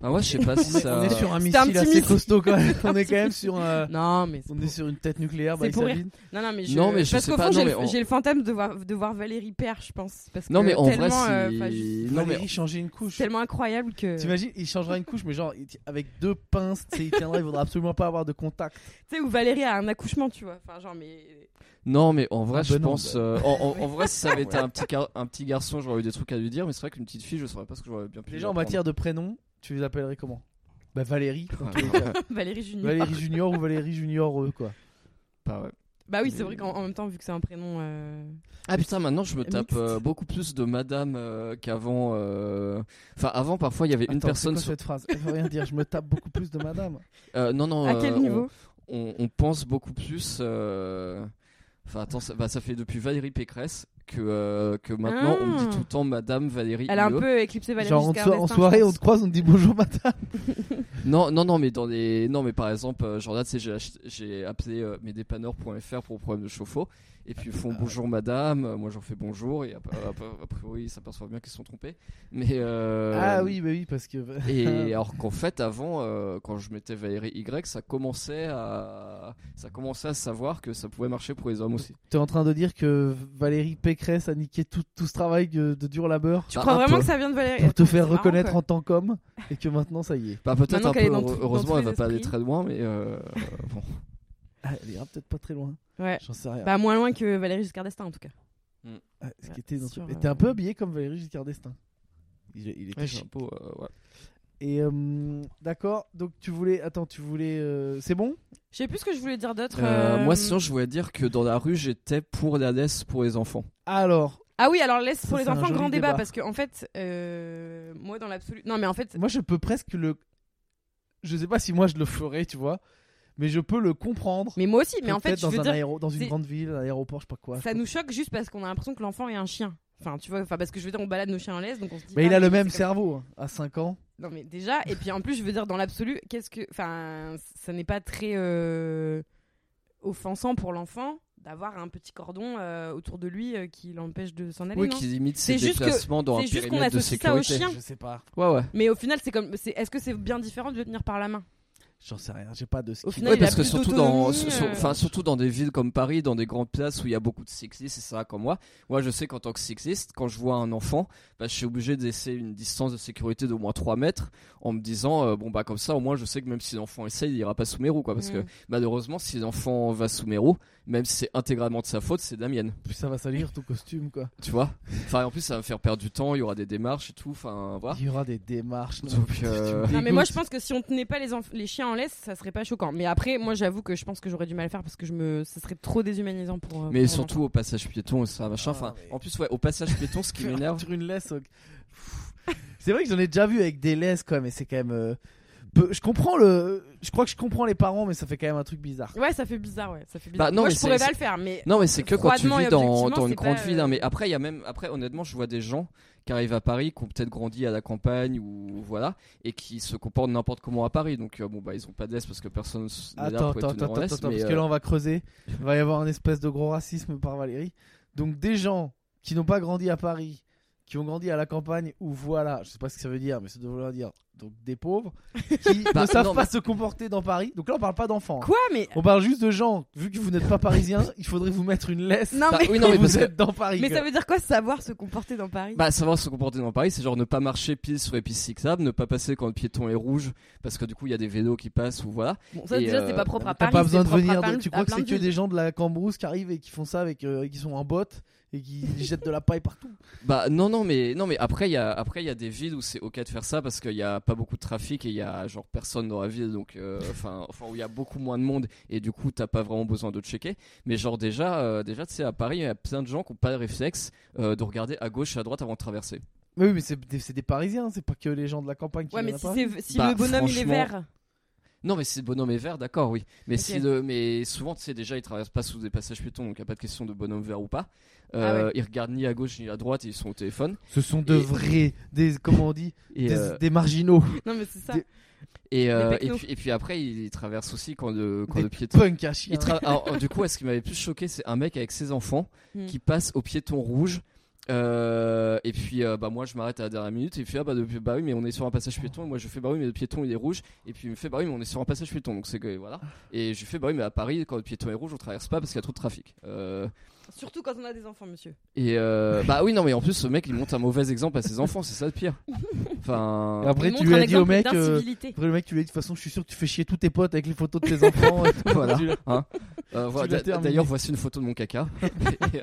Speaker 3: Ah ouais, je sais pas si
Speaker 1: On est-
Speaker 3: ça.
Speaker 1: On est sur un
Speaker 2: C'était un
Speaker 1: missile
Speaker 2: petit
Speaker 1: assez
Speaker 2: missile.
Speaker 1: costaud quand même. On est quand même sur
Speaker 3: Ah.
Speaker 1: un-
Speaker 2: Non, mais. c'est
Speaker 1: On
Speaker 2: pour-
Speaker 1: est sur une tête nucléaire,
Speaker 2: C'est
Speaker 1: by
Speaker 2: pour rire.
Speaker 1: Sabine.
Speaker 2: Non, non, mais je.
Speaker 3: Non, mais je
Speaker 2: parce
Speaker 3: sais
Speaker 2: qu'au
Speaker 3: pas,
Speaker 2: fond,
Speaker 3: non,
Speaker 2: j'ai
Speaker 3: mais
Speaker 2: le-
Speaker 3: on-
Speaker 2: j'ai le fantôme de voir, de voir Valérie père, je pense. Parce
Speaker 3: Non,
Speaker 2: que
Speaker 3: mais en vrai,
Speaker 2: tellement, euh,
Speaker 3: si-
Speaker 2: enfin, je-
Speaker 3: Non, mais
Speaker 1: Valérie changer une couche.
Speaker 2: tellement incroyable que. Tu
Speaker 1: T'imagines, il changera une couche, mais genre il- avec deux pinces, tu sais, il tiendra, il voudra absolument pas avoir de contact.
Speaker 2: sais, où Valérie a un accouchement, tu vois. Enfin, genre, mais.
Speaker 3: Non, mais en vrai,
Speaker 1: Ah
Speaker 3: je
Speaker 1: bah non,
Speaker 3: pense.
Speaker 1: bah.
Speaker 3: euh, en, en- en vrai, si ça avait été un petit, gar- un petit garçon, j'aurais eu des trucs à lui dire, mais c'est vrai qu'une petite fille, je saurais pas ce que j'aurais bien pu. lui
Speaker 1: Déjà en
Speaker 3: apprendre.
Speaker 1: matière de prénom, tu les appellerais comment Bah Valérie. dans tous les cas.
Speaker 2: Valérie Junior.
Speaker 1: Valérie Junior ou Valérie Junior euh, quoi.
Speaker 3: Bah ouais.
Speaker 2: Bah oui, c'est vrai qu'en en même temps, vu que c'est un prénom. euh,
Speaker 3: Ah putain, maintenant je me tape
Speaker 2: Mixte.
Speaker 3: euh, beaucoup plus de madame euh, qu'avant. euh, Enfin, avant, parfois, il y avait une
Speaker 1: Attends,
Speaker 3: personne.
Speaker 1: c'est quoi
Speaker 3: sur-
Speaker 1: cette phrase. Elle veut rien dire. Je me tape beaucoup plus de madame.
Speaker 3: Euh, non, non.
Speaker 2: à
Speaker 3: euh,
Speaker 2: quel
Speaker 3: on-
Speaker 2: niveau
Speaker 3: on, on pense beaucoup plus. euh, Enfin, attends, ça, bah, ça fait depuis Valérie Pécresse que, euh, que maintenant on me dit
Speaker 2: Ah.
Speaker 3: tout le temps Madame Valérie.
Speaker 2: Elle a un
Speaker 3: Hulot.
Speaker 2: peu éclipsé Valérie
Speaker 1: genre en,
Speaker 2: Giscard
Speaker 1: so- en
Speaker 2: d'Estaing, je
Speaker 1: soirée, on
Speaker 2: pense.
Speaker 1: te croise, on te dit bonjour madame.
Speaker 3: Non, non, non, mais dans les. Non, mais par exemple, euh, genre là, tu sais, j'ai ach- j'ai appelé euh, mes dépanneurs.fr pour problème de chauffe-eau. Et puis ils font
Speaker 2: Ah.
Speaker 3: bonjour madame, euh, moi j'en fais bonjour. Et a, a- a- a priori, ils s'aperçoivent bien qu'ils se sont trompés. Mais. euh,
Speaker 1: Ah oui, bah oui, parce que.
Speaker 3: Et alors qu'en fait, avant, euh, quand je mettais Valérie Y, ça commençait à. Ça commençait à savoir que ça pouvait marcher pour les hommes aussi.
Speaker 1: T'es en train de dire que Valérie Pécresse a niqué tout, tout ce travail de, de dur labeur
Speaker 2: Tu
Speaker 3: Bah,
Speaker 2: crois
Speaker 3: un
Speaker 2: vraiment
Speaker 3: peu.
Speaker 2: que ça vient de Valérie
Speaker 1: pour te
Speaker 2: C'est
Speaker 1: faire
Speaker 2: marrant,
Speaker 1: reconnaître
Speaker 2: quoi.
Speaker 1: en tant qu'homme et que maintenant ça y est.
Speaker 3: Bah peut-être
Speaker 2: Maintenant
Speaker 3: un peu,
Speaker 2: qu'elle est dans tout-
Speaker 3: heure-
Speaker 2: dans tous
Speaker 3: heureusement elle
Speaker 2: les
Speaker 3: va pas aller
Speaker 2: esprits.
Speaker 3: très loin, mais euh, bon.
Speaker 1: Ah, Elle ira peut-être pas très loin.
Speaker 2: Ouais.
Speaker 1: J'en sais rien.
Speaker 2: Bah, moins loin que Valérie Giscard d'Estaing, en tout cas.
Speaker 1: Ah, ce qui était dans ce-
Speaker 2: sur,
Speaker 1: Et t'es
Speaker 2: euh,
Speaker 1: un peu habillé comme Valérie Giscard d'Estaing. Il, il était
Speaker 3: Ouais, j'ai
Speaker 1: chic.
Speaker 3: un peu, euh, ouais.
Speaker 1: Et euh, d'accord, donc tu voulais. Attends, tu voulais. euh, C'est bon
Speaker 2: Je sais plus ce que je voulais dire d'autre.
Speaker 3: Euh,
Speaker 2: euh,
Speaker 3: Moi sinon je voulais dire que dans la rue j'étais pour la laisse pour les enfants.
Speaker 1: Alors,
Speaker 2: Ah oui, alors laisse pour
Speaker 1: Ça,
Speaker 2: les
Speaker 1: c'est un
Speaker 2: enfants,
Speaker 1: joli
Speaker 2: grand débat,
Speaker 1: débat.
Speaker 2: parce que en fait, euh, moi dans l'absolu. Non, mais en fait,
Speaker 1: moi je peux presque le. Je sais pas si moi je le ferais, tu vois, mais je peux le comprendre.
Speaker 2: mais moi aussi, mais en fait,
Speaker 1: Peut-être
Speaker 2: je
Speaker 1: dans,
Speaker 2: veux
Speaker 1: un
Speaker 2: dire,
Speaker 1: aéro- dans une
Speaker 2: c'est-
Speaker 1: grande ville, un aéroport, je sais pas quoi.
Speaker 2: ça nous choque juste parce qu'on a l'impression que l'enfant est un chien. Enfin, tu vois, enfin, parce que je veux dire, on balade nos chiens en laisse, donc on se dit.
Speaker 1: Mais
Speaker 2: ah,
Speaker 1: il a le
Speaker 2: c'est
Speaker 1: même
Speaker 2: comme ça.
Speaker 1: cerveau hein, à 5 ans.
Speaker 2: Non, mais déjà, et puis en plus, je veux dire, dans l'absolu, qu'est-ce que. Enfin, ça n'est pas très euh, offensant pour l'enfant d'avoir un petit cordon euh, autour de lui euh, qui l'empêche de s'en aller.
Speaker 3: Oui,
Speaker 2: non
Speaker 3: qui limite ses
Speaker 2: C'est juste que-
Speaker 3: déplacements dans un
Speaker 2: c'est juste qu'on
Speaker 3: périmètre de
Speaker 2: associe ça aux
Speaker 3: sécurité.
Speaker 2: chiens.
Speaker 1: Je sais pas.
Speaker 3: Ouais ouais.
Speaker 2: Mais au final, c'est comme. c'est- Est-ce que c'est bien différent de le tenir par la main
Speaker 1: J'en sais rien, j'ai pas de ski.
Speaker 2: Au final,
Speaker 3: Ouais,
Speaker 2: il a
Speaker 3: parce que
Speaker 2: plus
Speaker 3: surtout dans,
Speaker 2: d'autonomie,
Speaker 3: sur-
Speaker 2: euh.
Speaker 3: enfin surtout dans des villes comme Paris, dans des grandes places où il y a beaucoup de sexistes, et ça comme moi. Moi, je sais qu'en tant que sexiste, quand je vois un enfant, bah, je suis obligé de laisser une distance de sécurité d'au moins 3 mètres, en me disant euh, bon bah comme ça, au moins je sais que même si l'enfant essaye, il ira pas sous mes roues, quoi. Parce que
Speaker 2: Mm.
Speaker 3: malheureusement, si l'enfant va sous mes roues, même si c'est intégralement de sa faute, c'est de la mienne.
Speaker 1: Puis ça va salir ton costume, quoi.
Speaker 3: Tu vois Enfin, en plus, ça va me faire perdre du temps. Il y aura des démarches et tout. Enfin, voilà.
Speaker 1: Il y aura des démarches. non,
Speaker 3: Donc,
Speaker 1: tu- tu me
Speaker 3: euh,
Speaker 2: Non, mais
Speaker 1: dégoûtes.
Speaker 2: moi je pense que si on tenait pas les, enf- les chiens en laisse, ça serait pas choquant. Mais après, moi j'avoue que je pense que j'aurais du mal à faire parce que je me, ça serait trop déshumanisant pour. euh,
Speaker 3: Mais
Speaker 2: pour
Speaker 3: surtout au passage piéton, ça machin. Enfin,
Speaker 1: Ah, mais-
Speaker 3: en plus, ouais, au passage piéton, ce qui
Speaker 1: Faire
Speaker 3: m'énerve.
Speaker 1: sur une laisse. ok. C'est vrai que j'en ai déjà vu avec des laisses quand même, mais c'est quand même. euh, peu- Je comprends le. Je crois que je comprends les parents, mais ça fait quand même un truc bizarre.
Speaker 2: l'enfant. Ouais, ça fait bizarre, ouais. Ça fait bizarre.
Speaker 3: Bah, non,
Speaker 2: moi
Speaker 3: mais
Speaker 2: je pourrais
Speaker 3: c'est-
Speaker 2: pas le faire, mais.
Speaker 3: Non, mais c'est que quand tu
Speaker 2: Froidement et
Speaker 3: vis dans,
Speaker 2: objectivement,
Speaker 3: dans une
Speaker 2: c'est
Speaker 3: grande
Speaker 2: pas,
Speaker 3: ville. hein.
Speaker 2: euh,
Speaker 3: Mais après, il y a même, après, honnêtement, je vois des gens qui arrivent à Paris, qui ont peut-être grandi à la campagne ou voilà, et qui se comportent n'importe comment à Paris. Donc euh, bon, bah ils ont pas d'aise parce que personne n'est là
Speaker 1: Attends,
Speaker 3: pour être
Speaker 1: attends,
Speaker 3: tolérant
Speaker 1: attends,
Speaker 3: à l'aise,
Speaker 1: attends,
Speaker 3: mais,
Speaker 1: parce
Speaker 3: euh,
Speaker 1: que là on va creuser. Il va y avoir un espèce de gros racisme par Valérie. Donc des gens qui n'ont pas grandi à Paris, qui ont grandi à la campagne, ou voilà, je sais pas ce que ça veut dire, mais ça doit vouloir dire donc des pauvres, qui ne
Speaker 3: Bah,
Speaker 1: savent
Speaker 3: non,
Speaker 1: pas
Speaker 3: mais-
Speaker 1: se comporter dans Paris. Donc là, on parle pas d'enfants. hein.
Speaker 2: Quoi mais
Speaker 1: On parle juste de gens. Vu que vous n'êtes pas parisiens, il faudrait vous mettre une laisse.
Speaker 2: non
Speaker 3: Bah,
Speaker 2: mais,
Speaker 3: oui, non, mais
Speaker 1: vous
Speaker 3: parce que-
Speaker 1: êtes dans Paris.
Speaker 2: mais
Speaker 1: quoi.
Speaker 2: ça veut dire quoi savoir se comporter dans Paris
Speaker 3: Bah, savoir se comporter dans Paris, c'est genre ne pas marcher pile sur les pistes cyclables, ne pas passer quand le piéton est rouge, parce que du coup, il y a des vélos qui passent, ou voilà.
Speaker 2: Bon ça
Speaker 3: et,
Speaker 2: déjà
Speaker 3: euh,
Speaker 2: c'est pas propre à
Speaker 1: T'as
Speaker 2: Paris.
Speaker 1: pas besoin
Speaker 2: c'est
Speaker 1: de
Speaker 2: propre à
Speaker 1: venir.
Speaker 2: plein-
Speaker 1: de- Tu
Speaker 2: à
Speaker 1: crois que
Speaker 2: plein
Speaker 1: c'est
Speaker 2: de
Speaker 1: que
Speaker 2: villes.
Speaker 1: des gens de la Cambrousse qui arrivent et qui font ça avec, euh, qui sont en botte et qui jettent de la paille partout.
Speaker 3: Bah, non, non, mais, non, mais après, il y a, après, il y a des villes où c'est ok de faire ça, parce qu'il y a pas beaucoup de trafic et il y a genre personne dans la ville, donc, euh, enfin, enfin, où il y a beaucoup moins de monde, et du coup, t'as pas vraiment besoin de checker. Mais genre, déjà, euh, déjà, tu sais, à Paris, il y a plein de gens qui ont pas le réflexe, euh, de regarder à gauche et à droite avant de traverser.
Speaker 1: Mais oui, mais c'est des, c'est des Parisiens, c'est pas que les gens de la campagne qui
Speaker 2: Ouais mais
Speaker 1: viennent à
Speaker 2: si,
Speaker 1: Paris.
Speaker 2: c'est- si
Speaker 3: Bah,
Speaker 2: le bonhomme il est
Speaker 3: franchement,
Speaker 2: vert.
Speaker 3: Non, mais si le bonhomme est vert, d'accord, oui. Mais,
Speaker 2: Ok.
Speaker 3: si le- mais souvent, tu sais, déjà, ils traversent pas sous des passages piétons, donc il n'y a pas de question de bonhomme vert ou pas. Euh,
Speaker 2: Ah ouais.
Speaker 3: Ils regardent ni à gauche ni à droite, ils sont au téléphone.
Speaker 1: Ce sont de
Speaker 3: Et-
Speaker 1: vrais, des, comment on dit,
Speaker 3: Et,
Speaker 1: des,
Speaker 3: euh,
Speaker 1: des marginaux,
Speaker 2: Non mais c'est ça.
Speaker 1: Des-
Speaker 3: et, euh,
Speaker 2: des
Speaker 3: et,
Speaker 2: pecnos.
Speaker 3: puis, et puis après, ils traversent aussi quand le, quand
Speaker 1: Des
Speaker 3: le piéton.
Speaker 1: punk à chien.
Speaker 3: Il tra- Alors, euh, du coup, ce qui m'avait plus choqué, c'est un mec avec ses enfants
Speaker 2: Hmm.
Speaker 3: qui passe au piéton rouge. Euh, et puis euh, bah moi je m'arrête à la dernière minute et il fait ah bah, depuis- bah oui mais on est sur un passage piéton et moi je fais bah oui mais le piéton il est rouge et puis il me fait bah oui mais on est sur un passage piéton donc c'est que voilà et je fais bah oui mais à Paris quand le piéton est rouge on traverse pas parce qu'il y a trop de trafic Euh,
Speaker 2: Surtout quand on a des enfants monsieur.
Speaker 3: et euh, bah oui non mais en plus ce mec il monte un mauvais exemple à ses enfants c'est ça le pire enfin
Speaker 1: Et après,
Speaker 2: Il
Speaker 1: tu
Speaker 2: montre
Speaker 1: lui
Speaker 2: un
Speaker 1: as dit au
Speaker 2: exemple
Speaker 1: mec, euh,
Speaker 2: d'incivilité.
Speaker 1: après le mec, tu lui as dit de toute façon, je suis sûr que tu fais chier tous tes potes avec les photos de tes enfants. et tout.
Speaker 3: Voilà.
Speaker 1: Tu l'as-
Speaker 3: Euh, voilà,
Speaker 1: Tu l'as
Speaker 3: d'a-
Speaker 1: terminé.
Speaker 3: D'ailleurs, voici une photo de mon caca. Et, euh,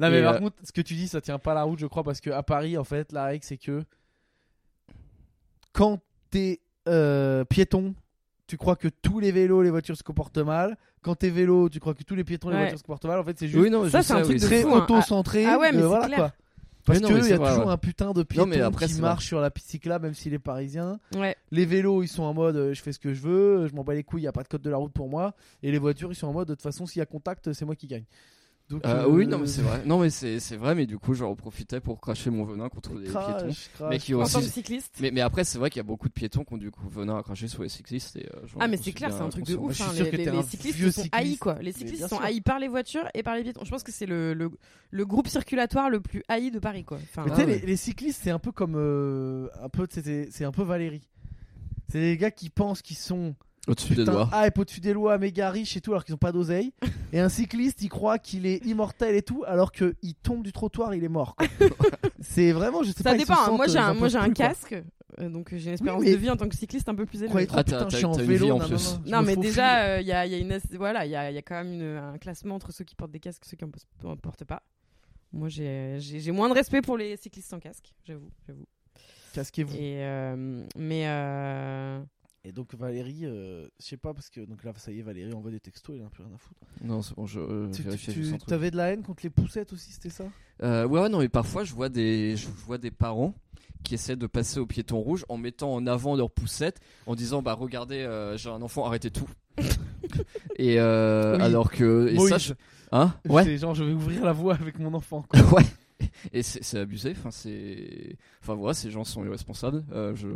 Speaker 1: Non, mais
Speaker 3: Et,
Speaker 1: par
Speaker 3: euh,
Speaker 1: contre, ce que tu dis, ça tient pas la route, je crois, parce que à Paris, en fait, la règle, c'est que quand t'es euh, piéton, tu crois que tous les vélos, les voitures se comportent mal. Quand t'es vélo, tu crois que tous les piétons, les
Speaker 2: Ouais.
Speaker 1: voitures se comportent mal. En fait, c'est juste
Speaker 3: oui, non,
Speaker 2: Ça,
Speaker 3: je
Speaker 2: c'est un
Speaker 3: sais,
Speaker 2: truc
Speaker 3: oui,
Speaker 2: de
Speaker 1: très
Speaker 2: fou, hein.
Speaker 1: auto-centré.
Speaker 2: Ah- ah ouais, mais
Speaker 1: euh,
Speaker 2: c'est
Speaker 1: voilà
Speaker 2: clair.
Speaker 1: quoi.
Speaker 3: Mais
Speaker 1: Parce
Speaker 3: non,
Speaker 1: que
Speaker 3: mais
Speaker 1: il y
Speaker 3: c'est
Speaker 1: a
Speaker 3: vrai,
Speaker 1: toujours
Speaker 3: ouais.
Speaker 1: un putain de piéton
Speaker 3: mais après,
Speaker 1: qui
Speaker 3: c'est
Speaker 1: marche sur la piste cyclable, même s'il est parisien.
Speaker 2: Ouais.
Speaker 1: Les vélos, ils sont en mode euh, je fais ce que je veux, je m'en bats les couilles, il n'y a pas de code de la route pour moi. Et les voitures, ils sont en mode de toute façon, s'il y a contact, c'est moi qui gagne. Donc,
Speaker 3: Euh,
Speaker 1: euh,
Speaker 3: oui, non, mais c'est vrai. Non, mais c'est c'est vrai, mais du coup, j'en profitais pour cracher mon venin contre les
Speaker 1: crash,
Speaker 3: piétons.
Speaker 1: crash.
Speaker 3: Mais qui
Speaker 2: En
Speaker 3: aussi.
Speaker 2: tant que cycliste.
Speaker 3: Mais, mais après, c'est vrai qu'il y a beaucoup de piétons qui ont du coup venin à cracher sur les cyclistes. Et, euh, j'en
Speaker 2: Ah mais c'est
Speaker 3: considère
Speaker 2: clair, c'est un truc de
Speaker 3: consciemment.
Speaker 1: moi,
Speaker 2: ouf.
Speaker 1: je suis
Speaker 2: hein,
Speaker 1: sûr
Speaker 2: les,
Speaker 1: que
Speaker 2: les-
Speaker 1: t'es
Speaker 2: les
Speaker 1: un
Speaker 2: cyclistes
Speaker 1: vieux
Speaker 2: ils sont haïs
Speaker 1: cycliste.
Speaker 2: quoi. Les
Speaker 1: Mais
Speaker 2: cyclistes
Speaker 1: bien
Speaker 2: ils sont
Speaker 1: sûr.
Speaker 2: haïs par les voitures et par les piétons. Je pense que c'est le, le, le groupe circulatoire le plus haï de Paris quoi. Enfin,
Speaker 1: Mais tu
Speaker 3: Ah
Speaker 1: sais, les,
Speaker 3: ouais.
Speaker 1: les cyclistes, c'est un peu comme. euh, un peu, c'est- c'est c'est un peu Valérie. C'est les gars qui pensent qu'ils sont
Speaker 2: hein.
Speaker 3: Au-dessus des
Speaker 1: putain,
Speaker 2: Ah.
Speaker 3: doigts.
Speaker 1: hype au-dessus des lois, méga riches et tout, alors qu'ils n'ont pas d'oseille. et un cycliste, il croit qu'il est immortel et tout, alors qu'il tombe du trottoir, il est mort. quoi. c'est vraiment, je sais
Speaker 2: ça
Speaker 1: pas. ils se
Speaker 2: dépend. hein.
Speaker 1: sentent,
Speaker 2: Moi j'ai
Speaker 1: euh,
Speaker 2: un,
Speaker 1: j'en
Speaker 2: moi
Speaker 1: peux
Speaker 2: j'ai un
Speaker 1: plus, quoi.
Speaker 2: casque, euh, donc j'ai une espérance
Speaker 1: mais-
Speaker 2: de vie en tant que cycliste un peu plus
Speaker 1: Vous
Speaker 2: élevée.
Speaker 1: croyez trop,
Speaker 3: Ah, t'as-
Speaker 1: putain, je
Speaker 3: t'as-
Speaker 1: suis en
Speaker 3: t'as une
Speaker 1: vélo.
Speaker 3: vie en
Speaker 1: non, non,
Speaker 3: plus.
Speaker 1: non, je
Speaker 2: Non
Speaker 1: me
Speaker 2: mais
Speaker 1: faufile.
Speaker 2: déjà euh, il y, a, y a une as- voilà il y a, y a quand même une- un classement entre ceux qui portent des casques et ceux qui en pos- en portent pas. Moi j'ai j'ai j'ai moins de respect pour les cyclistes sans casque, j'avoue, j'avoue.
Speaker 1: Casquez-vous.
Speaker 2: Et euh, mais euh,
Speaker 1: Et donc, Valérie, euh, je sais pas, parce que donc là, ça y est, Valérie envoie des textos, il en a plus rien à foutre.
Speaker 3: Non, c'est bon, je euh,
Speaker 1: Tu-
Speaker 3: vérifiais
Speaker 1: tu-
Speaker 3: juste un
Speaker 1: Tu
Speaker 3: truc.
Speaker 1: avais de la haine contre les poussettes aussi, c'était ça
Speaker 3: Euh, ouais, ouais, non, mais parfois je vois des, je je vois des parents qui essaient de passer au piéton rouge en mettant en avant leur poussette, en disant bah regardez, euh, j'ai un enfant, arrêtez tout. et euh,
Speaker 1: Oui.
Speaker 3: alors que et
Speaker 1: Moïse.
Speaker 3: ça, je- hein, ouais,
Speaker 1: C'est genre, je vais ouvrir la voie avec mon enfant. quoi.
Speaker 3: ouais. Et c'est c'est abusé. Enfin c'est, enfin voilà, ces gens sont irresponsables. Euh, je.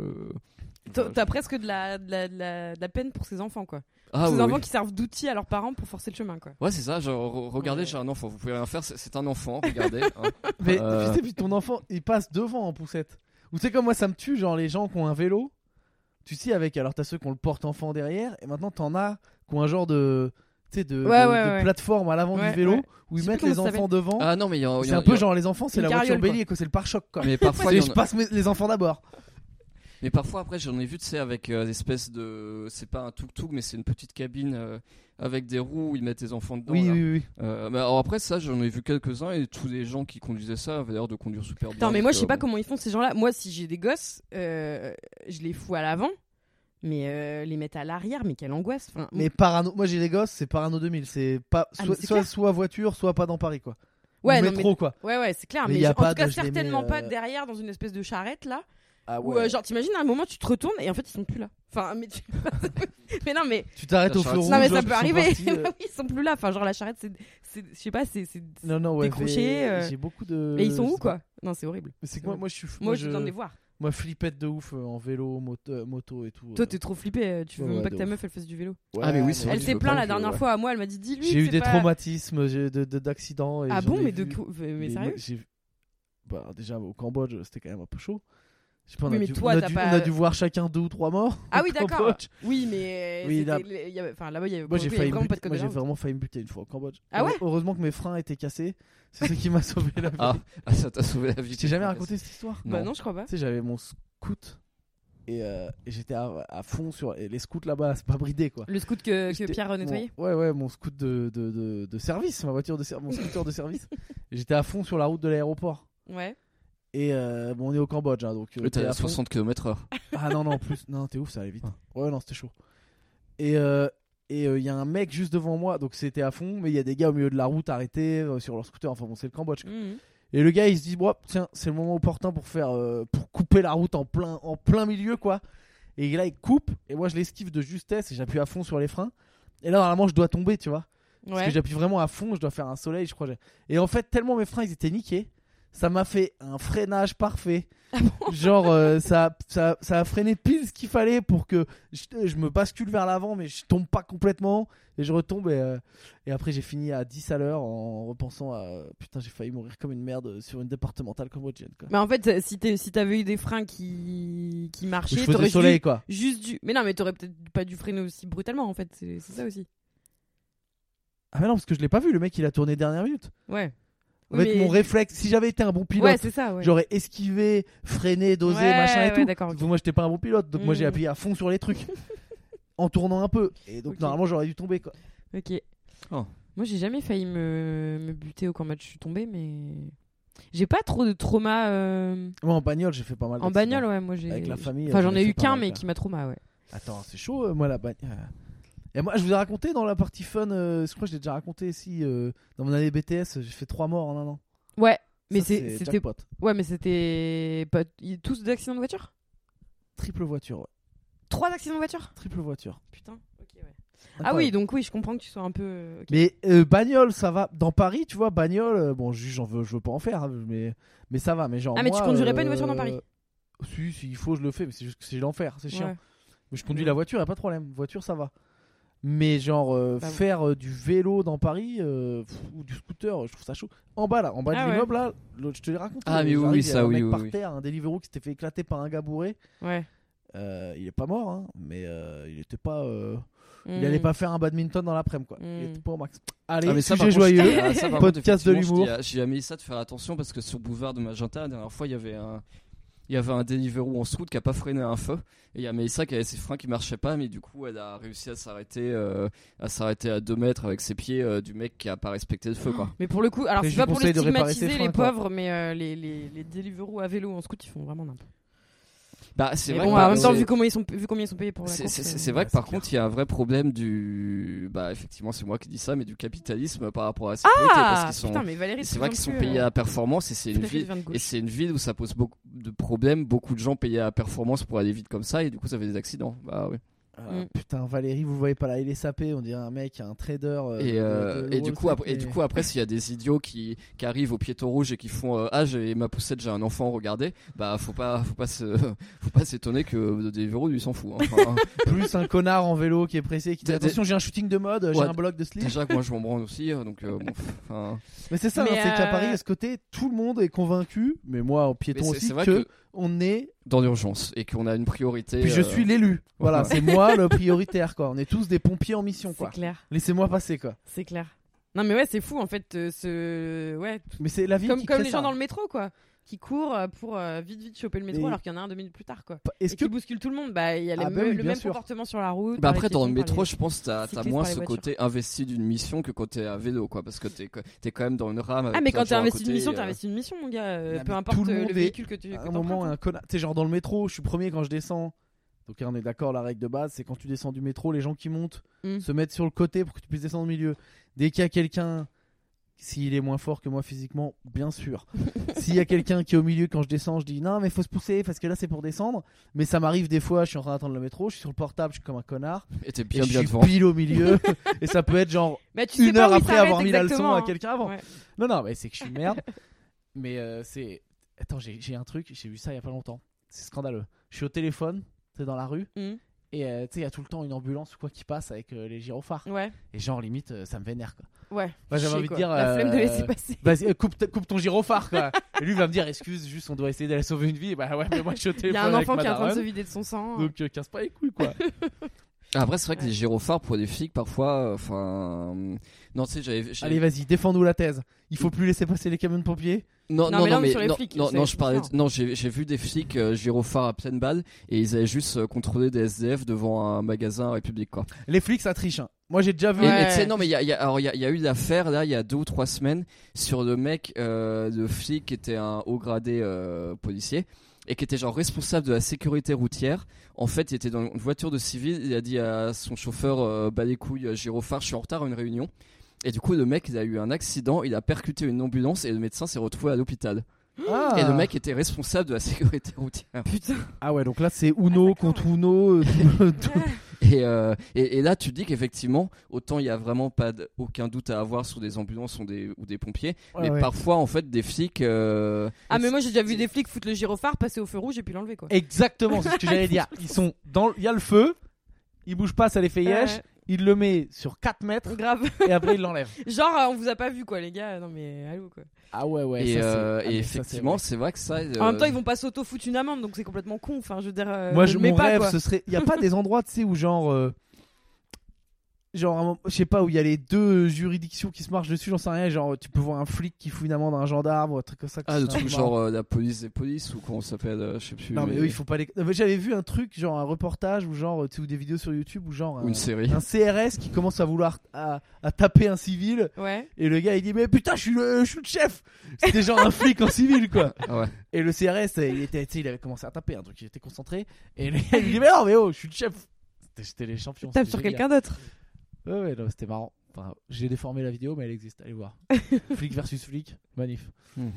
Speaker 2: T'as
Speaker 3: je-
Speaker 2: t'as presque de la, de, la, de la- de la peine pour ces enfants, quoi.
Speaker 3: Ah
Speaker 2: ces
Speaker 3: oui,
Speaker 2: enfants
Speaker 3: oui.
Speaker 2: qui servent d'outils à leurs parents pour forcer le chemin, quoi.
Speaker 3: Ouais, c'est ça. Genre re- regardez,
Speaker 2: Ouais. Oh.
Speaker 3: j'ai un enfant. Vous pouvez rien faire. C'est c'est un enfant. Regardez. hein.
Speaker 1: Mais
Speaker 3: Euh.
Speaker 1: tu sais, puis ton enfant, il passe devant en poussette. Ou tu sais, comme moi, ça me tue, genre les gens qui ont un vélo. Tu sais, avec. Alors, t'as ceux qui ont le porte-enfant derrière, et maintenant, t'en as qui ont un genre de. Tu sais, de, de-
Speaker 2: Ouais, ouais,
Speaker 1: de
Speaker 2: ouais.
Speaker 1: plateforme à l'avant
Speaker 2: Ouais,
Speaker 1: du vélo,
Speaker 2: ouais.
Speaker 1: où
Speaker 2: Je
Speaker 1: ils
Speaker 2: sais
Speaker 1: mettent
Speaker 2: plus
Speaker 1: les
Speaker 2: comment ça oh,
Speaker 1: enfants devant.
Speaker 3: Ah non, mais il y a. il y
Speaker 1: c'est
Speaker 3: a-
Speaker 1: un
Speaker 3: il y
Speaker 1: peu
Speaker 3: a-
Speaker 1: genre les enfants, c'est
Speaker 2: Une
Speaker 1: la voiture
Speaker 2: carriole, quoi.
Speaker 1: bélier, quoi, c'est le pare-choc, quoi.
Speaker 3: Mais parfois
Speaker 1: C'est
Speaker 3: il y
Speaker 1: je
Speaker 3: en a-
Speaker 1: passe mes- les enfants d'abord.
Speaker 3: Mais parfois, après, j'en ai vu, tu sais, avec euh, des espèces de. C'est pas un tuk-tuk, mais c'est une petite cabine euh, avec des roues où ils mettent les enfants dedans.
Speaker 1: Oui,
Speaker 3: là.
Speaker 1: oui, oui.
Speaker 3: Euh, mais alors après, ça, j'en ai vu quelques-uns et tous les gens qui conduisaient ça avaient l'air de conduire super bien.
Speaker 2: Attends, mais
Speaker 3: donc,
Speaker 2: moi, je sais
Speaker 3: euh,
Speaker 2: pas
Speaker 3: bon.
Speaker 2: comment ils font ces gens-là. Moi, si j'ai des gosses, euh, je les fous à l'avant, mais euh, les mettre à l'arrière, mais quelle angoisse. Enfin,
Speaker 1: Mais parano, moi j'ai les gosses, c'est parano 2000, c'est pas
Speaker 2: Ah, mais
Speaker 1: soit,
Speaker 2: c'est
Speaker 1: soit,
Speaker 2: clair.
Speaker 1: soit voiture, soit pas dans Paris quoi.
Speaker 2: ouais,
Speaker 1: Ou
Speaker 2: non,
Speaker 1: métro quoi.
Speaker 2: mais- ouais, ouais, c'est clair.
Speaker 1: Mais
Speaker 2: Mais,
Speaker 1: y a
Speaker 2: en
Speaker 1: pas
Speaker 2: tout cas,
Speaker 1: de- je les mets,
Speaker 2: certainement pas
Speaker 1: euh,
Speaker 2: derrière dans une espèce de charrette, là.
Speaker 1: Ah
Speaker 2: Ou genre, t'imagines, à un moment, tu te retournes et en fait, ils sont plus là. Enfin, mais, tu- mais non, mais
Speaker 1: tu t'arrêtes
Speaker 3: Ça
Speaker 1: au fleuron.
Speaker 3: charrette.
Speaker 2: Non mais
Speaker 1: genre,
Speaker 2: ça
Speaker 1: ils sont
Speaker 2: peut arriver.
Speaker 1: partis, euh,
Speaker 2: ils sont plus là. Enfin genre la charrette, c'est, c'est- je sais pas, c'est, c'est-
Speaker 1: Non non ouais.
Speaker 2: Décroché,
Speaker 1: mais
Speaker 2: euh,
Speaker 1: J'ai beaucoup de.
Speaker 2: Et ils sont où quoi Non c'est horrible.
Speaker 1: Mais C'est que moi, moi je suis.
Speaker 2: Moi
Speaker 1: je.
Speaker 2: je viens de les voir.
Speaker 1: Moi, flippette de ouf euh, en vélo, moto, euh, moto et tout.
Speaker 2: Toi,
Speaker 1: euh.
Speaker 2: t'es trop flippé. euh, Tu veux
Speaker 1: Ouais,
Speaker 2: même
Speaker 1: ouais,
Speaker 2: pas que
Speaker 1: de
Speaker 2: ta
Speaker 1: ouf.
Speaker 2: meuf, elle fasse du vélo.
Speaker 3: Ah, mais oui, c'est vrai.
Speaker 2: elle
Speaker 3: tu
Speaker 2: s'est
Speaker 3: veux
Speaker 2: plaint
Speaker 3: pas
Speaker 2: la
Speaker 3: que-
Speaker 2: dernière
Speaker 3: ouais.
Speaker 2: fois à moi. Elle m'a dit, dis-lui.
Speaker 1: J'ai
Speaker 2: que
Speaker 1: eu
Speaker 2: c'est
Speaker 1: des
Speaker 2: pas-
Speaker 1: traumatismes, j'ai de- de- d'accidents. et
Speaker 2: Ah
Speaker 1: j'en
Speaker 2: bon,
Speaker 1: ai
Speaker 2: mais de
Speaker 1: vu.
Speaker 2: cou- mais
Speaker 1: moi,
Speaker 2: sérieux
Speaker 1: j'ai- bah, Déjà, au Cambodge, c'était quand même un peu chaud. Je sais pas, on,
Speaker 2: Oui,
Speaker 1: a
Speaker 2: mais
Speaker 1: dû,
Speaker 2: toi,
Speaker 1: on a
Speaker 2: t'as
Speaker 1: dû-
Speaker 2: pas-
Speaker 1: on a dû voir chacun deux ou trois morts.
Speaker 2: Ah
Speaker 1: au
Speaker 2: oui, d'accord.
Speaker 1: Cambodge.
Speaker 2: Oui, mais. euh,
Speaker 1: Oui,
Speaker 2: c'était-
Speaker 1: là-
Speaker 2: il y avait- Enfin, là-bas, il y avait
Speaker 1: Moi,
Speaker 2: pour
Speaker 1: j'ai
Speaker 2: le coup, il y
Speaker 1: failli
Speaker 2: avait
Speaker 1: me
Speaker 2: vraiment pas
Speaker 1: buter-
Speaker 2: de code
Speaker 1: moi,
Speaker 2: de
Speaker 1: j'ai
Speaker 2: la route.
Speaker 1: vraiment failli me buter une fois au Cambodge.
Speaker 2: Ah ouais
Speaker 1: Heure- Heureusement que mes freins étaient cassés. C'est ce qui m'a sauvé la vie.
Speaker 3: Ah, ah, ça t'a sauvé la vie.
Speaker 1: Je t'ai jamais raconté cette histoire.
Speaker 2: Bah non, je crois pas.
Speaker 1: Tu sais, j'avais mon scout et, euh, et j'étais à, à fond sur. et les scouts là-bas, c'est pas bridé quoi.
Speaker 2: Le scout que, que
Speaker 1: J'étais-
Speaker 2: Pierre
Speaker 1: mon-
Speaker 2: nettoyait
Speaker 1: Ouais, ouais, mon scout de, de, de, de service, ma voiture de ser- mon scooter de service. J'étais à fond sur la route de l'aéroport.
Speaker 2: Ouais.
Speaker 1: Et euh, bon, on est au Cambodge, hein, donc. euh,
Speaker 3: Le
Speaker 1: t'es
Speaker 3: t'es à
Speaker 1: fond.
Speaker 3: 60 km/h.
Speaker 1: Ah non, non, plus. Non, t'es ouf, ça allait vite. Ouais, non, c'était chaud. Et euh, et, euh, il y a un mec juste devant moi, donc c'était à fond, mais il y a des gars au milieu de la route arrêtés euh, sur leur scooter. Enfin bon, c'est le Cambodge. quoi.
Speaker 2: Mhm.
Speaker 1: Et le gars, il se dit, bon, tiens, c'est le moment opportun pour faire, euh, pour couper la route en plein, en plein milieu, quoi. Et là, il coupe, et moi, je l'esquive de justesse, et j'appuie à fond sur les freins. Et là, normalement, je dois tomber, tu vois. Parce que
Speaker 2: Ouais.
Speaker 1: j'appuie vraiment à fond, je dois faire un soleil, je crois. que j'ai- Et en fait, tellement mes freins, ils étaient niqués, ça m'a fait un freinage parfait.
Speaker 2: Ah
Speaker 1: Genre, euh, ça, ça, ça a freiné pile ce qu'il fallait pour que je, je me bascule vers l'avant, mais je tombe pas complètement. Et je retombe. Et, euh, et après, j'ai fini à 10 à l'heure en repensant à euh, putain, j'ai failli mourir comme une merde sur une départementale cambodgienne. Quoi.
Speaker 2: Mais en fait, euh, si t'es- si t'avais eu des freins qui, qui
Speaker 1: Où je
Speaker 2: marchaient,
Speaker 1: faisais
Speaker 2: t'aurais
Speaker 1: soleil,
Speaker 2: juste,
Speaker 1: quoi.
Speaker 2: juste dû. Mais non, mais t'aurais peut-être pas dû freiner aussi brutalement en fait. C'est c'est ça aussi.
Speaker 1: Ah, mais non, parce que je l'ai pas vu. Le mec, il a tourné dernière minute.
Speaker 2: Ouais.
Speaker 1: En
Speaker 2: Oui,
Speaker 1: fait,
Speaker 2: mais-
Speaker 1: mon réflexe, si j'avais été un bon pilote,
Speaker 2: Ouais, c'est ça. Ouais.
Speaker 1: j'aurais esquivé, freiné, dosé,
Speaker 2: Ouais,
Speaker 1: machin et
Speaker 2: ouais,
Speaker 1: tout.
Speaker 2: d'accord, ok.
Speaker 1: Donc Moi, j'étais pas un bon pilote, donc moi j'ai
Speaker 2: Mhm.
Speaker 1: appuyé à fond sur les trucs en tournant un peu. Et donc
Speaker 2: Ok.
Speaker 1: normalement, j'aurais dû tomber quoi.
Speaker 2: Ok.
Speaker 3: Oh.
Speaker 2: Moi, j'ai jamais failli me, me buter au Cambodge. Je suis tombée, mais j'ai pas trop de trauma euh,
Speaker 1: Moi, en bagnole, j'ai fait pas mal.
Speaker 2: en
Speaker 1: d'accidents.
Speaker 2: bagnole. Ouais, moi j'ai.
Speaker 1: bah, Avec la famille,
Speaker 2: Enfin,
Speaker 1: euh,
Speaker 2: j'en
Speaker 1: j'en ai
Speaker 2: ai
Speaker 1: fait
Speaker 2: eu
Speaker 1: pas
Speaker 2: qu'un,
Speaker 1: mal,
Speaker 2: mais
Speaker 1: quoi.
Speaker 2: qui m'a trauma. Ouais.
Speaker 1: Attends, c'est chaud, euh, moi la bagnole. Et moi, je vous ai raconté dans la partie fun, euh, je crois que je l'ai déjà raconté ici, euh, dans mon année BTS, j'ai fait trois morts en un an.
Speaker 2: Ouais. Mais
Speaker 1: Ça,
Speaker 2: c'est- c'était
Speaker 1: jackpot.
Speaker 2: Ouais, mais c'était pas y- tous des accidents de voiture.
Speaker 1: Triple voiture, ouais.
Speaker 2: Trois accidents de voiture.
Speaker 1: Triple voiture.
Speaker 2: Putain. Ok, ouais. Ah oui, donc oui, je comprends que tu sois un peu. euh, ok.
Speaker 1: Mais euh, bagnole, ça va. Dans Paris, tu vois, bagnole, euh, bon, ju- j'en veux, je veux pas en faire, hein, mais, mais ça va. Mais genre,
Speaker 2: Ah, mais tu
Speaker 1: moi,
Speaker 2: conduirais pas une voiture dans
Speaker 1: euh,
Speaker 2: Paris
Speaker 1: Si, si, il faut, je le fais, mais c'est juste que c'est l'enfer, c'est chiant.
Speaker 2: Ouais. Mm.
Speaker 1: Mais je conduis la voiture, y a pas de problème. Voiture, ça va. Mais genre euh,
Speaker 2: Bah oui.
Speaker 1: faire euh, du vélo dans Paris euh, pff, ou du scooter, euh, je trouve ça chaud. En bas là, en bas
Speaker 2: Ah
Speaker 1: de
Speaker 2: ouais.
Speaker 1: l'immeuble là, l'autre, je te l'ai raconté.
Speaker 3: Ah, mais oui,
Speaker 1: J'arrive,
Speaker 3: oui,
Speaker 1: il y a
Speaker 3: ça,
Speaker 1: un
Speaker 3: oui,
Speaker 1: mec
Speaker 3: oui,
Speaker 1: par
Speaker 3: oui.
Speaker 1: terre, un Deliveroo qui s'était fait éclater par un gars bourré.
Speaker 2: Ouais.
Speaker 1: Euh, il est pas mort, hein, mais euh, il était pas, euh, il
Speaker 2: Mm.
Speaker 1: allait pas faire un badminton dans l'après-midi quoi. Il
Speaker 2: Mm.
Speaker 1: était pas au max. Allez,
Speaker 3: Ah, mais ça,
Speaker 1: sujet
Speaker 3: par contre, je-
Speaker 1: joyeux.
Speaker 3: ah, ça, par
Speaker 1: Podcast
Speaker 3: contre,
Speaker 1: de
Speaker 3: effectivement,
Speaker 1: l'humour.
Speaker 3: je dis à- J'ai jamais mis ça de faire attention parce que sur le boulevard de Magenta, la dernière fois, il y avait un. Il y avait un Deliveroo en scout qui a pas freiné à un feu et il y a Mélissa qui avait ses freins qui marchaient pas mais du coup elle a réussi à s'arrêter euh, à s'arrêter à 2 mètres avec ses pieds euh, du mec qui a pas respecté le feu quoi.
Speaker 2: Mais pour le coup, alors
Speaker 1: Après,
Speaker 2: c'est
Speaker 1: je
Speaker 2: pas
Speaker 1: vous
Speaker 2: pour les
Speaker 1: conseille de réparer ses
Speaker 2: stigmatiser
Speaker 1: freins,
Speaker 2: les
Speaker 1: quoi.
Speaker 2: pauvres, mais euh, les, les, les Deliveroo à vélo en scoot, ils font vraiment n'importe
Speaker 3: Bah c'est
Speaker 2: Mais
Speaker 3: vrai
Speaker 2: bon,
Speaker 3: que par-
Speaker 2: en même temps,
Speaker 3: c'est-
Speaker 2: vu, comment ils sont, vu combien ils sont payés pour la
Speaker 3: C'est
Speaker 2: course,
Speaker 3: c'est-
Speaker 2: euh,
Speaker 3: c'est vrai
Speaker 1: ouais,
Speaker 3: que par
Speaker 1: c'est clair.
Speaker 3: contre, il y a un vrai problème du. Bah, effectivement, c'est moi qui dis ça, mais du capitalisme par rapport à la sécurité.
Speaker 2: Ah,
Speaker 3: parce qu'ils sont-
Speaker 2: putain, mais hein. Valérie,
Speaker 3: c'est vrai qu'ils sont
Speaker 2: euh,
Speaker 3: payés à la performance et c'est une ville. Et c'est une ville où ça pose beaucoup de problèmes, beaucoup de gens payés à la performance pour aller vite comme ça, et du coup ça fait des accidents. Bah oui.
Speaker 1: Ah,
Speaker 2: Mm.
Speaker 1: Putain, Valérie, vous voyez pas là, il est sapé. On dirait un mec, un trader. euh, de-
Speaker 3: Et,
Speaker 1: de-
Speaker 3: euh,
Speaker 1: de
Speaker 3: et du
Speaker 1: Wall
Speaker 3: coup
Speaker 1: Street,
Speaker 3: après, et du
Speaker 1: mais-
Speaker 3: coup après s'il y a des idiots qui, qui arrivent au piéton rouge et qui font euh, ah j'ai ma poussette j'ai un enfant regardez bah faut pas faut pas se faut pas s'étonner que des verrous lui s'en fout. hein. Enfin,
Speaker 1: plus un connard en vélo qui est pressé qui dit
Speaker 3: T'as des-
Speaker 1: attention j'ai un shooting de mode j'ai
Speaker 3: Ouais.
Speaker 1: un bloc de slip
Speaker 3: déjà que moi je m'en branle aussi euh, donc euh, bon, enfin,
Speaker 1: mais c'est ça
Speaker 2: Mais
Speaker 1: hein, c'est qu'à
Speaker 2: euh,
Speaker 1: Paris à ce côté tout le monde est convaincu mais moi en
Speaker 3: mais
Speaker 1: piéton
Speaker 3: c'est
Speaker 1: aussi
Speaker 3: c'est vrai
Speaker 1: que,
Speaker 3: que
Speaker 1: on est
Speaker 3: dans l'urgence et qu'on a une priorité.
Speaker 1: puis je
Speaker 3: euh,
Speaker 1: suis l'élu voilà
Speaker 3: ouais.
Speaker 1: c'est moi le prioritaire quoi on est tous des pompiers en mission
Speaker 2: C'est
Speaker 1: quoi
Speaker 2: clair,
Speaker 1: laissez-moi passer quoi
Speaker 2: c'est clair. Non, mais ouais, c'est fou en fait, euh, ce. Ouais,
Speaker 1: mais c'est la vie
Speaker 2: comme,
Speaker 1: qui
Speaker 2: comme
Speaker 1: crée
Speaker 2: les
Speaker 1: ça.
Speaker 2: gens dans le métro, quoi, qui courent euh, pour euh, vite, vite choper le métro
Speaker 1: Mais-
Speaker 2: alors qu'il y en a un deux minutes plus tard, quoi.
Speaker 1: est-ce
Speaker 2: Et
Speaker 1: que
Speaker 2: qui bouscule tout le monde, bah, il y a les
Speaker 1: Ah, bah
Speaker 2: me-
Speaker 1: oui,
Speaker 2: le
Speaker 1: bien
Speaker 2: même
Speaker 1: sûr.
Speaker 2: comportement sur la route. euh,
Speaker 3: Bah
Speaker 2: par
Speaker 3: après
Speaker 2: les
Speaker 3: dans le
Speaker 2: piétons, par
Speaker 3: métro,
Speaker 2: les-
Speaker 3: je pense que t'as- t'as
Speaker 2: cyclistes,
Speaker 3: moins
Speaker 2: par les
Speaker 3: ce
Speaker 2: voitures.
Speaker 3: côté investi d'une mission que quand t'es à vélo, quoi, parce que t'es que- t'es quand même dans une rame. Avec
Speaker 2: Ah, mais
Speaker 3: plein
Speaker 2: quand t'es
Speaker 3: de gens à
Speaker 2: investi une
Speaker 3: côté,
Speaker 2: mission, t'es
Speaker 3: euh,
Speaker 2: investi une mission, mon gars. euh,
Speaker 1: Non, mais
Speaker 2: Peu
Speaker 1: tout
Speaker 2: importe
Speaker 1: le
Speaker 2: euh,
Speaker 1: monde
Speaker 2: le
Speaker 1: est-
Speaker 2: véhicule que tu. que
Speaker 1: à un
Speaker 2: t'empruntes,
Speaker 1: moment
Speaker 2: hein.
Speaker 1: un connard tu sais genre dans le métro je suis premier quand je descends donc là, on est d'accord la règle de base c'est quand tu descends du métro les gens qui montent
Speaker 2: Mm.
Speaker 1: se mettre sur le côté pour que tu puisses descendre au milieu. Dès qu'il y a quelqu'un, s'il est moins fort que moi physiquement, bien sûr. s'il y a quelqu'un qui est au milieu quand je descends, je dis non, mais faut se pousser parce que là c'est pour descendre. Mais ça m'arrive des fois, je suis en train d'attendre le métro, je suis sur le portable, je suis comme un connard.
Speaker 3: Et t'es
Speaker 1: et
Speaker 3: bien
Speaker 1: je
Speaker 3: bien
Speaker 1: suis
Speaker 3: devant.
Speaker 1: pile au milieu. et ça peut être genre
Speaker 2: Bah, tu sais
Speaker 1: une
Speaker 2: pas
Speaker 1: heure
Speaker 2: où il
Speaker 1: après avoir
Speaker 2: s'arrête
Speaker 1: mis la leçon
Speaker 2: exactement,
Speaker 1: à
Speaker 2: hein.
Speaker 1: quelqu'un avant.
Speaker 2: Ouais.
Speaker 1: Non, non, mais c'est que je suis une merde. mais euh, c'est. Attends, j'ai j'ai un truc, j'ai vu ça il y a pas longtemps. c'est scandaleux. Je suis au téléphone, t'es dans la rue,
Speaker 2: Mhm.
Speaker 1: et euh, tu sais, il y a tout le temps une ambulance ou quoi qui passe avec euh, les gyrophares.
Speaker 2: Ouais,
Speaker 1: Et genre, limite, euh, ça me vénère quoi.
Speaker 2: ouais.
Speaker 1: Moi, j'avais
Speaker 2: Chier,
Speaker 1: envie de
Speaker 2: quoi.
Speaker 1: dire,
Speaker 2: La
Speaker 1: euh,
Speaker 2: flemme de laisser passer.
Speaker 1: Vas-y, euh, coupe, ta- coupe ton gyrophare quoi. et lui va me dire, excuse, juste on doit essayer d'aller sauver une vie. Et bah ouais, mais moi je suis au
Speaker 2: Il
Speaker 1: téléphone.
Speaker 2: y a un
Speaker 1: avec
Speaker 2: enfant
Speaker 1: ma
Speaker 2: qui est en train de se
Speaker 1: daronne,
Speaker 2: vider de son sang.
Speaker 1: Donc euh, casse pas les couilles quoi.
Speaker 3: Après, c'est vrai que
Speaker 2: Ouais.
Speaker 3: les gyrophares pour les flics, parfois, euh, enfin. non, tu sais, j'avais. j'avais-
Speaker 1: Allez, vas-y, défends-nous la thèse. Il faut plus laisser passer les camions de pompiers.
Speaker 3: Non,
Speaker 2: Non, mais
Speaker 3: non, non,
Speaker 2: là, on est
Speaker 3: mais
Speaker 2: sur les
Speaker 3: non,
Speaker 2: flics,
Speaker 3: non,
Speaker 2: c'est-
Speaker 3: non,
Speaker 2: c'est
Speaker 3: je parlais. de-
Speaker 2: différent.
Speaker 3: Non, j'ai j'ai vu des flics euh, gyrophares à pleine balle et ils avaient juste euh, contrôlé des SDF devant un magasin République, quoi.
Speaker 1: Les flics, ça triche. hein. Moi j'ai déjà vu.
Speaker 3: Et-
Speaker 2: Ouais.
Speaker 3: Et tu sais, non, mais il y a, il y a- alors, il y a- il y a eu l'affaire, là, il y a deux ou trois semaines, sur le mec, euh, le flic qui était un haut gradé euh, policier et qui était genre responsable de la sécurité routière. En fait, il était dans une voiture de civil, il a dit à son chauffeur, euh, bah les couilles, euh, gyrophare, je suis en retard à une réunion. Et du coup, le mec, il a eu un accident, il a percuté une ambulance et le médecin s'est retrouvé à l'hôpital.
Speaker 1: Ah.
Speaker 3: Et le mec était responsable de la sécurité routière.
Speaker 2: Putain.
Speaker 1: Ah ouais, donc là c'est Uno
Speaker 2: d'accord.
Speaker 1: contre Uno. euh, tout- tout-
Speaker 3: Et, euh, et, et là, tu te dis qu'effectivement, autant il n'y a vraiment pas d- aucun doute à avoir sur des ambulances ou des, ou des pompiers, mais
Speaker 1: Ouais, ouais.
Speaker 3: parfois, en fait, des flics. euh,
Speaker 2: Ah, mais moi j'ai déjà vu des flics foutre le gyrophare, passer au feu rouge et puis l'enlever quoi.
Speaker 1: Exactement, c'est ce que j'allais dire. Ils sont dans, le- il y a le feu, il bouge pas, ça les fait yesh. Il le met sur 4 mètres
Speaker 2: Ouais, grave.
Speaker 1: et après il l'enlève.
Speaker 2: Genre, euh, on vous a pas vu quoi, les gars. Non, mais allô quoi.
Speaker 1: Ah ouais ouais.
Speaker 3: et
Speaker 1: ça, c'est-
Speaker 3: euh,
Speaker 1: ah,
Speaker 3: et
Speaker 1: mais ça, c'est
Speaker 3: effectivement,
Speaker 1: vrai.
Speaker 3: c'est vrai que ça.
Speaker 2: En
Speaker 3: euh,
Speaker 2: même temps, ils vont pas s'auto-foutre une amende, donc c'est complètement con. Enfin, je veux dire. euh,
Speaker 1: moi
Speaker 2: ne
Speaker 1: je,
Speaker 2: le mets
Speaker 1: mon
Speaker 2: pas,
Speaker 1: rêve
Speaker 2: quoi.
Speaker 1: ce serait, il y a pas des endroits tu sais où genre, euh, genre un moment- je sais pas où il y a les deux juridictions qui se marchent dessus, j'en sais rien. Genre tu peux voir un flic qui fout une amende à un gendarme ou un truc comme ça.
Speaker 3: Ah, le
Speaker 1: c'est
Speaker 3: truc
Speaker 1: marrant.
Speaker 3: genre euh, la police des polices ou comment ça s'appelle, euh, je sais plus.
Speaker 1: Non mais eux ils font pas les. Non, mais J'avais vu un truc genre un reportage ou genre euh, tu sais, ou des vidéos sur YouTube ou genre. un-
Speaker 3: Ou une série.
Speaker 1: euh, un CRS qui commence à vouloir à, à taper un civil
Speaker 2: Ouais.
Speaker 1: et le gars il dit mais putain je suis le, je suis le chef c'était genre un flic en civil quoi
Speaker 3: Ah ouais.
Speaker 1: et le CRS euh, il était tu sais, il avait commencé à taper hein, donc il était concentré et le gars il dit mais non mais oh je suis le chef C'était- j'étais les champions
Speaker 2: Tape
Speaker 1: c'était
Speaker 2: sur
Speaker 1: génial.
Speaker 2: quelqu'un d'autre.
Speaker 1: ouais ouais non, c'était marrant Enfin, j'ai déformé la vidéo mais elle existe allez voir flic versus flic manif
Speaker 3: Hmm.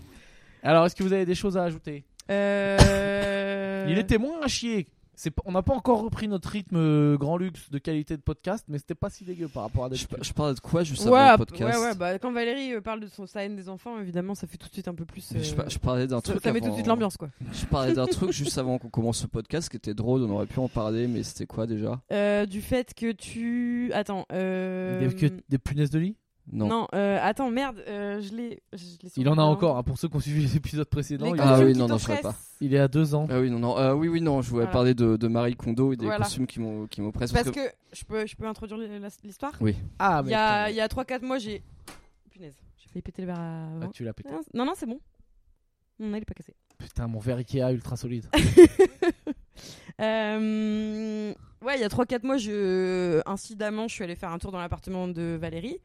Speaker 1: alors est-ce que vous avez des choses à ajouter
Speaker 2: Euh...
Speaker 1: il était moins à chier C'est pas- on n'a pas encore repris notre rythme euh, grand luxe de qualité de podcast, mais c'était pas si dégueu par rapport à
Speaker 3: Je,
Speaker 1: d'habitude.
Speaker 3: je parle de quoi juste
Speaker 2: Ouais,
Speaker 3: avant le
Speaker 2: ap-
Speaker 3: podcast
Speaker 2: ouais, ouais, bah, quand Valérie euh, parle de son sa haine des enfants, évidemment, ça fait tout de suite un peu plus. euh,
Speaker 3: je, par- je parlais d'un
Speaker 2: ça,
Speaker 3: truc.
Speaker 2: ça met tout de
Speaker 3: avant-
Speaker 2: suite l'ambiance, quoi.
Speaker 3: Je parlais d'un truc juste avant qu'on commence ce podcast qui était drôle, on aurait pu en parler, mais c'était quoi déjà
Speaker 2: Euh, du fait que tu. Attends. Euh...
Speaker 1: Des, que- des punaises de lit
Speaker 3: Non.
Speaker 2: Non, euh, attends, merde, euh, je l'ai. je l'ai sur
Speaker 1: Il en a
Speaker 2: le nom.
Speaker 1: encore, hein, pour ceux qui ont suivi les épisodes précédents.
Speaker 2: Les
Speaker 1: Il,
Speaker 3: Ah
Speaker 1: est-
Speaker 2: costumes
Speaker 3: oui,
Speaker 2: qui
Speaker 3: non, non, je saurais
Speaker 2: t'oppressent.
Speaker 1: il est à deux ans.
Speaker 3: Ah oui, non, non. Euh, oui, oui, non, je voulais
Speaker 2: Voilà.
Speaker 3: parler de, de Marie Kondo et des
Speaker 2: Voilà.
Speaker 3: costumes qui m'ont- qui m'oppressent.
Speaker 2: Parce que je peux, je peux introduire l'histoire
Speaker 1: Ah,
Speaker 2: Il y a, il y a 3-4 mois, j'ai. Punaise, j'ai failli péter le verre à.
Speaker 1: Ah, tu l'as pété.
Speaker 2: Non, non, c'est bon. Non, non, il est pas cassé.
Speaker 1: Putain, mon verre Ikea ultra solide.
Speaker 2: Ah, Euh, ouais, il y a 3-4 mois, je, incidemment, je suis allée faire un tour dans l'appartement de Valérie.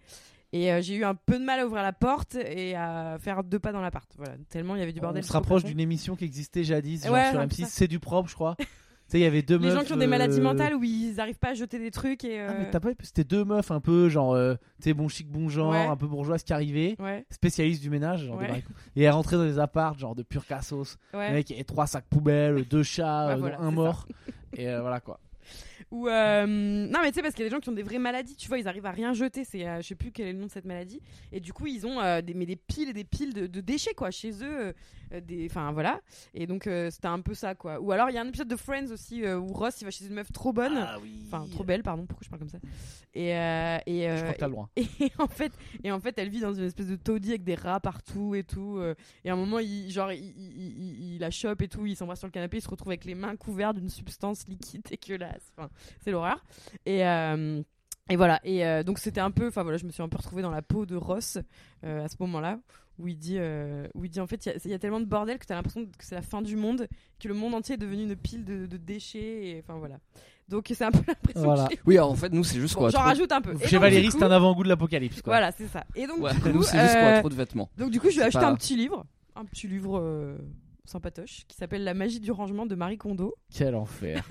Speaker 2: Et euh, j'ai eu un peu de mal à ouvrir la porte et à faire deux pas dans l'appart. Voilà, tellement il y avait du bordel.
Speaker 1: On se
Speaker 2: jusqu'au
Speaker 1: rapproche
Speaker 2: plafond.
Speaker 1: d'une émission qui existait jadis genre
Speaker 2: Ouais,
Speaker 1: sur
Speaker 2: non,
Speaker 1: M6,
Speaker 2: ça.
Speaker 1: c'est du propre, je crois. tu sais, il y avait deux
Speaker 2: Les
Speaker 1: meufs.
Speaker 2: gens qui ont des
Speaker 1: euh,
Speaker 2: maladies mentales où ils arrivent pas à jeter des trucs et.
Speaker 1: Ah, mais
Speaker 2: euh,
Speaker 1: t'as pas C'était deux meufs un peu, genre, euh, tu sais, bon chic, bon genre,
Speaker 2: Ouais.
Speaker 1: un peu bourgeoise qui arrivaient.
Speaker 2: Ouais,
Speaker 1: Spécialiste du ménage, genre des
Speaker 2: Ouais.
Speaker 1: barricades. et elle rentrait dans les apparts, genre de pur cassos. Le
Speaker 2: ouais.
Speaker 1: mec, il y avait trois sacs poubelles, deux chats,
Speaker 2: Bah
Speaker 1: euh, dont
Speaker 2: voilà,
Speaker 1: un
Speaker 2: c'est
Speaker 1: mort. Et euh, voilà quoi.
Speaker 2: Ou euh, non mais tu sais parce qu'il y a des gens qui ont des vraies maladies, tu vois, ils arrivent à rien jeter, c'est euh, je sais plus quel est le nom de cette maladie et du coup ils ont euh, des mais des piles et des piles de, de déchets quoi chez eux euh, des enfin voilà et donc euh, c'était un peu ça quoi. Ou alors il y a un épisode de Friends aussi euh, où Ross il va chez une meuf trop bonne,
Speaker 1: Ah oui.
Speaker 2: enfin trop belle pardon, pourquoi je parle comme ça. Et euh, et, euh,
Speaker 1: Je crois que t'as loin.
Speaker 2: et en fait et en fait elle vit dans une espèce de taudis avec des rats partout et tout euh, et à un moment il genre il, il- il- il la chope et tout il s'embrasse sur le canapé il se retrouve avec les mains couvertes d'une substance liquide dégueulasse enfin c'est l'horreur et euh, et voilà et euh, donc c'était un peu enfin voilà je me suis un peu retrouvée dans la peau de Ross euh, à ce moment là où il dit euh, où il dit en fait il y a- il y, a tellement de bordel que t'as l'impression que c'est la fin du monde que le monde entier est devenu une pile de, de déchets et enfin voilà donc c'est un peu l'impression
Speaker 1: Voilà.
Speaker 2: que j'ai
Speaker 3: Oui, alors, en fait, nous, c'est juste
Speaker 2: Bon,
Speaker 3: qu'on a
Speaker 2: j'en
Speaker 3: trop-
Speaker 2: rajoute un peu Et
Speaker 1: Chez
Speaker 2: donc, du
Speaker 1: Valérie,
Speaker 2: coup-
Speaker 1: c'est un avant-goût de l'apocalypse quoi.
Speaker 2: voilà, c'est ça. Et donc,
Speaker 3: Ouais,
Speaker 2: du coup,
Speaker 3: nous, c'est juste qu'on
Speaker 2: euh,
Speaker 3: a trop de vêtements.
Speaker 2: donc du coup, je vais
Speaker 3: C'est
Speaker 2: acheter
Speaker 3: pas-
Speaker 2: un petit livre, un petit livre euh, sympatoche, qui s'appelle La magie du rangement de Marie Kondo.
Speaker 1: Quel enfer.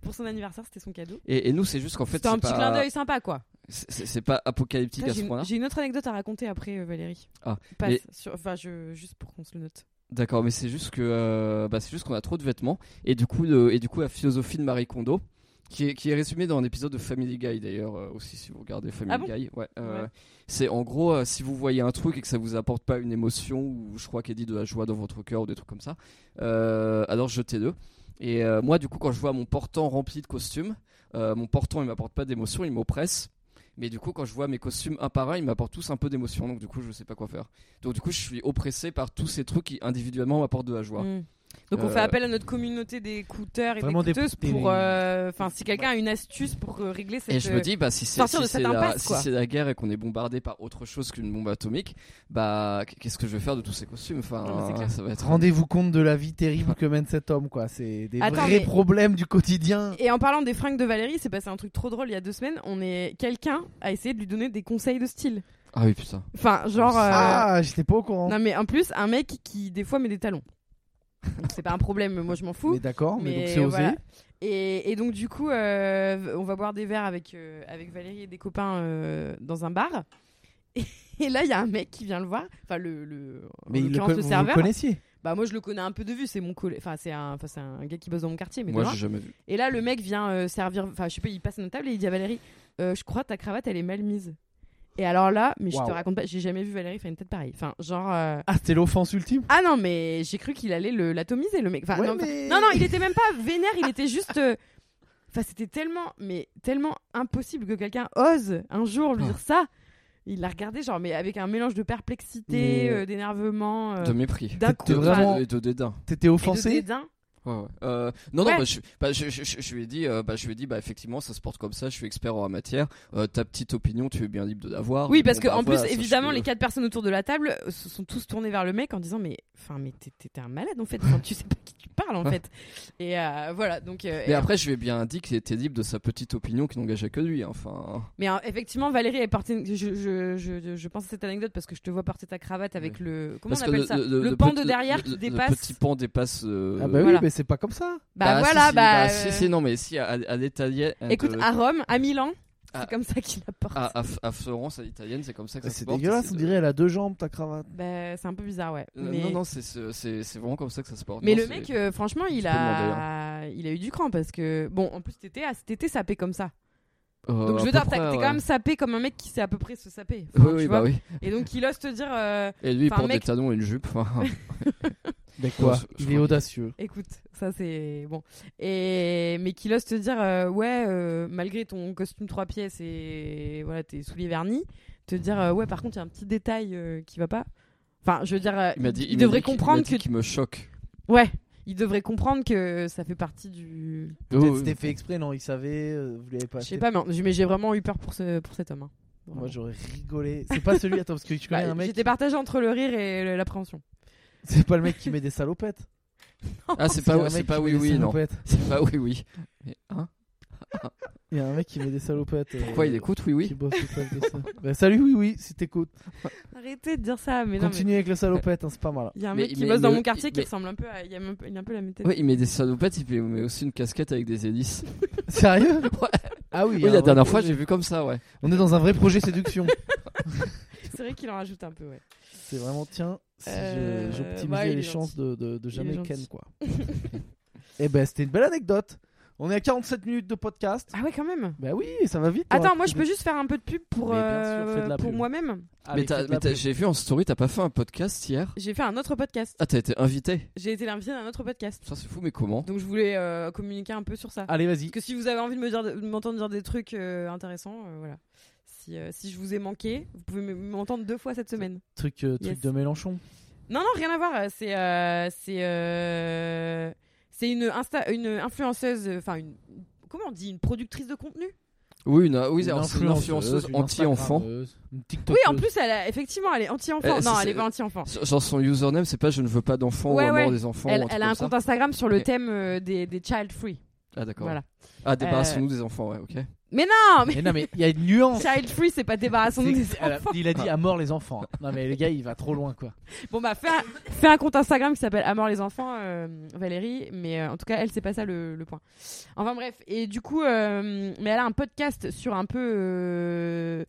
Speaker 2: Pour son anniversaire, c'était son cadeau.
Speaker 3: Et, et nous, c'est juste qu'en fait,
Speaker 2: c'était un
Speaker 3: c'est
Speaker 2: petit
Speaker 3: pas,
Speaker 2: clin d'œil sympa, quoi.
Speaker 3: c'est- c'est pas apocalyptique
Speaker 2: Putain,
Speaker 3: à ce
Speaker 2: J'ai
Speaker 3: point-là.
Speaker 2: j'ai une autre anecdote à raconter après, euh, Valérie.
Speaker 3: Ah,
Speaker 2: Passe
Speaker 3: mais-
Speaker 2: sur- Enfin, je... juste pour qu'on se le note.
Speaker 3: D'accord, mais c'est juste que, euh, bah, c'est juste qu'on a trop de vêtements et du coup, le- et du coup, la philosophie de Marie Kondo, qui est, qui est résumé dans un épisode de Family Guy d'ailleurs euh, aussi si vous regardez Family
Speaker 2: Ah bon
Speaker 3: Guy. Ouais, euh,
Speaker 2: Ouais.
Speaker 3: C'est en gros euh, si vous voyez un truc et que ça vous apporte pas une émotion ou je crois qu'il dit de la joie dans votre cœur ou des trucs comme ça, euh, alors jetez-le. Et euh, moi du coup quand je vois mon portant rempli de costumes, euh, mon portant il m'apporte pas d'émotion, il m'oppresse. Mais du coup quand je vois mes costumes un par un, ils m'apportent tous un peu d'émotion donc du coup je sais pas quoi faire. Donc du coup je suis oppressé par tous ces trucs qui individuellement m'apportent de la joie.
Speaker 2: Mm. Donc on
Speaker 3: Euh,
Speaker 2: fait appel à notre communauté d'écouteurs et
Speaker 1: Vraiment des-
Speaker 2: d'écouteuses
Speaker 1: des-
Speaker 2: pour, euh, enfin, si quelqu'un a une astuce pour euh, régler cette.
Speaker 3: Et je
Speaker 2: euh,
Speaker 3: me dis, bah, si c'est
Speaker 2: sortir
Speaker 3: si
Speaker 2: de cette
Speaker 3: c'est la,
Speaker 2: impasse,
Speaker 3: si
Speaker 2: quoi.
Speaker 3: c'est la guerre et qu'on est bombardé par autre chose qu'une bombe atomique, bah, qu'est-ce que je vais faire de tous ces costumes
Speaker 2: Non, mais c'est
Speaker 3: Enfin,
Speaker 2: clair.
Speaker 3: ça va être
Speaker 1: Rendez-vous compte de la vie terrible que mène cet homme, quoi. C'est des
Speaker 2: Attends,
Speaker 1: vrais
Speaker 2: mais-
Speaker 1: problèmes du quotidien.
Speaker 2: Et euh, en parlant des fringues de Valérie, c'est passé un truc trop drôle il y a deux semaines. On est quelqu'un a essayé de lui donner des conseils de style.
Speaker 3: Ah oui, putain.
Speaker 2: Enfin, genre. euh,
Speaker 1: Ah, j'étais pas au courant.
Speaker 2: Non mais en plus un mec qui des fois met des talons. Donc, C'est pas un problème, moi je m'en fous.
Speaker 1: mais d'accord, mais, donc c'est osé.
Speaker 2: voilà. Et, et donc du coup, euh, on va boire des verres avec, euh, avec Valérie et des copains euh, dans un bar. Et, et là, il y a un mec qui vient le voir, enfin le, le, en
Speaker 1: Mais il le,
Speaker 2: l'occurrence,
Speaker 1: con-
Speaker 2: le
Speaker 1: vous le
Speaker 2: serveur.
Speaker 1: connaissiez.
Speaker 2: Bah moi je le connais un peu de vue, c'est mon collègue, enfin c'est un, enfin, c'est un gars qui bosse dans mon quartier. Mais de
Speaker 3: Moi,
Speaker 2: loin.
Speaker 3: j'ai jamais vu.
Speaker 2: Et là, le mec vient euh, servir, enfin, je sais pas, il passe à notre table et il dit à Valérie, Euh, je crois ta cravate, elle est mal mise. Et alors là, mais je te
Speaker 1: Waouh.
Speaker 2: raconte pas, j'ai jamais vu Valérie faire une tête pareille. Enfin, genre. euh,
Speaker 1: Ah, c'était l'offense ultime.
Speaker 2: Ah non, mais j'ai cru qu'il allait le- l'atomiser, le mec. Enfin,
Speaker 1: Ouais,
Speaker 2: non,
Speaker 1: mais-
Speaker 2: non, non, il était même pas vénère, il était juste. euh, Enfin, c'était tellement, mais tellement impossible que quelqu'un ose un jour lui dire ça. Il l'a regardé, genre, mais avec un mélange de perplexité,
Speaker 1: Mais-
Speaker 2: euh, d'énervement, euh,
Speaker 3: De mépris.
Speaker 2: d'un coup.
Speaker 1: T'es
Speaker 2: enfin,
Speaker 1: vraiment-
Speaker 3: Et de dédain.
Speaker 1: T'étais
Speaker 2: et de
Speaker 1: offensé.
Speaker 2: dédain.
Speaker 3: Ouais, ouais. Euh, non,
Speaker 2: Ouais.
Speaker 3: non, bah, je, bah, je, je, je- je lui ai dit, euh, bah, je lui ai dit, bah, effectivement, ça se porte comme ça, je suis expert en la matière, euh, ta petite opinion, tu es bien libre de l'avoir.
Speaker 2: Oui,
Speaker 3: Mais
Speaker 2: parce
Speaker 3: bon,
Speaker 2: que
Speaker 3: bah,
Speaker 2: en plus,
Speaker 3: voilà, ça, je
Speaker 2: évidemment,
Speaker 3: peux-
Speaker 2: les quatre personnes autour de la table euh, se sont tous tournés vers le mec en disant mais enfin mais t'es- t'es t'es un malade en fait, Enfin, tu sais pas qui tu parles en
Speaker 3: Ouais.
Speaker 2: fait. Et euh, voilà donc. euh, et-
Speaker 3: Mais après, je lui ai bien dit qu'il était libre de sa petite opinion qui n'engageait que lui, hein, enfin.
Speaker 2: mais, euh, effectivement, Valérie est portée. une- Je, je, je, je pense à cette anecdote parce que je te vois porter ta cravate avec le comment
Speaker 3: Parce
Speaker 2: on
Speaker 3: que
Speaker 2: appelle ça le, pan de
Speaker 3: petit-
Speaker 2: derrière
Speaker 3: le-
Speaker 2: qui
Speaker 3: le-
Speaker 2: dépasse.
Speaker 3: Le petit pan dépasse. euh, Ah,
Speaker 1: Ah bah oui,
Speaker 2: Voilà.
Speaker 1: mais c'est pas comme ça.
Speaker 2: Bah,
Speaker 3: si,
Speaker 2: voilà
Speaker 3: si,
Speaker 2: bah.
Speaker 3: si,
Speaker 2: euh,
Speaker 3: si, non, mais si, à, à l'italienne. euh,
Speaker 2: Écoute,
Speaker 3: de-
Speaker 2: à Rome, à Milan,
Speaker 3: Ah.
Speaker 2: c'est comme ça qu'il la porte.
Speaker 3: à, à, à Florence, à l'italienne, c'est comme ça que ça
Speaker 1: Ah,
Speaker 3: se
Speaker 1: Bah, C'est
Speaker 3: porte.
Speaker 1: dégueulasse,
Speaker 3: c'est
Speaker 1: on
Speaker 3: de-
Speaker 1: dirait elle a deux jambes ta cravate.
Speaker 2: Bah, c'est un peu bizarre ouais.
Speaker 3: Euh,
Speaker 2: mais...
Speaker 3: Non, non, c'est- c'est c'est- c'est vraiment comme ça que ça se porte.
Speaker 2: Mais
Speaker 3: Non,
Speaker 2: le
Speaker 3: c'est- hein.
Speaker 2: mec, euh, franchement, il
Speaker 3: peux
Speaker 2: a, il a eu du cran parce que bon, en plus t'étais, ah, t'étais sapé comme ça.
Speaker 3: Euh,
Speaker 2: Donc je veux
Speaker 3: à peu
Speaker 2: dire,
Speaker 3: près,
Speaker 2: t'as- t'es
Speaker 3: ouais.
Speaker 2: quand même sapé comme un mec qui sait à peu près se saper.
Speaker 3: Oui,
Speaker 2: Enfin, tu
Speaker 3: oui,
Speaker 2: vois.
Speaker 3: bah oui.
Speaker 2: Et donc il ose te dire, euh,
Speaker 3: Et lui, il
Speaker 2: Enfin,
Speaker 3: porte
Speaker 2: mec-
Speaker 3: des talons et une jupe. enfin.
Speaker 1: Mais quoi
Speaker 3: Non, je- je
Speaker 1: Il
Speaker 3: crois
Speaker 1: est
Speaker 3: que-
Speaker 1: audacieux.
Speaker 2: écoute, ça c'est bon. Et mais qu'il ose te dire, euh, ouais, euh, malgré ton costume trois pièces et voilà tes souliers vernis, te dire, euh, ouais, par contre il y a un petit détail euh, qui va pas. Enfin, je veux dire, euh,
Speaker 3: il m'a dit,
Speaker 2: il
Speaker 3: m'a
Speaker 2: devrait
Speaker 3: dit qu'il-
Speaker 2: comprendre
Speaker 3: il m'a dit
Speaker 2: que-
Speaker 3: qu'il me choque.
Speaker 2: ouais, il devrait comprendre que ça fait partie du.
Speaker 1: Peut-être
Speaker 3: Oh, oui,
Speaker 1: c'était
Speaker 3: oui.
Speaker 1: fait exprès, non, il savait, euh, vous lui avez pas
Speaker 2: Je sais
Speaker 1: acheté.
Speaker 2: pas, mais mais j'ai vraiment eu peur pour ce pour cet homme. hein. Vraiment.
Speaker 1: Moi j'aurais rigolé. C'est pas celui, attends, parce que tu connais
Speaker 2: Bah,
Speaker 1: un mec.
Speaker 2: J'étais partagée entre le rire et le- l'appréhension.
Speaker 1: C'est pas le mec qui met des salopettes.
Speaker 3: Ah, c'est
Speaker 1: Il y a
Speaker 3: pas,
Speaker 1: un
Speaker 3: c'est
Speaker 1: mec
Speaker 3: pas
Speaker 1: qui met
Speaker 3: oui,
Speaker 1: des
Speaker 3: oui, non.
Speaker 1: salopettes.
Speaker 3: C'est pas oui, oui. Mais, hein
Speaker 1: Il y a un mec qui met des salopettes. euh,
Speaker 3: Pourquoi il écoute oui,
Speaker 1: qui
Speaker 3: oui
Speaker 1: bosse au club de ça. Bah, salut, oui, oui, si t'écoutes.
Speaker 2: Arrêtez de dire ça, mais non, mais-
Speaker 1: Continue avec le salopette, hein, c'est pas mal.
Speaker 2: Il y a un
Speaker 3: Mais-
Speaker 2: mec qui
Speaker 3: mais-
Speaker 2: bosse dans
Speaker 3: mais-
Speaker 2: mon quartier qui
Speaker 3: mais-
Speaker 2: ressemble un peu à. Il y a un peu, il a un peu la même tête.
Speaker 3: Oui, il met des salopettes, il met aussi une casquette avec des hélices.
Speaker 1: Sérieux
Speaker 3: Ouais.
Speaker 1: Ah oui. il
Speaker 3: Oui,
Speaker 1: y a un
Speaker 3: la
Speaker 1: vrai
Speaker 3: dernière fois,
Speaker 1: projet.
Speaker 3: j'ai vu comme ça, ouais.
Speaker 1: On est dans un vrai projet séduction.
Speaker 2: C'est vrai qu'il en rajoute un peu, ouais.
Speaker 1: C'est vraiment, tiens, si je-
Speaker 2: Euh,
Speaker 1: j'optimisais
Speaker 2: ouais, il
Speaker 1: les
Speaker 2: est
Speaker 1: chances de, de, de
Speaker 2: est
Speaker 1: jamais
Speaker 2: gentil.
Speaker 1: Ken, quoi. Eh ben, c'était une belle anecdote. On est à 47 minutes de podcast.
Speaker 2: Ah ouais, quand même.
Speaker 1: Bah oui, ça va vite. toi.
Speaker 2: Attends, moi je peux juste faire un peu de pub pour,
Speaker 1: Mais bien sûr,
Speaker 2: euh,
Speaker 1: fais de la
Speaker 2: pour
Speaker 1: pub.
Speaker 2: moi-même.
Speaker 1: Allez,
Speaker 3: Mais t'as-
Speaker 1: fais de
Speaker 3: mais
Speaker 1: la
Speaker 3: t'as-
Speaker 1: pub.
Speaker 3: j'ai vu en story, t'as pas fait un podcast hier
Speaker 2: J'ai fait un autre podcast.
Speaker 3: Ah, t'as été invité
Speaker 2: J'ai été l'invité d'un autre podcast.
Speaker 3: Ça, c'est fou, mais comment
Speaker 2: Donc je voulais euh, communiquer un peu sur ça.
Speaker 3: Ah.
Speaker 1: Allez, vas-y.
Speaker 2: Parce que si vous avez envie de me dire, de m'entendre dire des trucs euh, intéressants, euh, voilà. Si, euh, si je vous ai manqué, vous pouvez m- m'entendre deux fois cette semaine.
Speaker 1: Truc, euh, truc
Speaker 2: Yes.
Speaker 1: de Mélenchon.
Speaker 2: Non, non, rien à voir. euh, C'est euh, c'est euh, c'est une Insta, une influenceuse, euh, enfin une comment on dit, une productrice de contenu.
Speaker 3: Oui, une, ah oui alors, c'est une influenceuse
Speaker 1: une
Speaker 3: anti-enfant.
Speaker 1: Instagrammeuse, une
Speaker 2: Oui,
Speaker 1: TikTokeuse.
Speaker 2: en plus, elle a- effectivement, elle est anti-enfant.
Speaker 3: Euh,
Speaker 2: non,
Speaker 3: c'est-
Speaker 2: elle est pas anti-enfant.
Speaker 3: Genre son username, c'est pas je ne veux pas d'enfants
Speaker 2: Ouais,
Speaker 3: ou
Speaker 2: ouais.
Speaker 3: amour des enfants. ou
Speaker 2: Elle,
Speaker 3: un truc
Speaker 2: elle a un
Speaker 3: comme
Speaker 2: compte
Speaker 3: ça.
Speaker 2: Instagram sur le
Speaker 3: Ok.
Speaker 2: thème euh, des, des child free.
Speaker 3: Ah d'accord.
Speaker 2: Voilà. Euh,
Speaker 3: Ah débarrassons-nous des enfants, ouais, ok.
Speaker 2: Non, mais
Speaker 1: Mais Eh non, mais il y a une nuance.
Speaker 2: child free, c'est pas débarrassons-nous
Speaker 1: C'est-
Speaker 2: des
Speaker 1: elle a-
Speaker 2: enfants.
Speaker 1: il a dit à mort les enfants. Non, mais le gars, il va trop loin, quoi.
Speaker 2: Bon, bah, fais un, fais un compte Instagram qui s'appelle Amor les enfants, euh, Valérie. Mais euh, en tout cas, elle, c'est pas ça le, le point. Enfin, bref. Et du coup, euh, mais elle a un podcast sur un peu. euh,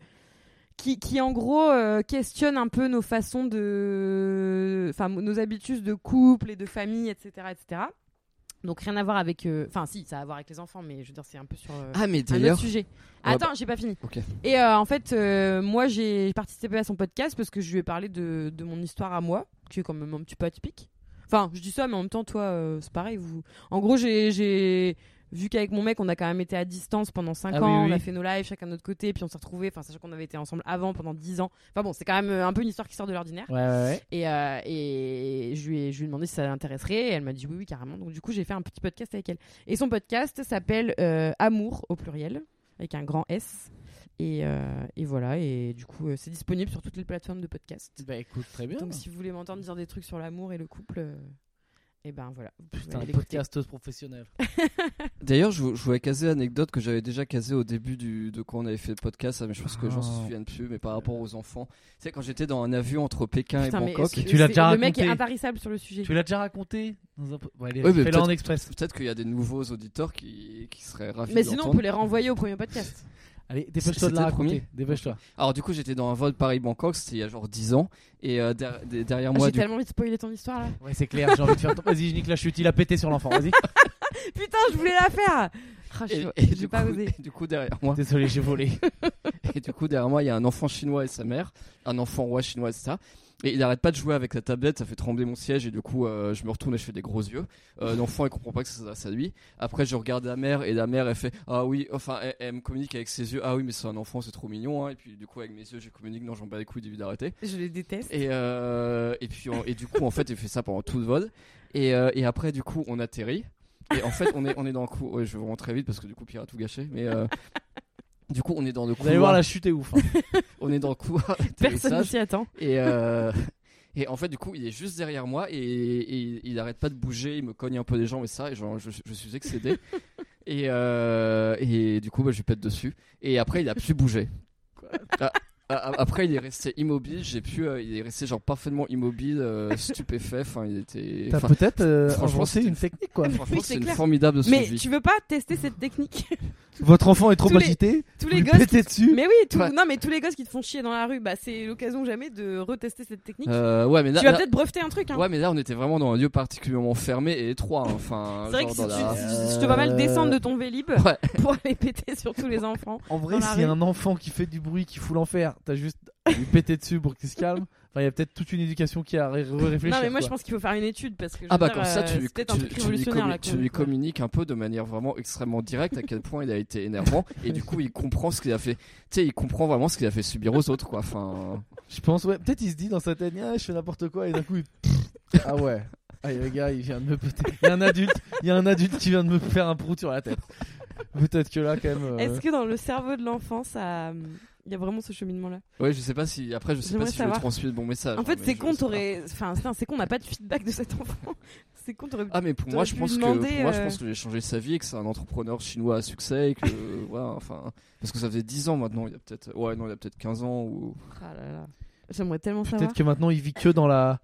Speaker 2: qui, qui, en gros, euh, questionne un peu nos façons de. Enfin, nos habitudes de couple et de famille, etc. etc. Donc rien à voir avec. euh, Enfin, si, ça a à voir avec les enfants, mais je veux dire, c'est un peu sur euh,
Speaker 3: Ah, mais
Speaker 2: un autre
Speaker 3: d'ailleurs.
Speaker 2: sujet.
Speaker 3: Ouais,
Speaker 2: Attends, j'ai pas fini.
Speaker 3: Ok.
Speaker 2: Et euh, en fait, euh, moi, j'ai participé à son podcast parce que je lui ai parlé de, de mon histoire à moi, qui est quand même un petit peu atypique. Enfin, je dis ça, mais en même temps, toi, euh, c'est pareil. Vous... En gros, j'ai- j'ai vu qu'avec mon mec, on a quand même été à distance pendant 5
Speaker 1: Ah oui,
Speaker 2: ans,
Speaker 1: oui,
Speaker 2: on a
Speaker 1: oui.
Speaker 2: fait nos lives chacun de notre côté, puis on s'est retrouvés, enfin, sachant qu'on avait été ensemble avant pendant 10 ans. Enfin bon, c'est quand même euh, un peu une histoire qui sort de l'ordinaire.
Speaker 1: Ouais, ouais, ouais.
Speaker 2: Et, euh, et je, lui ai, je lui ai demandé si ça l'intéresserait. Et elle m'a dit oui, oui, carrément. Donc, du coup, j'ai fait un petit podcast avec elle. Et son podcast s'appelle euh, Amour au pluriel, avec un grand S. Et, euh, et voilà. Et du coup, euh, c'est disponible sur toutes les plateformes de podcast.
Speaker 1: Bah écoute, très bien.
Speaker 2: Donc, si vous voulez m'entendre dire des trucs sur l'amour et le couple, et ben voilà. vous pouvez
Speaker 1: Putain,
Speaker 2: aller l'écouter.
Speaker 1: podcasteuse professionnelle.
Speaker 3: D'ailleurs, je, vou- je voulais caser l'anecdote que j'avais déjà casée au début du, de quand on avait fait le podcast, hein, mais je pense que les gens se
Speaker 2: Ah.
Speaker 1: Oh.
Speaker 3: souviennent plus, mais par rapport aux enfants. Tu sais, quand j'étais dans un avion entre Pékin
Speaker 2: Putain,
Speaker 3: Ah, et
Speaker 2: mais
Speaker 3: Bangkok,
Speaker 2: c'est-
Speaker 1: Tu l'as
Speaker 2: c'est-
Speaker 1: déjà
Speaker 2: Le mec
Speaker 1: raconté.
Speaker 2: est intarissable sur le sujet.
Speaker 1: Tu l'as déjà raconté dans un... po- Bon, allez,
Speaker 3: Oui, mais
Speaker 1: fais-le en express.
Speaker 3: peut-être qu'il y a des nouveaux auditeurs qui, qui seraient ravis
Speaker 2: Mais
Speaker 3: de
Speaker 2: sinon, on
Speaker 3: l'entendre.
Speaker 2: peut les renvoyer au premier podcast.
Speaker 1: Allez, dépêche-toi de
Speaker 3: C'était
Speaker 1: la
Speaker 3: le premier
Speaker 1: raconter. Dépêche-toi.
Speaker 3: Alors du coup, j'étais dans un vol Paris-Bangkok, c'était il y a genre 10 ans, et euh, der- de- derrière
Speaker 2: Ah,
Speaker 3: moi,
Speaker 2: J'ai
Speaker 3: du...
Speaker 2: tellement envie de spoiler ton histoire là.
Speaker 1: Ouais, c'est clair, j'ai envie de faire. Vas-y, je nique la chute, il a pété sur l'enfant, vas-y.
Speaker 2: Putain, je voulais la faire. Ah, je-
Speaker 3: et- et
Speaker 2: J'ai
Speaker 3: du
Speaker 2: pas
Speaker 3: coup-
Speaker 2: osé.
Speaker 3: et du coup derrière moi,
Speaker 1: Désolé, j'ai volé.
Speaker 3: et du coup derrière moi, il y a un enfant chinois et sa mère, un enfant roi chinois et ça. Et il arrête pas de jouer avec la tablette, ça fait trembler mon siège et du coup euh, je me retourne et je fais des gros yeux. Euh, L'enfant il comprend pas que ça s'adresse à lui. Après je regarde la mère et la mère elle fait ah oui, enfin elle, elle me communique avec ses yeux ah oui mais c'est un enfant c'est trop mignon hein. et puis du coup avec mes yeux je communique non j'en bats les couilles début d'arrêter.
Speaker 2: Je les déteste.
Speaker 3: Et, euh, et puis on- et du coup en fait il fait ça pendant tout le vol et, euh, et après du coup on atterrit et en fait on est on est dans le coup ouais, je vais rentrer vite parce que du coup Pierre a tout gâché mais euh, du coup on est dans le
Speaker 1: Vous allez voir,
Speaker 3: couloir
Speaker 1: la chute est ouf. hein.
Speaker 3: on est dans le couloir
Speaker 2: Personne
Speaker 3: d'atterrissage.
Speaker 2: s'y attend.
Speaker 3: Et, euh, et en fait, du coup, il est juste derrière moi et, et il arrête pas de bouger, il me cogne un peu les jambes et ça, et genre, je, je suis excédé. et, euh, et du coup, bah, je lui pète dessus. Et après, il a plus bougé. Ah, ah, Après, il est resté immobile, j'ai pu, euh, il est resté genre parfaitement immobile, euh, stupéfait, enfin, il était.
Speaker 1: T'as
Speaker 3: enfin,
Speaker 1: peut-être euh,
Speaker 3: franchement,
Speaker 1: avancé
Speaker 3: c'était-
Speaker 1: une technique, quoi.
Speaker 3: Franchement,
Speaker 2: Oui, c'est
Speaker 3: c'est une
Speaker 2: clair.
Speaker 3: formidable
Speaker 2: Mais
Speaker 3: survie.
Speaker 2: tu veux pas tester cette technique
Speaker 1: Votre enfant est trop
Speaker 2: Tous les-
Speaker 1: agité,
Speaker 2: Tous
Speaker 1: vous
Speaker 2: les
Speaker 1: lui
Speaker 2: gosses.
Speaker 1: pétez dessus.
Speaker 2: Mais oui, tous-
Speaker 3: Ouais.
Speaker 2: non, mais tous les gosses qui te font chier dans la rue, bah c'est l'occasion jamais de retester cette technique.
Speaker 3: Euh, ouais, mais là,
Speaker 2: tu vas
Speaker 3: là-
Speaker 2: peut-être breveter un truc. Hein.
Speaker 3: ouais, mais là, on était vraiment dans un lieu particulièrement fermé et étroit. hein, Enfin,
Speaker 2: c'est vrai que si
Speaker 3: genre
Speaker 2: tu,
Speaker 3: dans la-
Speaker 2: si- si je te vois mal descendre de ton vélib
Speaker 3: Ouais.
Speaker 2: pour aller péter sur tous les enfants.
Speaker 1: En vrai,
Speaker 2: Dans la
Speaker 1: s'il y a
Speaker 2: rue.
Speaker 1: un enfant qui fait du bruit, qui fout l'enfer, t'as juste à lui péter dessus pour qu'il se calme. Enfin, il y a peut-être toute une éducation qui a à ré- réfléchir.
Speaker 2: non, mais moi
Speaker 1: quoi.
Speaker 2: je pense qu'il faut faire une étude parce que. je
Speaker 3: Ah
Speaker 2: veux
Speaker 3: bah
Speaker 2: dire,
Speaker 3: comme ça
Speaker 2: euh,
Speaker 3: tu,
Speaker 2: c'est
Speaker 3: tu,
Speaker 2: peut-être un truc
Speaker 3: tu lui,
Speaker 2: révolutionnaire
Speaker 3: commu-
Speaker 2: là.
Speaker 3: tu
Speaker 2: qu'on-
Speaker 3: lui communiques un peu de manière vraiment extrêmement directe à quel point il a été énervant et du coup il comprend ce qu'il a fait tu sais il comprend vraiment ce qu'il a fait subir aux autres quoi enfin
Speaker 1: Je pense, ouais. Peut-être il se dit dans sa tête, ah, je fais n'importe quoi, et d'un coup, il. ah ouais. Ah, le gars, il vient de me péter. Il y a un adulte, il y a un adulte qui vient de me faire un prout sur la tête. Peut-être que là, quand même. euh,
Speaker 2: Est-ce que dans le cerveau de l'enfant, ça, il y a vraiment ce cheminement là
Speaker 3: ouais je sais pas si après je sais pas
Speaker 2: J'aimerais
Speaker 3: si je vais
Speaker 2: savoir.
Speaker 3: transmettre bon message
Speaker 2: En
Speaker 3: hein,
Speaker 2: fait,
Speaker 3: mais
Speaker 2: c'est
Speaker 3: je
Speaker 2: con,
Speaker 3: sais pas.
Speaker 2: t'aurais, enfin, putain, c'est con, on n'a pas de feedback de cet enfant. C'est con, t'aurais.
Speaker 3: ah mais pour moi
Speaker 2: t'aurais
Speaker 3: je
Speaker 2: pu
Speaker 3: pense
Speaker 2: lui
Speaker 3: que pour
Speaker 2: demander,
Speaker 3: moi je
Speaker 2: euh,
Speaker 3: pense que j'ai changé sa vie et que c'est un entrepreneur chinois à succès et que voilà enfin parce que ça faisait 10 ans maintenant il y a peut-être ouais non il y a peut-être 15 ans ou
Speaker 2: Ah là là. J'aimerais tellement savoir.
Speaker 1: Peut-être que maintenant il vit que dans la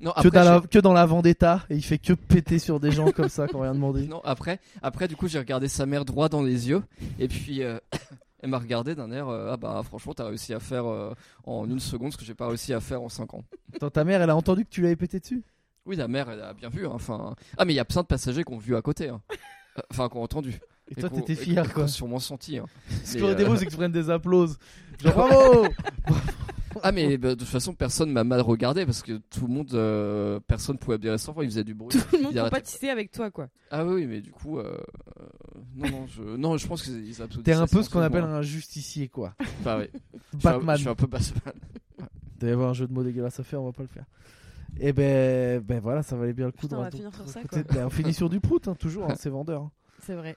Speaker 3: non
Speaker 1: que dans
Speaker 3: je-
Speaker 1: la que dans la vendetta et il fait que péter sur des gens comme ça quand rien demandé.
Speaker 3: Non, après, après du coup, j'ai regardé sa mère droit dans les yeux et puis euh, elle m'a regardé d'un air euh, ah bah franchement, t'as réussi à faire euh, en une seconde ce que j'ai pas réussi à faire en cinq ans.
Speaker 1: Attends, ta mère, elle a entendu que tu l'avais pété dessus
Speaker 3: Oui, la mère, elle a bien vu. hein, Enfin, ah mais il y a plein de passagers qui ont vu à côté. hein. Euh, Enfin, qui ont entendu.
Speaker 1: Et, toi,
Speaker 3: qui ont-
Speaker 1: t'étais
Speaker 3: et qui ont-
Speaker 1: fier quoi.
Speaker 3: qui ont Sûrement senti. hein.
Speaker 1: Ce
Speaker 3: Mais,
Speaker 1: qu'on
Speaker 3: euh,
Speaker 1: déroule, c'est que tu prennes des applauses. Genre bravo
Speaker 3: Ah mais bah, de toute façon, personne m'a mal regardé parce que tout le monde, euh, personne pouvait bien rester. Enfin, il faisait du bruit.
Speaker 2: Tout le monde
Speaker 3: Il arrête-
Speaker 2: compatissait avec toi, quoi.
Speaker 3: Ah oui, mais du coup, euh, euh, non, non, je, non, je pense qu'ils applaudissaient.
Speaker 1: T'es un peu ce qu'on
Speaker 3: silencieusement.
Speaker 1: appelle un justicier quoi.
Speaker 3: Bah ouais. Je suis un-
Speaker 1: Batman.
Speaker 3: Je suis un peu Batman.
Speaker 1: Devait y avoir un jeu de mots dégueulasse à faire, on va pas le faire. Et ben, ben voilà, ça valait bien le coup
Speaker 2: Putain,
Speaker 1: de
Speaker 2: on va
Speaker 1: raconter-
Speaker 2: finir sur ça,
Speaker 1: raconter- ben, on finit sur du prout, hein, toujours, hein, c'est vendeur. hein.
Speaker 2: C'est vrai.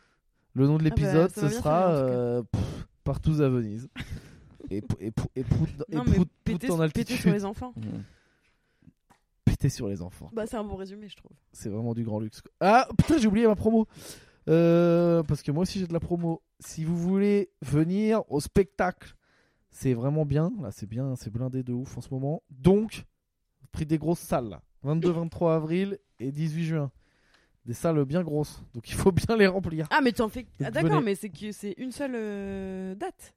Speaker 1: Le nom de
Speaker 2: Ah bah,
Speaker 1: l'épisode,
Speaker 2: ça va
Speaker 1: ce
Speaker 2: bien
Speaker 1: sera
Speaker 2: finir, en tout cas.
Speaker 1: euh, pff, Partous à Venise. Et, pou- et, pou- et prout, et
Speaker 2: Non, mais
Speaker 1: prout- prout
Speaker 2: péter,
Speaker 1: en altitude.
Speaker 2: péter sur les enfants.
Speaker 1: Mmh. Péter sur les enfants.
Speaker 2: Bah, c'est un bon résumé, je trouve.
Speaker 1: C'est vraiment du grand luxe. quoi. Ah putain, j'ai oublié ma promo. Euh, parce que moi aussi j'ai de la promo. Si vous voulez venir au spectacle, c'est vraiment bien. Là, c'est bien, c'est blindé de ouf en ce moment. Donc, pris des grosses salles. là. 22, 23 avril et 18 juin. Des salles bien grosses. Donc il faut bien les remplir.
Speaker 2: Ah, mais t'en fais. Ah,
Speaker 1: Donc,
Speaker 2: d'accord,
Speaker 1: venez.
Speaker 2: mais c'est que c'est une seule euh, date.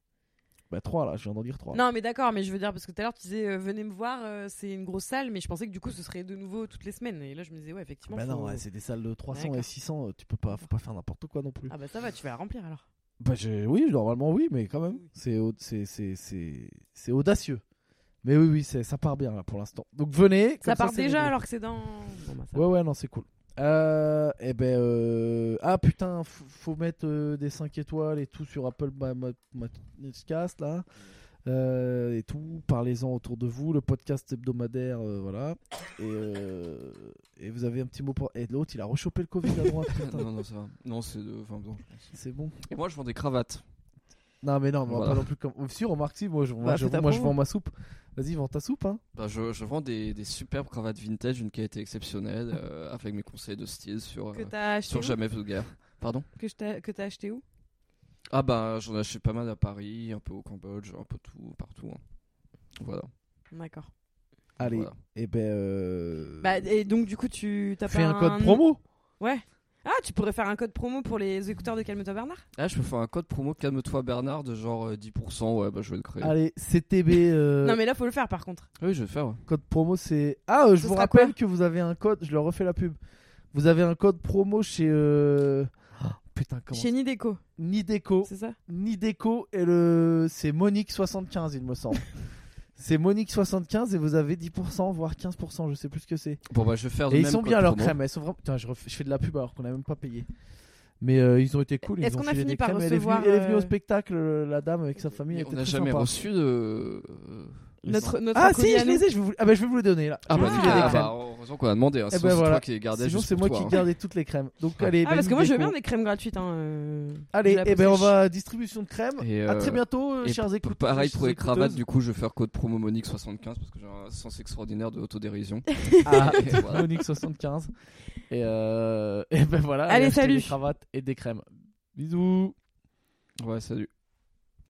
Speaker 1: Bah, 3 là, je viens d'en dire 3.
Speaker 2: Non, mais d'accord, mais je veux dire, parce que tout à l'heure, tu disais, euh, venez me voir, euh, c'est une grosse salle, mais je pensais que du coup, ce serait de nouveau toutes les semaines. Et là, je me disais, ouais, effectivement.
Speaker 1: Bah, non,
Speaker 2: faut-
Speaker 1: ouais, c'est des salles de 300 et
Speaker 2: D'accord.
Speaker 1: 600, euh, tu peux pas, faut pas faire n'importe quoi non plus.
Speaker 2: Ah bah ça va, tu vas la remplir alors.
Speaker 1: Bah, j'ai- oui, normalement oui, mais quand même, c'est au- c'est- c'est- c'est c'est audacieux. Mais oui, oui, c'est- ça part bien là pour l'instant. Donc venez.
Speaker 2: Ça
Speaker 1: comme
Speaker 2: part
Speaker 1: c'est
Speaker 2: déjà
Speaker 1: réglé.
Speaker 2: alors que c'est dans. Bon, bah, ça va.
Speaker 1: Ouais, ouais, non, c'est cool. Euh, eh ben, euh, ah putain, f- faut mettre euh, des 5 étoiles et tout sur Apple Ma- Ma- Ma- Podcast là. Euh, et tout, parlez-en autour de vous, le podcast hebdomadaire, euh, voilà. Et, euh, et vous avez un petit mot pour. Et l'autre, il a rechopé le Covid à droite, putain.
Speaker 3: non, non, ça va. Non, c'est de 20 ans.
Speaker 1: C'est bon.
Speaker 3: Et moi, je vends des cravates.
Speaker 1: Non, mais non, mais on va
Speaker 3: Voilà.
Speaker 1: pas non plus comme. Euh, Si, remarque, si, moi je, moi,
Speaker 2: Bah,
Speaker 1: je-
Speaker 2: fais ta
Speaker 1: moi, je
Speaker 2: promo.
Speaker 1: vends ma soupe. Vas-y, vends ta soupe, hein.
Speaker 3: Bah, je, je vends des, des superbes cravates vintage, une qualité exceptionnelle, euh, avec mes conseils de style sur,
Speaker 2: Que
Speaker 3: euh,
Speaker 2: t'as acheté
Speaker 3: sur
Speaker 2: où
Speaker 3: Jamais Vulgaire. Pardon
Speaker 2: Que je t'ai- que t'as acheté où
Speaker 3: Ah, bah, j'en ai acheté pas mal à Paris, un peu au Cambodge, un peu tout, partout. hein. Voilà.
Speaker 2: D'accord.
Speaker 1: Allez,
Speaker 3: Voilà.
Speaker 1: et ben. euh,
Speaker 2: Bah, et donc du coup tu t'as
Speaker 1: fais
Speaker 2: pas
Speaker 1: un code promo.
Speaker 2: Ah tu pourrais faire un code promo pour les écouteurs de Calme-toi Bernard
Speaker 3: Ah, je peux faire un code promo Calme-toi Bernard de genre euh, 10%. Ouais, bah, je vais le créer.
Speaker 1: Allez, CTB. euh,
Speaker 2: Non mais là faut le faire par contre.
Speaker 3: Oui, je vais le faire. ouais.
Speaker 1: Code promo, c'est. Ah, euh, je
Speaker 2: Ce
Speaker 1: vous
Speaker 2: sera
Speaker 1: rappelle
Speaker 2: quoi
Speaker 1: que vous avez un code. Je leur refais la pub. Vous avez un code promo chez. euh, ah, putain, comment
Speaker 2: Chez Nideco,
Speaker 1: Nideco.
Speaker 2: c'est ça
Speaker 1: Nideco et le. C'est Monique75, il me semble. c'est Monique75 et vous avez 10%, voire 15%, je sais plus ce que c'est.
Speaker 3: Bon, bah, je vais faire de
Speaker 1: Et ils
Speaker 3: même
Speaker 1: sont
Speaker 3: code
Speaker 1: bien leurs
Speaker 3: promo.
Speaker 1: crèmes. Elles sont vraiment... Putain, je, ref- je fais de la pub alors qu'on n'a même pas payé. Mais euh, ils ont été cool. ils
Speaker 2: Est-ce
Speaker 1: ont
Speaker 2: qu'on a
Speaker 1: filé
Speaker 2: fini
Speaker 1: des
Speaker 2: par
Speaker 1: crèmes. elle est, venue,
Speaker 2: recevoir,
Speaker 1: elle est venue au
Speaker 2: euh,
Speaker 1: spectacle, euh, la dame avec sa famille.
Speaker 3: Mais
Speaker 1: elle
Speaker 3: on
Speaker 1: était
Speaker 3: n'a
Speaker 1: très
Speaker 3: jamais
Speaker 1: sympa.
Speaker 3: reçu de. euh,
Speaker 2: Notre notre
Speaker 1: Ah si,
Speaker 2: inconnu à
Speaker 1: je
Speaker 2: nous.
Speaker 1: les ai. Je vais vous... Ah bah je vais vous les donner là.
Speaker 3: Ah,
Speaker 1: Je vais
Speaker 3: bah,
Speaker 1: vous
Speaker 2: Ah.
Speaker 1: filer les
Speaker 3: ah,
Speaker 1: crèmes.
Speaker 3: bah, heureusement qu'on a demandé. Hein.
Speaker 1: Eh
Speaker 3: Sinon,
Speaker 1: ben,
Speaker 3: c'est
Speaker 1: voilà.
Speaker 3: toi qui les gardais
Speaker 1: Sinon,
Speaker 3: juste
Speaker 1: c'est moi
Speaker 3: pour toi,
Speaker 1: qui
Speaker 3: hein.
Speaker 1: gardais toutes les crèmes. Donc allez,
Speaker 2: Ah parce que moi je veux
Speaker 1: Eh ben, Nideco.
Speaker 2: bien des crèmes gratuites hein. euh, de
Speaker 1: Allez,
Speaker 2: la
Speaker 1: et ben on
Speaker 2: poste.
Speaker 1: va distribution de crèmes.
Speaker 3: Et,
Speaker 1: À
Speaker 3: euh,
Speaker 1: Bah, très bientôt, euh,
Speaker 3: Et
Speaker 1: chers
Speaker 3: p-
Speaker 1: écouteurs.
Speaker 3: Pareil pour les cravates,
Speaker 1: du
Speaker 3: du coup, je vais faire code promo Monique75 parce que j'ai un sens extraordinaire de autodérision.
Speaker 1: Ah,
Speaker 3: Et voilà.
Speaker 1: Monique 75. Et, euh, et ben voilà.
Speaker 2: Allez,
Speaker 1: achetez
Speaker 2: salut.
Speaker 1: Des cravates et des crèmes. Bisous.
Speaker 3: Ouais, salut.